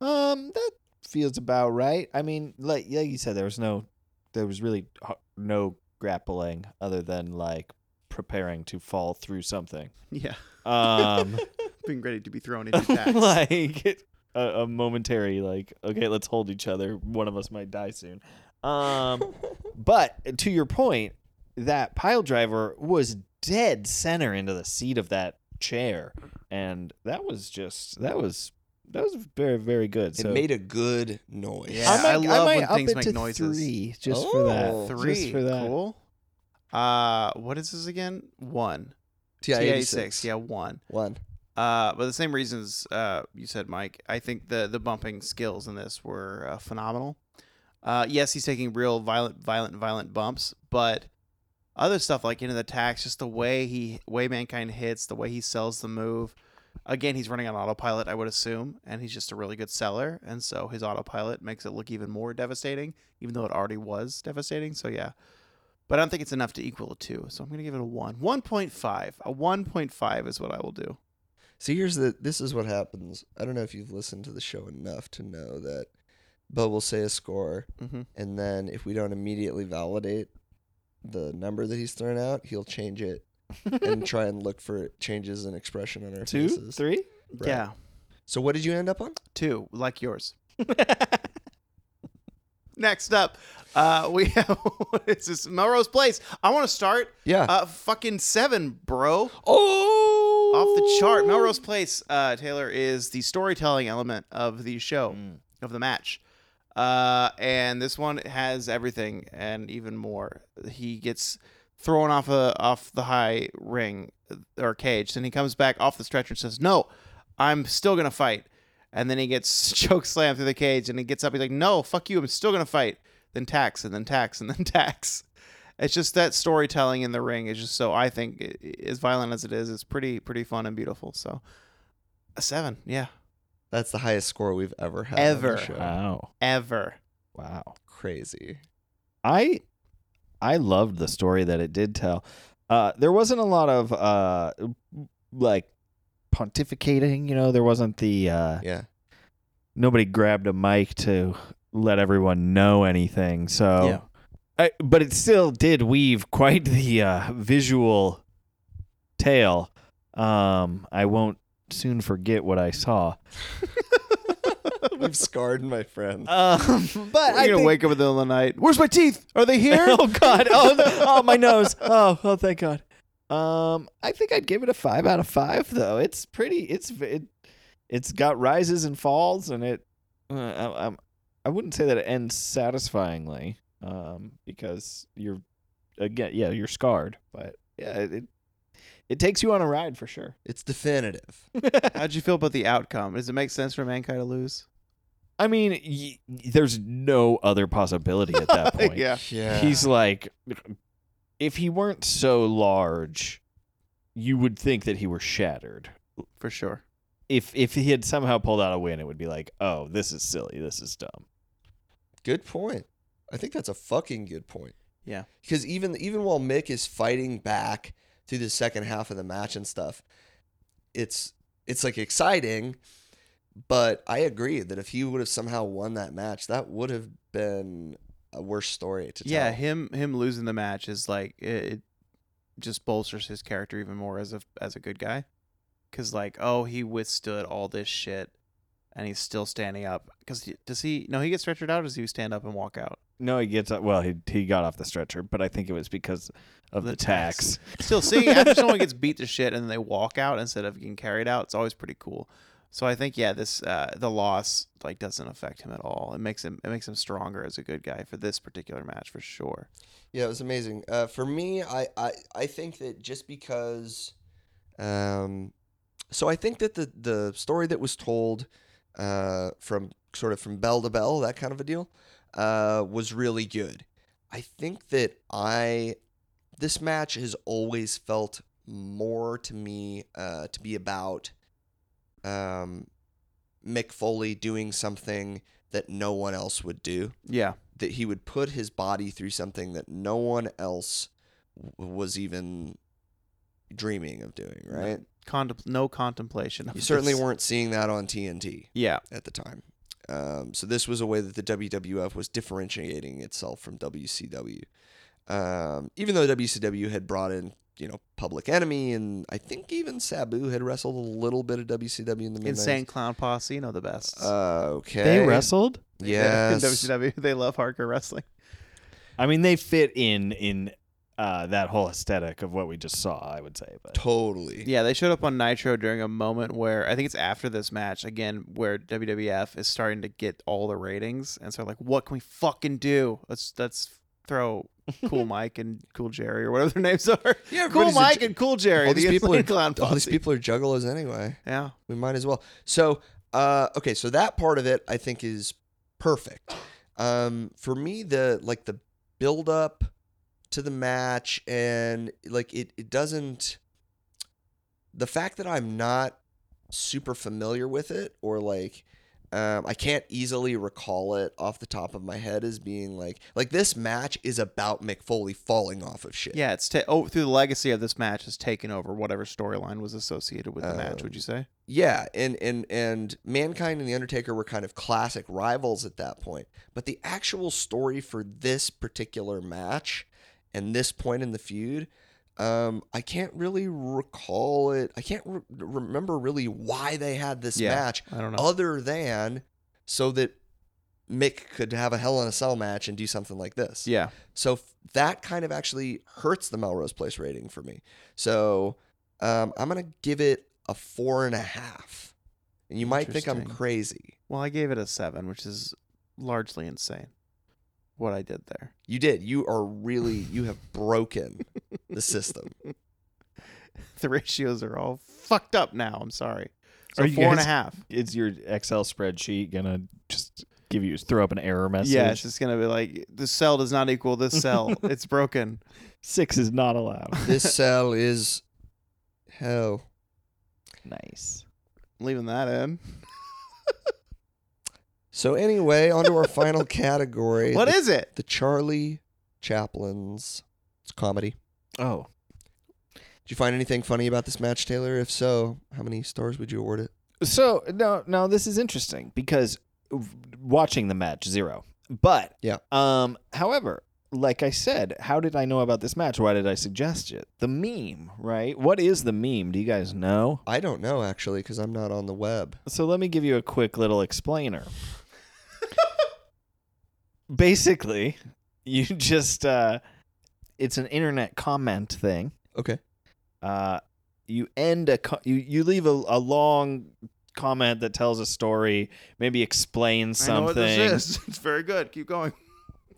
E: Um, that feels about right. I mean, like like you said, there was no, there was really h- no grappling other than like preparing to fall through something.
C: Yeah.
E: Um,
C: being ready to be thrown into that.
E: like a, a momentary like okay let's hold each other one of us might die soon um but to your point that pile driver was dead center into the seat of that chair and that was just that was that was very very good
B: It
E: so
B: made a good noise.
C: Yeah. I love when
E: up
C: things
E: it
C: make
E: to
C: noises.
E: three just for
B: Oh.
E: that
C: Three.
E: just for that
C: Cool. Uh, what is this again? One.
B: TI
C: six. Yeah, one.
B: One.
C: Uh, but the same reasons uh, you said, Mike. I think the the bumping skills in this were uh, phenomenal. Uh, yes, he's taking real violent, violent, violent bumps, but other stuff like into the tax, just the way he, way mankind hits, the way he sells the move. Again, he's running on autopilot, I would assume, and he's just a really good seller, and so his autopilot makes it look even more devastating, even though it already was devastating. So yeah, but I don't think it's enough to equal a two, so I'm gonna give it a one, one point five. A one point five is what I will do.
B: So here's the this is what happens. I don't know if you've listened to the show enough to know that Bo will say a score,
C: Mm-hmm.
B: and then if we don't immediately validate the number that he's thrown out, he'll change it and try and look for changes in expression on our
E: two
B: faces.
E: three
B: Right.
C: Yeah,
B: So what did you end up on?
C: two like yours. Next up, uh, we have what is this Melrose Place? I want to start.
B: Yeah.
C: Uh, fucking seven, bro.
B: oh,
C: Off the chart. Melrose Place, uh, Taylor, is the storytelling element of the show,
B: Mm.
C: of the match. Uh, and this one has everything and even more. He gets thrown off a, off the high ring uh, or cage. Then he comes back off the stretcher and says, No, I'm still going to fight. And then he gets choke slammed through the cage and he gets up. He's like, No, fuck you. I'm still going to fight. Then tax and then tax and then tax. It's just that storytelling in the ring is just so, I think, i- i- as violent as it is, it's pretty, pretty fun and beautiful. So, a seven. Yeah.
B: That's the highest score we've ever had. On
C: Ever. Uh.
B: the show.
E: wow
C: Ever.
E: wow
B: Crazy.
E: I I loved the story that it did tell. Uh, there wasn't a lot of uh, like pontificating, you know. There wasn't the uh,
B: Yeah.
E: nobody grabbed a mic to let everyone know anything. So, I, but it still did weave quite the uh, visual tale. Um, I won't soon forget what I saw.
B: We've scarred my friend.
E: Um, but I
C: You're going to
E: think-
C: wake up in the middle of the night. Where's my teeth? Are they here?
E: oh god. Oh, th- oh my nose. Oh, oh thank god. Um I think I'd give it a 5 out of 5 though. It's pretty it's v- it, it's got rises and falls and it uh, I, I'm I wouldn't say that it ends satisfyingly um because you're again yeah, you're scarred, but yeah, it it, it takes you on a ride for sure.
B: It's definitive.
C: How'd you feel about the outcome? Does it make sense for mankind to lose?
E: I mean, y- there's no other possibility at that point.
C: yeah.
B: Yeah.
E: He's like, if he weren't so large, you would think that he were shattered.
C: For sure.
E: If if he had somehow pulled out a win, it would be like, oh, this is silly. This is dumb.
B: Good point. I think that's a fucking good point.
C: Yeah.
B: Because even even while Mick is fighting back through the second half of the match and stuff, it's it's like exciting. But I agree that if he would have somehow won that match, that would have been a worse story to tell.
C: Yeah, him him losing the match is like it, it just bolsters his character even more as a as a good guy. Cuz like, oh, he withstood all this shit and he's still standing up. Cuz does he No, he gets stretchered out or does he stand up and walk out?
E: No, he gets up. Well, he he got off the stretcher, but I think it was because of the,
C: The
E: tax.
C: tax. Still see after someone gets beat to shit and they walk out instead of getting carried out, it's always pretty cool. So I think yeah, this uh, the loss like doesn't affect him at all. It makes him it makes him stronger as a good guy for this particular match for sure.
B: Yeah, it was amazing. Uh, for me, I, I I think that just because, um, so I think that the the story that was told, uh, from sort of from bell to bell, that kind of a deal, uh, was really good. I think that I, this match has always felt more to me, uh, to be about, um, Mick Foley doing something that no one else would do
C: Yeah.
B: that he would put his body through something that no one else w- was even dreaming of doing, right?
C: Contempl- no contemplation. Of
B: You certainly
C: this.
B: weren't seeing that on TNT
C: Yeah.
B: at the time. Um, so this was a way that the WWF was differentiating itself from WCW. Um, even though WCW had brought in you know, Public Enemy, and I think even Sabu had wrestled a little bit of WCW in the mid
C: Insane Clown Posse, you know the best.
B: okay.
I: They wrestled.
C: Yeah, in
B: Uh, Yes.
C: WCW, they love hardcore wrestling.
I: I mean, they fit in in uh, that whole aesthetic of what we just saw. I would say, but
B: Totally.
C: Yeah, they showed up on Nitro during a moment where I think it's after this match again, where WWF is starting to get all the ratings, and so like, what can we fucking do? Let's let's throw Cool Mike and Cool Jerry or whatever their names are.
B: Yeah,
C: cool
B: everybody's a
C: Mike
B: ju-
C: and Cool Jerry.
B: all these
C: the
B: people
C: Insane
B: are-
C: clown
B: All these
C: posse.
B: people are juggalos anyway.
C: Yeah,
B: We might as well. So, uh, okay, so that part of it I think is perfect. Um, for me, the like the build up to the match and like it it doesn't the fact that I'm not super familiar with it or like um, I can't easily recall it off the top of my head as being like like this match is about Mick Foley falling off of shit.
C: yeah. It's ta- oh through the legacy of this match has taken over whatever storyline was associated with the match. Would you say?
B: Yeah, and and and Mankind and the Undertaker were kind of classic rivals at that point. But the actual story for this particular match and this point in the feud, um, I can't really recall it. I can't re- remember really why they had this
C: Yeah,
B: match
C: I don't know.
B: other than so that Mick could have a Hell in a Cell match and do something like this.
C: yeah,
B: So f- that kind of actually hurts the Melrose Place rating for me. So um, I'm gonna give it a four and a half. And you might think I'm
C: Interesting.
B: crazy.
C: Well, I gave it a seven, which is largely insane. What I did there.
B: You did. You are really. You have broken the system.
C: The ratios are all fucked up now. I'm sorry. So
I: Are
C: four
I: you
C: and a
I: guys-
C: half.
I: is your Excel spreadsheet gonna just give you throw up an error message?
C: Yeah, it's just gonna be like the cell does not equal this cell. it's broken.
I: six is not allowed.
B: This cell is hell.
E: Nice.
C: leaving that in.
B: So anyway, onto our final category.
C: What
B: the,
C: is it?
B: the Charlie Chaplin's? It's comedy.
I: oh,
B: Did you find anything funny about this match, Taylor? If so, how many stars would you award it?
E: So no, no, this is interesting because watching the match zero, but
B: Yeah.
E: Um, however, like I said, how did I know about this match? Why did I suggest it? The meme, right? What is the meme? Do you guys know?
B: I don't know actually, because I'm not on the web.
E: So let me give you a quick little explainer. Basically, you just uh, it's an internet comment thing.
B: Okay.
E: Uh, you end a co- you you leave a, a long comment that tells a story, maybe explains something.
C: It's very good. Keep going.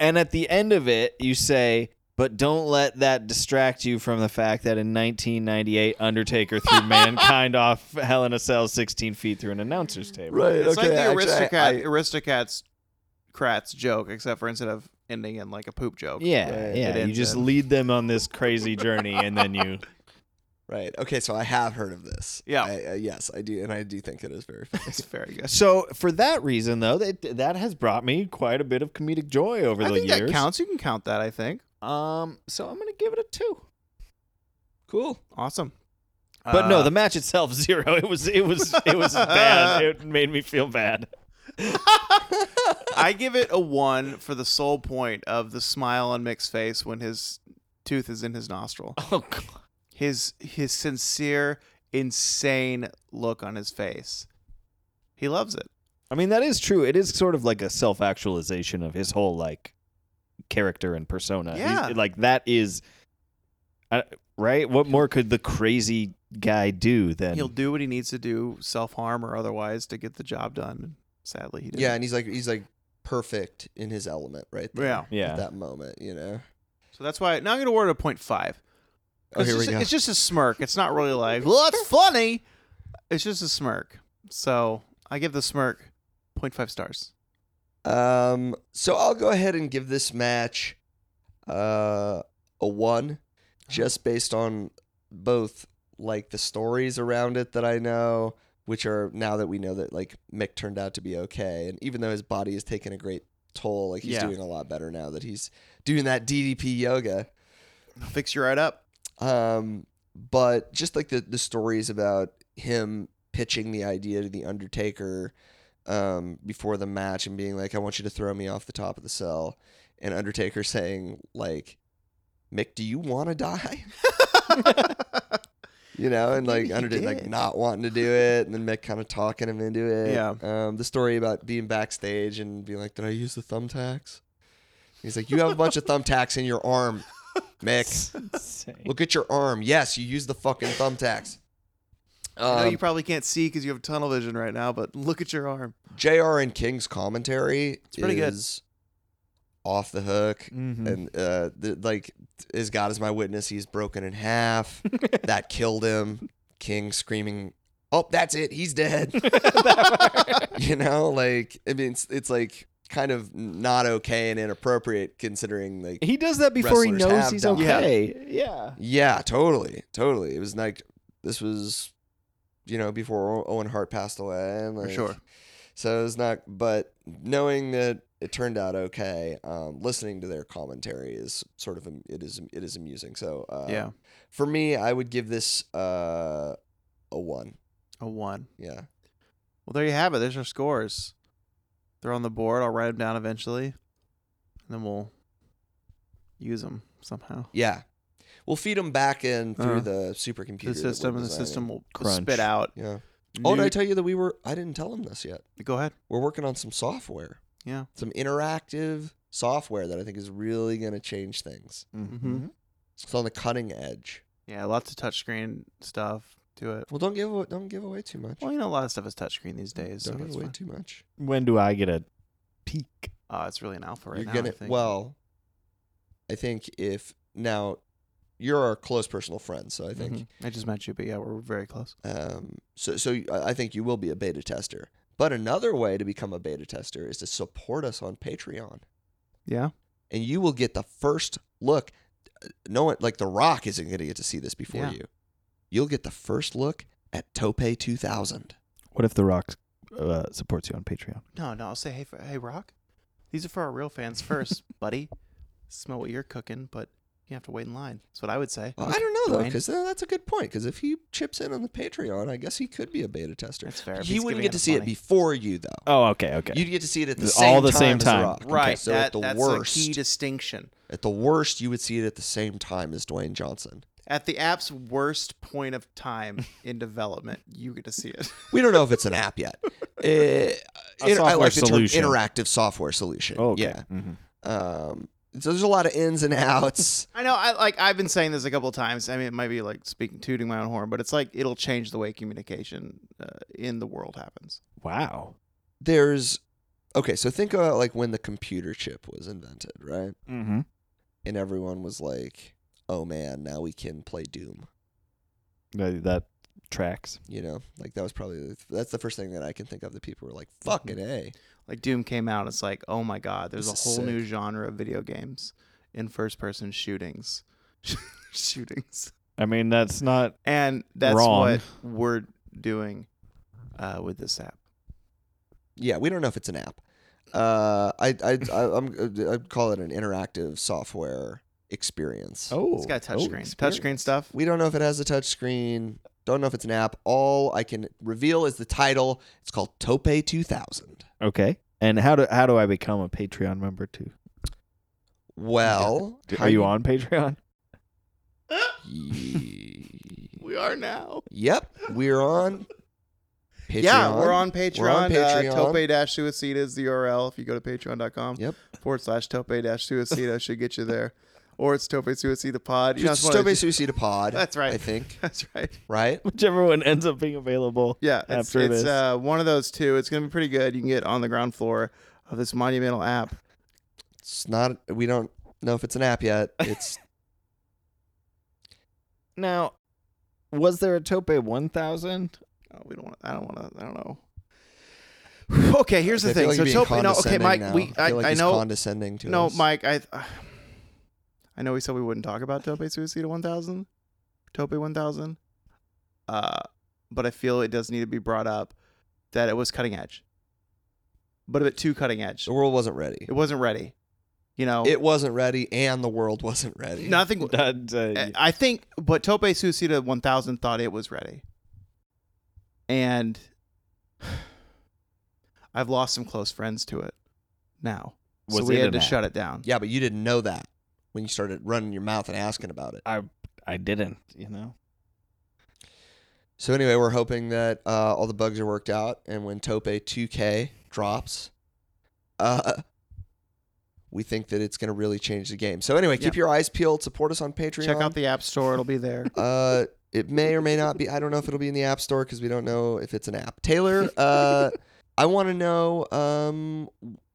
E: And at the end of it, you say, but don't let that distract you from the fact that in 1998, Undertaker threw mankind off Hell in a Cell 16 feet through an announcer's table.
B: Right.
C: It's like the
B: actually,
C: aristocrat,
B: I-
C: aristocrats, crats joke, except for instead of ending in like a poop joke.
E: Yeah,
C: it
E: yeah. You
C: ends
E: just
C: in-
E: lead them on this crazy journey, and then you.
B: Right. Okay. So I have heard of this.
C: Yeah.
B: I, uh, yes, I do, and I do think it is very funny.
C: It's very good.
E: So for that reason, though, that that has brought me quite a bit of comedic joy over
C: I
E: the
C: think
E: years.
C: that counts. You can count that. I think.
E: Um, so I'm gonna give it a two.
C: Cool. Awesome.
E: But no,
C: Uh,
E: the match itself zero. It was it was it was bad. It made me feel bad.
C: I give it a one for the sole point of the smile on Mick's face when his tooth is in his nostril.
E: Oh God.
C: His his sincere, insane look on his face. He loves it.
E: I mean, that is true. It is sort of like a self actualization of his whole like character and persona. He's-
C: Yeah.
E: like that is I right. What more could the crazy guy do than
C: He'll do what he needs to do, self harm or otherwise, to get the job done. Sadly, he didn't.
B: yeah, and he's like he's like perfect in his element right there.
C: Yeah.
B: At
E: yeah?
B: that moment, you know.
C: So that's why now I'm gonna award it a point five.
B: Oh,
C: It's,
B: here we
C: just,
B: go.
C: it's just a smirk. It's not really like, well, that's funny. It's just a smirk. So I give the smirk 0.5 stars.
B: Um. So I'll go ahead and give this match, uh, a one, just based on both like the stories around it that I know, which are now that we know that like Mick turned out to be okay, and even though his body has taken a great toll, like he's
C: Yeah.
B: doing a lot better now that he's doing that DDP yoga.
C: Fix you right up.
B: Um, but just like the the stories about him pitching the idea to the Undertaker um, before the match and being like, "I want you to throw me off the top of the cell," and Undertaker saying like, "Mick, do you want to die?" you know, and like
C: he
B: Hunter did like
C: did.
B: not wanting to do it, and then Mick kind of talking him into it.
J: Yeah.
B: Um, the story about being backstage and being like, "Did I use the thumbtacks?" He's like, "You have a bunch of thumbtacks in your arm, Mick. Look at your arm. Yes, you use the fucking thumbtacks."
C: I know
B: Um,
C: you probably can't see because you have tunnel vision right now, but look at your arm.
B: Jr. and King's commentary
C: pretty good. Mm.
B: is off the hook.
E: mm-hmm.
B: and uh, the, like as God is my witness, he's broken in half. that killed him. King screaming, "Oh, that's it, he's dead." you know, like I mean, it's, it's like kind of not okay and inappropriate considering like
E: He does that before he
B: Wrestlers
E: knows
B: have
E: he's
B: done
C: that.
E: okay. Yeah.
B: yeah, totally, totally. It was like this was you know before Owen Hart passed away. And,
C: For
B: like,
C: sure.
B: So it was not, but knowing that it turned out okay, um, listening to their commentary is sort of am- it is it is amusing. So uh,
C: yeah.
B: for me, I would give this uh, a one.
C: A one.
B: Yeah,
C: Well, there you have it. There's our scores. They're on the board. I'll write them down eventually, and then we'll use them somehow.
B: yeah. We'll feed them back in through
C: Uh-huh.
B: the supercomputer.
C: The
B: that we're
C: system and the
B: designing.
C: system will
H: Crunch.
C: spit out.
B: Yeah. Oh, did
C: new-
B: I tell you that we were? I didn't tell them this yet.
C: Go ahead.
B: We're working on some software.
C: Yeah.
B: Some interactive software that I think is really going to change things.
C: Mm-hmm.
B: It's on the cutting edge.
C: Yeah, lots of touchscreen stuff to it.
B: Well, don't give away, don't give away too much.
C: Well, you know, a lot of stuff is touchscreen these days.
B: don't
C: so
B: give
C: it's
B: away
C: fine.
B: too much.
H: When do I get a peek?
C: Uh, it's really an alpha right
B: you're
C: now. I
B: gonna
C: think.
B: well i think if now you're our close personal friend so i think
C: Mhm. I just met you, but yeah, we're very close.
B: um so so i I think you will be a beta tester but another way to become a beta tester is to support us on patreon
C: Yeah.
B: and you will get the first look no one like the rock isn't going to get to see this before
C: Yeah.
B: you you'll get the first look at tope 2000
H: What if The Rock uh, supports you on Patreon?
C: No, no. I'll say, hey, for, hey, Rock. These are for our real fans first, buddy. Smell what you're cooking, but you have to wait in line. That's what I would say.
B: i don't know though
C: Dwayne?
B: because that's a good point because if he chips in on the patreon i guess he could be a beta tester
C: That's fair. if
B: he
C: he's
B: wouldn't
C: giving
B: get to
C: us
B: see it
C: money.
B: before you though
H: Oh, okay, okay.
B: You'd get to see it at the
H: It's
B: same
H: all the
B: time
H: same
B: as
H: time.
B: The Rock. Okay,
C: Right.
B: so
C: that,
B: at the
C: that's
B: worst,
C: a key distinction.
B: at the worst, you would see it at the same time as Dwayne Johnson.
C: At the app's worst point of time in development, you get to see it.
B: We don't know if it's an app yet. Uh, in- I
H: software
B: like the term
H: solution.
B: interactive software solution.
H: oh, okay.
B: yeah.
H: Mhm.
B: Um, so there's a lot of ins and outs.
C: I know. I like. I've been saying this a couple of times. I mean, it might be like speaking tooting my own horn, but it's like it'll change the way communication uh, in the world happens.
H: Wow.
B: There's okay. So think about like when the computer chip was invented, right?
H: Mm-hmm.
B: And everyone was like, "Oh man, now we can play Doom."
H: That, that tracks.
B: You know, like that was probably that's the first thing that I can think of that people were like, "Fucking a."
C: Like Doom came out, it's like, oh my god, there's
B: This
C: a
B: is
C: whole new genre of video games in first-person shootings, shootings,
H: I mean, that's not.
C: and that's
H: Wrong.
C: what we're doing uh, with this app.
B: yeah, we don't know if it's an app. Uh, I I I I'm, I'd call it an interactive software experience.
H: Oh,
C: It's got a
H: oh,
C: touchscreen,
H: experience.
C: touchscreen stuff.
B: We don't know if it has a touch screen. Don't know if it's an app. All I can reveal is the title. It's called Tope 2000.
H: Okay. And how do how do I become a Patreon member too?
B: Well,
H: Are you on Patreon?
C: We are now.
B: Yep, we're on. Patreon.
C: Yeah, we're on Patreon.
B: We're on Patreon.
C: Uh, tope dash suicida is the URL. If you go to patreon.com
B: Yep.
C: forward slash tope dash suicida, should get you there. Or it's tope suicida pod. You know,
B: It's
C: it's one of
B: Tope
C: the-
B: Suicida Pod.
C: That's right.
B: I think.
C: That's right.
B: Right.
H: Whichever one ends up being available.
C: Yeah, it's,
H: After
C: it's
H: this.
C: Uh, one of those two. It's going to be pretty good. You can get on the ground floor of this monumental app.
B: It's not. We don't know if it's an app yet. It's
H: Now, was there a Tope one thousand?
C: Oh, we don't. Want, I don't want to. I don't know. okay, here's the
B: I feel
C: thing.
B: like
C: so
B: being
C: tope. No, okay,
B: condescending
C: Mike.
B: now.
C: We.
B: I,
C: I,
B: feel like
C: I
B: he's
C: know.
B: condescending to
C: No,
B: us.
C: Mike, I I know we said we wouldn't talk about Tope Suicida 1000, Tope 1000, uh, but I feel it does need to be brought up that it was cutting edge, but a bit too cutting edge.
B: the world wasn't ready.
C: It wasn't ready, you know.
B: It wasn't ready, and the world wasn't ready.
C: nothing.
H: uh,
C: Uh,
E: Eh,
C: I think, but Tope Suicida 1000 thought it was ready, and I've lost some close friends to it now, so
H: Was
C: we
H: it
C: had
H: an
C: to
H: app?
C: shut it down.
B: Yeah, but you didn't know that when you started running your mouth and asking about it.
H: I
E: I didn't, you know?
B: So anyway, we're hoping that uh, all the bugs are worked out, and when Tope 2K drops, uh, we think that it's going to really change the game. So anyway, keep your eyes peeled. Support us on Patreon.
K: Check out the App Store; it'll be there.
B: Uh, it may or may not be. I don't know if it'll be in the App Store because we don't know if it's an app. Taylor, uh, I want to know um,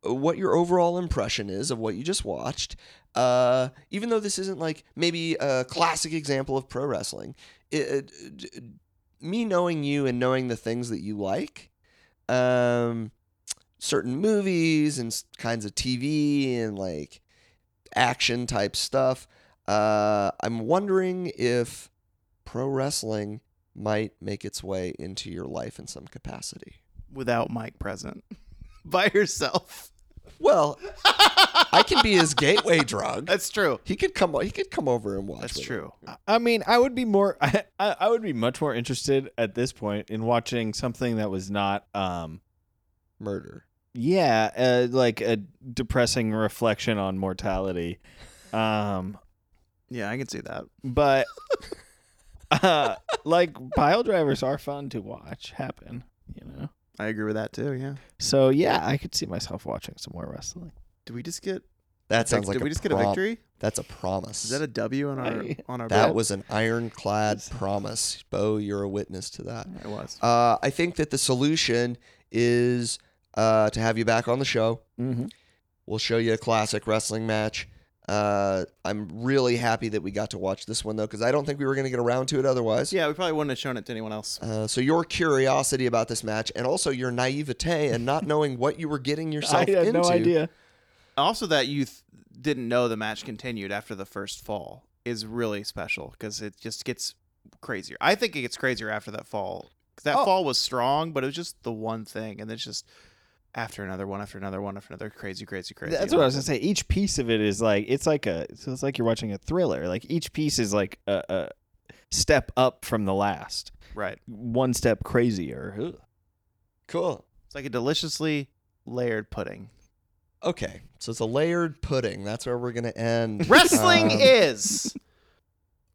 B: what your overall impression is of what you just watched. Uh, even though this isn't like maybe a classic example of pro wrestling, it, it- d- me knowing you and knowing the things that you like, um, certain movies and s- kinds of TV and like action type stuff. Uh, I'm wondering if pro wrestling might make its way into your life in some capacity.
C: without Mike present by yourself.
B: Well, I can be his gateway drug.
C: That's true.
B: He could come. o- He could come over and watch.
C: That's
B: with
C: true.
E: I mean, I would be more, I, I I would be much more interested at this point in watching something that was not, um,
B: Murder.
E: yeah, uh, like a depressing reflection on mortality. Um,
C: Yeah, I can see that.
E: but, uh, like, pile drivers are fun to watch happen, you know?
C: I agree with that too. Yeah.
E: So, yeah, I could see myself watching some more wrestling.
C: Did we just get?
B: That sounds
C: did
B: like. a
C: we just get a
B: prom-
C: victory?
B: That's a promise.
C: Is that a W on our
E: I-
C: on our?
B: that
C: bet?
B: was an ironclad promise, Bo. You're a witness to that.
C: It was.
B: Uh, I think that the solution is uh, to have you back on the show.
E: Mm-hmm.
B: We'll show you a classic wrestling match. Uh, I'm really happy that we got to watch this one though, because I don't think we were going to get around to it otherwise.
C: yeah, we probably wouldn't have shown it to anyone else.
B: Uh, so your curiosity about this match, and also your naivete and not knowing what you were getting
E: I
B: yourself
E: had
B: into.
E: no idea.
C: Also, that you th- didn't know the match continued after the first fall is really special because it just gets crazier. I think it gets crazier after that fall. 'Cause
E: Oh.
C: That fall was strong, but it was just the one thing, and it's just after another one, after another one, after another crazy, crazy, crazy.
E: That's what I was gonna say. Each piece of it is like it's like a so it's like you're watching a thriller. Like each piece is like a, a step up from the last,
C: Right.
E: one step crazier. Ugh.
B: Cool.
C: It's like a deliciously layered pudding.
B: Okay, so it's a layered pudding. That's where we're going to end.
C: Wrestling
B: Um,
C: is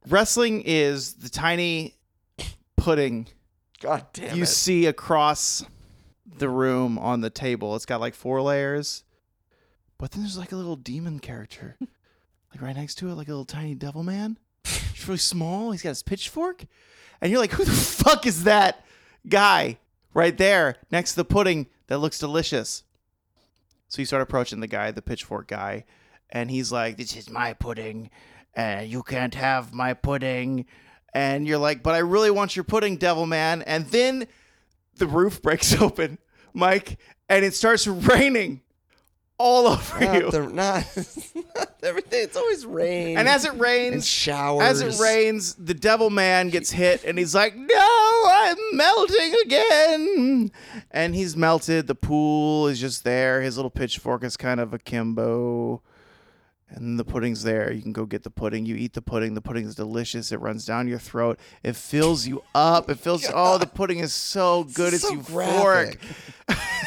C: wrestling is the tiny pudding
B: God damn
C: you
B: it.
C: see across the room on the table. It's got like four layers, but then there's like a little demon character, like right next to it, like a little tiny devil man. He's really small. He's got his pitchfork, and you're like, who the fuck is that guy right there next to the pudding that looks delicious? So you start approaching the guy, the pitchfork guy, and he's like, "This is my pudding, and you can't have my pudding." And you're like, "But I really want your pudding, Devil Man." And then the roof breaks open, Mike, and it starts raining all over you.
B: Not the, not, not everything. It's always rain.
C: and as it
B: and
C: rains,
B: showers.
C: as it rains, the Devil Man gets hit, and he's like, "No, I'm melting again." And he's melted. The pool is just there. His little pitchfork is kind of akimbo. And the pudding's there. You can go get the pudding. You eat the pudding. The pudding is delicious. It runs down your throat. It fills you up. It fills. Oh, the pudding is so good. It's
B: So
C: euphoric.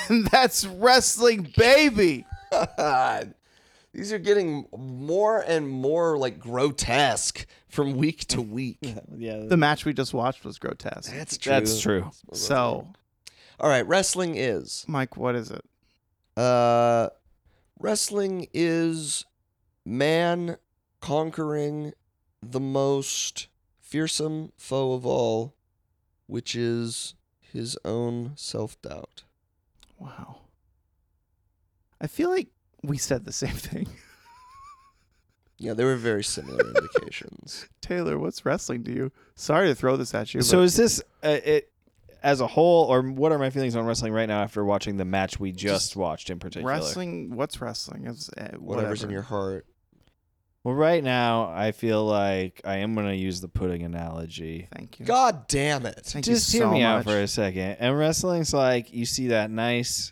C: and that's wrestling, baby.
B: God. These are getting more and more like grotesque from week to week.
E: Yeah,
C: The match we just watched was grotesque.
B: That's true.
E: that's true.
C: So,
B: All right, wrestling is
C: Mike, what is it?
B: uh wrestling is man conquering the most fearsome foe of all, which is his own self-doubt.
C: Wow. I feel like we said the same thing.
B: Yeah, they were very similar indications.
C: Taylor, what's wrestling to you? Sorry to throw this at you.
E: So
C: but-
E: is this uh, it as a whole, or what are my feelings on wrestling right now after watching the match we just, watched in particular?
C: wrestling? What's wrestling? Is uh,
B: Whatever's
C: whatever.
B: in your heart.
E: Well, right now I feel like I am gonna use the pudding analogy.
C: Thank you.
B: God damn it.
C: Thank
E: just
C: you
E: hear
C: so
E: me out
C: much.
E: for a second. And wrestling's like you see that nice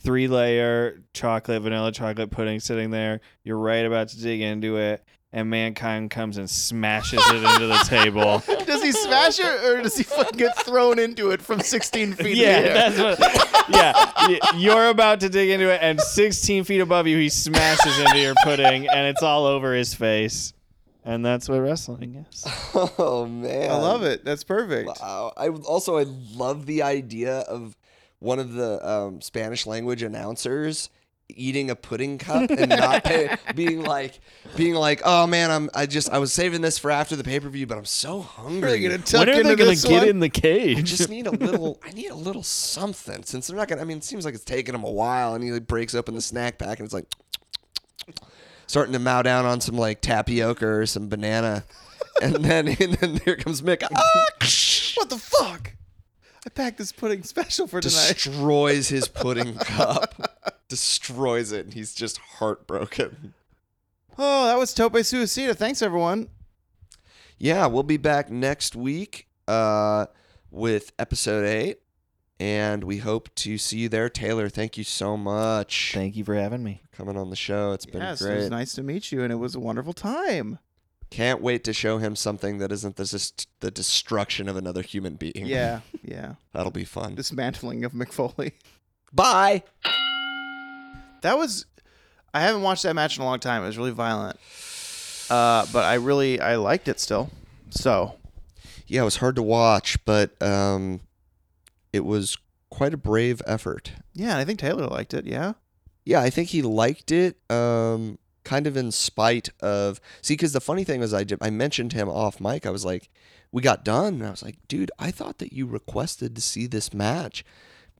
E: three layer chocolate, vanilla chocolate pudding sitting there. You're right about to dig into it, and mankind comes and smashes it into the table.
C: does he smash it or does he fucking get thrown into it from 16 feet?
E: Yeah,
C: in the air?
E: that's what. Yeah, y- you're about to dig into it, and 16 feet above you, he smashes into your pudding, and it's all over his face. and that's what wrestling is.
B: Oh man,
C: I love it. That's perfect.
B: Wow. Uh, I also I love the idea of one of the um, Spanish language announcers eating a pudding cup and not pay, being like being like, "Oh man, I'm I just I was saving this for after the pay-per-view, but I'm so hungry.
E: When are they going to get in the
B: I
E: cage?
B: just need a little I need a little something since they're not going to I mean, it seems like it's taking them a while and he like breaks open the snack pack and it's like starting to mow down on some like tapioca or some banana. And then and then here comes Mick. Ah!
C: What the fuck? I packed this pudding special for tonight.
B: destroys his pudding cup, destroys it, and he's just heartbroken.
C: Oh, that was Tope Suicida. Thanks, everyone.
B: Yeah, we'll be back next week uh, with episode eight, and we hope to see you there. Taylor, thank you so much
E: Thank you for having me.
B: for coming on the show. It's been
C: Yes, it
B: great.
C: was nice to meet you, and it was a wonderful time.
B: Can't wait to show him something that isn't the, just the destruction of another human being.
C: Yeah, yeah.
B: That'll be fun.
C: Dismantling of McFoley.
B: Bye.
C: That was. I haven't watched that match in a long time. It was really violent, uh, but I really I liked it still. So
B: Yeah, it was hard to watch, but um, it was quite a brave effort.
C: yeah, and I think Taylor liked it. Yeah,
B: Yeah, I think he liked it. Um, kind of in spite of see, because the funny thing was, I did, I mentioned him off mic. I was like, we got done, and I was like, dude, I thought that you requested to see this match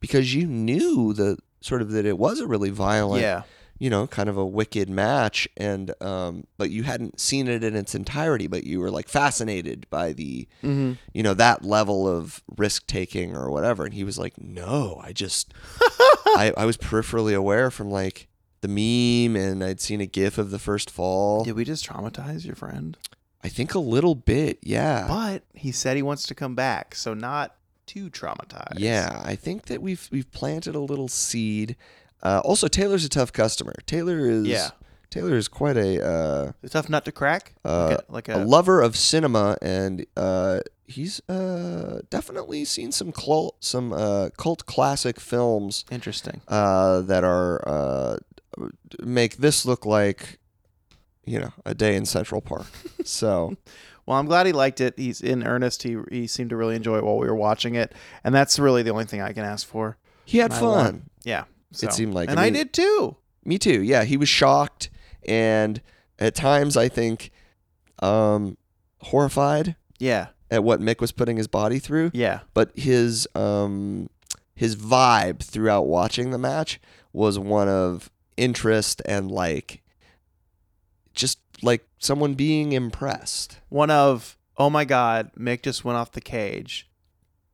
B: because you knew the sort of that it was a really violent, you know, kind of a wicked match, and um, but you hadn't seen it in its entirety, but you were like fascinated by the, you know, that level of risk taking or whatever. And he was like, no, I just I, I was peripherally aware from like the meme and I'd seen a gif of the first fall.
C: Did we just traumatize your friend?
B: I think a little bit, yeah.
C: But he said he wants to come back, so not too traumatized.
B: Yeah, I think that we've we've planted a little seed. Uh, also Taylor's a tough customer. Taylor is
C: Yeah.
B: Taylor is quite a uh,
C: a tough nut to crack.
B: Uh,
C: like a, like
B: a
C: a,
B: lover of cinema and uh, he's uh, definitely seen some cult, some uh, cult classic films
C: interesting.
B: uh, that are uh, make this look like you know a day in Central Park. So
C: Well, I'm glad he liked it. He's in earnest. He he seemed to really enjoy it while we were watching it, and that's really the only thing I can ask for.
B: he had
C: I
B: fun.
C: Yeah, so.
B: seemed like-
C: and
B: I
C: I,
B: mean-
C: did too.
B: Me too. Yeah, he was shocked and at times I think um, horrified
C: Yeah,
B: at what Mick was putting his body through.
C: yeah,
B: But his um, his vibe throughout watching the match was one of interest and like just like someone being impressed.
C: one of oh my god, Mick just went off the cage,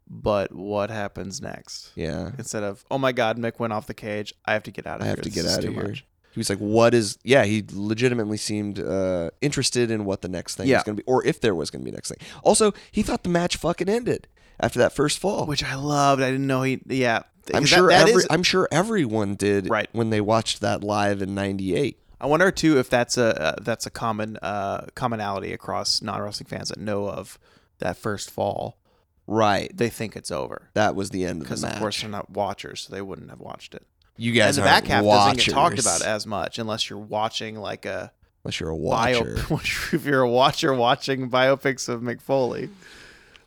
C: but what happens next?
B: Yeah.
C: Instead of oh my god, Mick went off the cage, I have to get out of
B: I
C: here.
B: have to
C: This
B: get
C: is
B: out
C: too
B: of here.
C: much."
B: He was like, "What is?" Yeah, he legitimately seemed uh, interested in what the next thing
C: Yeah.
B: was going to be, or if there was going to be next thing. Also, he thought the match fucking ended after that first fall.
C: Which I loved. I didn't know he. Yeah,
B: I'm
C: 'cause
B: sure
C: that, that
B: every,
C: is-
B: I'm sure everyone did
C: Right.
B: when they watched that live in '98.
C: I wonder too if that's a uh, that's a common uh, commonality across non wrestling fans that know of that first fall.
B: Right,
C: They think it's over
B: that was the end of the
C: because
B: match.
C: of course they're not watchers, so they wouldn't have watched it.
B: you guys
C: and the
B: aren't
C: back half
B: watchers,
C: doesn't get talked about as much unless you're watching like a
B: unless you're a
C: bio.
B: watcher.
C: if you're a watcher watching biopics of McFoley.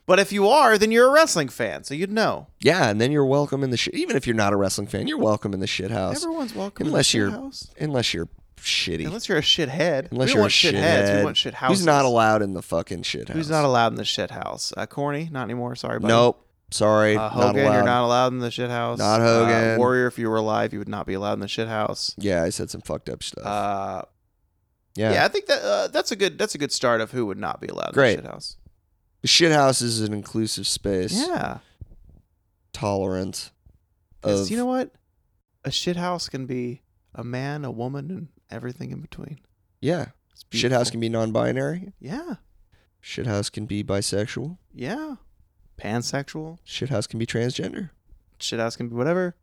C: But if you are, then you're a wrestling fan, so you'd know.
B: Yeah, and then you're welcome in the shit. Even if you're not a wrestling fan, you're welcome in the shit house.
C: Everyone's welcome
B: Unless
C: in the
B: you're-
C: shit house.
B: Unless you're shitty.
C: Unless you're a shithead.
B: Unless you're
C: we don't want
B: a
C: shitheads.
B: shithead.
C: We want shit houses.
B: Who's not allowed in the fucking shit house?
C: Who's not allowed in the shit house? Uh, corny, not anymore. Sorry, buddy.
B: Nope. Sorry.
C: Uh,
B: not
C: Hogan,
B: allowed.
C: you're not allowed in the shit house.
B: Not
C: Uh,
B: Hogan.
C: Warrior, if you were alive, you would not be allowed in the shit house.
B: Yeah, I said some fucked up stuff.
C: Uh,
B: yeah.
C: yeah. I think that uh, that's a good that's a good start of who would not be allowed
B: Great.
C: in the shit house.
B: The shit house is an inclusive space,
C: Yeah,
B: tolerant.
C: 'Cause
B: Of,
C: you know what? A shit house can be a man, a woman, and everything in between.
B: Yeah.
C: It's
B: Shit house can be non-binary.
C: yeah,
B: Shit house can be bisexual.
C: yeah, pansexual.
B: Shit house can be transgender.
C: Shit house can be whatever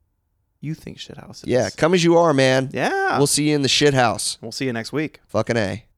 C: you think shit house is.
B: Yeah, come as you are, man.
C: yeah.
B: We'll see you in the shit house.
C: we'll see you next week.
B: Fucking a.